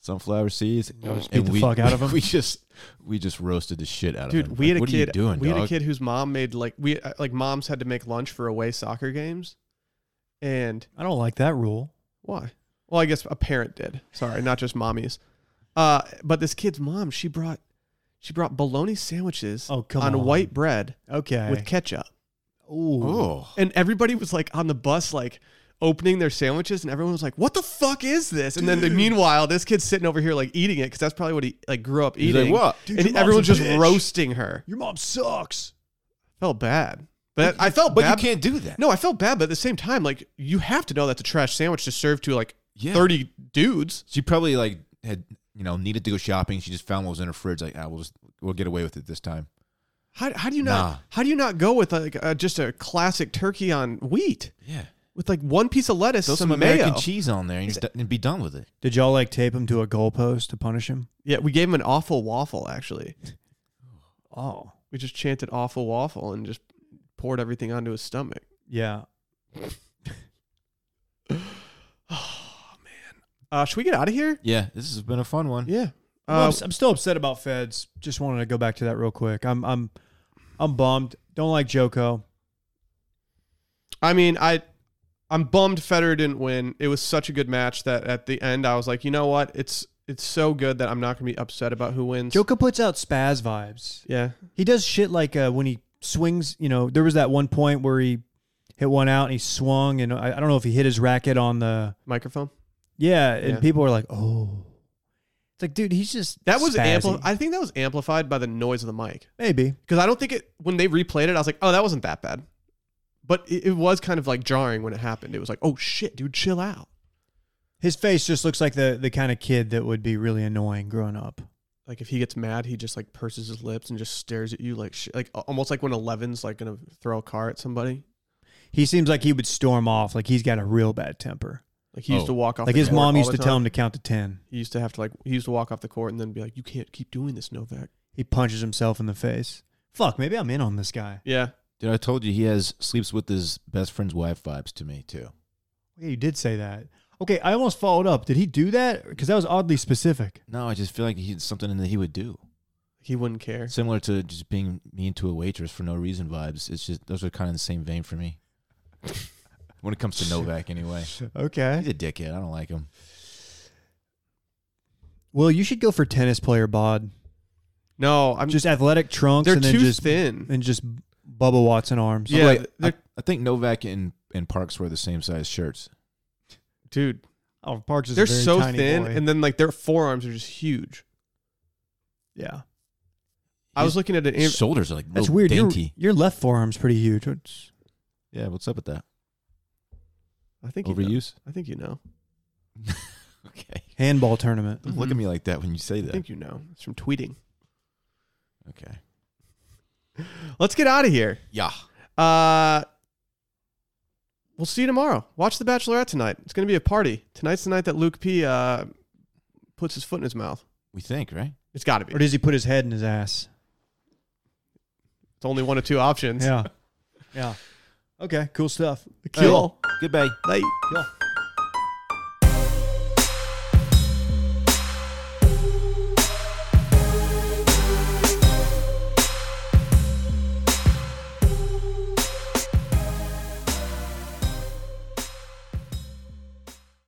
Speaker 3: sunflower seeds,
Speaker 2: Y'all just beat
Speaker 3: and
Speaker 2: the
Speaker 3: we
Speaker 2: fuck out of him.
Speaker 3: we just we just roasted the shit out of him.
Speaker 1: Dude, we
Speaker 3: Like,
Speaker 1: had a
Speaker 3: what
Speaker 1: kid.
Speaker 3: Are you doing,
Speaker 1: we had a
Speaker 3: dog?
Speaker 1: kid whose mom made like we uh, like moms had to make lunch for away soccer games, and
Speaker 2: I don't like that rule.
Speaker 1: Why? Well, I guess a parent did. Sorry, not just mommies. Uh, but this kid's mom, she brought she brought bologna sandwiches
Speaker 2: Oh, come
Speaker 1: on,
Speaker 2: on.
Speaker 1: white bread
Speaker 2: Okay.
Speaker 1: with ketchup.
Speaker 2: Ooh.
Speaker 3: Oh,
Speaker 1: And everybody was like on the bus like opening their sandwiches and everyone was like, "What the fuck is this?" And then the, meanwhile, this kid's sitting over here like eating it cuz that's probably what he like grew up
Speaker 3: He's
Speaker 1: eating.
Speaker 3: like, what?
Speaker 2: Dude, your
Speaker 1: and
Speaker 2: mom's a
Speaker 1: everyone's just
Speaker 2: bitch.
Speaker 1: roasting her.
Speaker 2: Your mom sucks.
Speaker 1: Felt bad. But I felt
Speaker 3: But
Speaker 1: bad.
Speaker 3: you can't do that.
Speaker 1: no, I felt bad, but at the same time, like you have to know that's a trash sandwich to serve to like
Speaker 3: Yeah.
Speaker 1: 30 dudes.
Speaker 3: She probably like had you know needed to go shopping. She just found what was in her fridge. Like, ah, we'll just we'll get away with it this time.
Speaker 1: How, how do you not
Speaker 3: Nah.
Speaker 1: how do you not go with like uh, just a classic turkey on wheat
Speaker 3: Yeah,
Speaker 1: with like one piece of lettuce,
Speaker 3: throw
Speaker 1: some,
Speaker 3: some American
Speaker 1: mayo?
Speaker 3: cheese on there and, you're do- and be done with it.
Speaker 2: Did y'all like tape him to a goalpost to punish him?
Speaker 1: Yeah, we gave him an awful waffle. Actually,
Speaker 2: Oh.
Speaker 1: we just chanted awful waffle and just poured everything onto his stomach.
Speaker 2: Yeah.
Speaker 1: Uh, should we get out of here?
Speaker 3: Yeah, this has been a fun one.
Speaker 1: Yeah.
Speaker 2: I'm,
Speaker 1: Uh,
Speaker 2: ups- I'm still upset about feds. Just wanted to go back to that real quick. I'm I'm I'm bummed. Don't like Joko.
Speaker 1: I mean, I I'm bummed Federer didn't win. It was such a good match that at the end I was like, you know what? It's it's so good that I'm not gonna be upset about who wins.
Speaker 2: Joko puts out spaz vibes.
Speaker 1: Yeah.
Speaker 2: He does shit like uh, when he swings. You know, there was that one point where he hit one out and he swung, and I, I don't know if he hit his racket on the
Speaker 1: Microphone.
Speaker 2: yeah, and
Speaker 1: Yeah.
Speaker 2: people were like, oh, it's like, dude, he's just
Speaker 1: That was
Speaker 2: spazzy.
Speaker 1: ampli- I think that was amplified by the noise of the mic.
Speaker 2: maybe.
Speaker 1: because I don't think it when they replayed it, I was like, oh, that wasn't that bad, but it, it was kind of like jarring when it happened. It was like, oh shit, dude, chill out.
Speaker 2: His face just looks like the the kind of kid that would be really annoying growing up.
Speaker 1: Like if he gets mad, he just like purses his lips and just stares at you like shit, like al- almost like when Eleven's like gonna throw a car at somebody.
Speaker 2: He seems like he would storm off. Like he's got a real bad temper.
Speaker 1: Like he used
Speaker 3: Oh.
Speaker 1: to walk off.
Speaker 2: Like
Speaker 1: the
Speaker 2: his
Speaker 1: court
Speaker 2: mom
Speaker 1: all
Speaker 2: used
Speaker 1: the
Speaker 2: to tell
Speaker 1: time.
Speaker 2: him to count to ten.
Speaker 1: He used to have to like he used to walk off the court and then be like, you can't keep doing this, Novak.
Speaker 2: He punches himself in the face. Fuck, maybe I'm in on this guy.
Speaker 1: Yeah,
Speaker 3: Dude, I told you he has sleeps with his best friend's wife vibes to me too.
Speaker 2: Yeah, you did say that. Okay, I almost followed up. Did he do that? Because that was oddly specific.
Speaker 3: No, I just feel like he's something that he would do.
Speaker 1: he wouldn't care.
Speaker 3: Similar to just being mean to a waitress for no reason vibes. It's just those are kind of in the same vein for me. when it comes to Novak, anyway, he's
Speaker 2: Okay.
Speaker 3: a dickhead. I don't like him.
Speaker 2: Well, you should go for tennis player bod.
Speaker 1: No, I'm
Speaker 2: Just athletic trunks
Speaker 1: they're
Speaker 2: and then
Speaker 1: too
Speaker 2: just
Speaker 1: thin.
Speaker 2: and just Bubba Watson arms.
Speaker 1: Yeah,
Speaker 3: Like, I,
Speaker 1: they're-
Speaker 3: I think Novak and, and Parks wear the same size shirts.
Speaker 1: dude,
Speaker 2: Oh, Parks is a
Speaker 1: they're
Speaker 2: very
Speaker 1: so
Speaker 2: tiny
Speaker 1: thin,
Speaker 2: boy.
Speaker 1: and then like their forearms are just huge.
Speaker 2: yeah,
Speaker 1: I was looking at an
Speaker 3: His shoulders are like
Speaker 2: that's
Speaker 3: little
Speaker 2: weird. Your,
Speaker 3: dainty.
Speaker 2: your left forearm's pretty huge. It's-
Speaker 3: Yeah, what's up with that
Speaker 1: I think you know.
Speaker 3: overuse?
Speaker 1: I think you know.
Speaker 3: Okay,
Speaker 2: handball tournament.
Speaker 3: don't look at me like that when you say
Speaker 1: I
Speaker 3: that.
Speaker 1: Mm-hmm. think you know. It's from tweeting.
Speaker 3: Okay,
Speaker 1: Let's get out of here.
Speaker 3: yeah.
Speaker 1: Uh, we'll see you tomorrow. Watch The Bachelorette tonight. It's going to be a party. Tonight's the night that Luke P uh, puts his foot in his mouth.
Speaker 3: We think right.
Speaker 1: It's got to be.
Speaker 2: Or does he put his head in his ass?
Speaker 1: It's only one of two options.
Speaker 2: Yeah, yeah. Okay, cool stuff.
Speaker 1: Cool.
Speaker 3: Goodbye.
Speaker 1: Bye.
Speaker 2: Cool.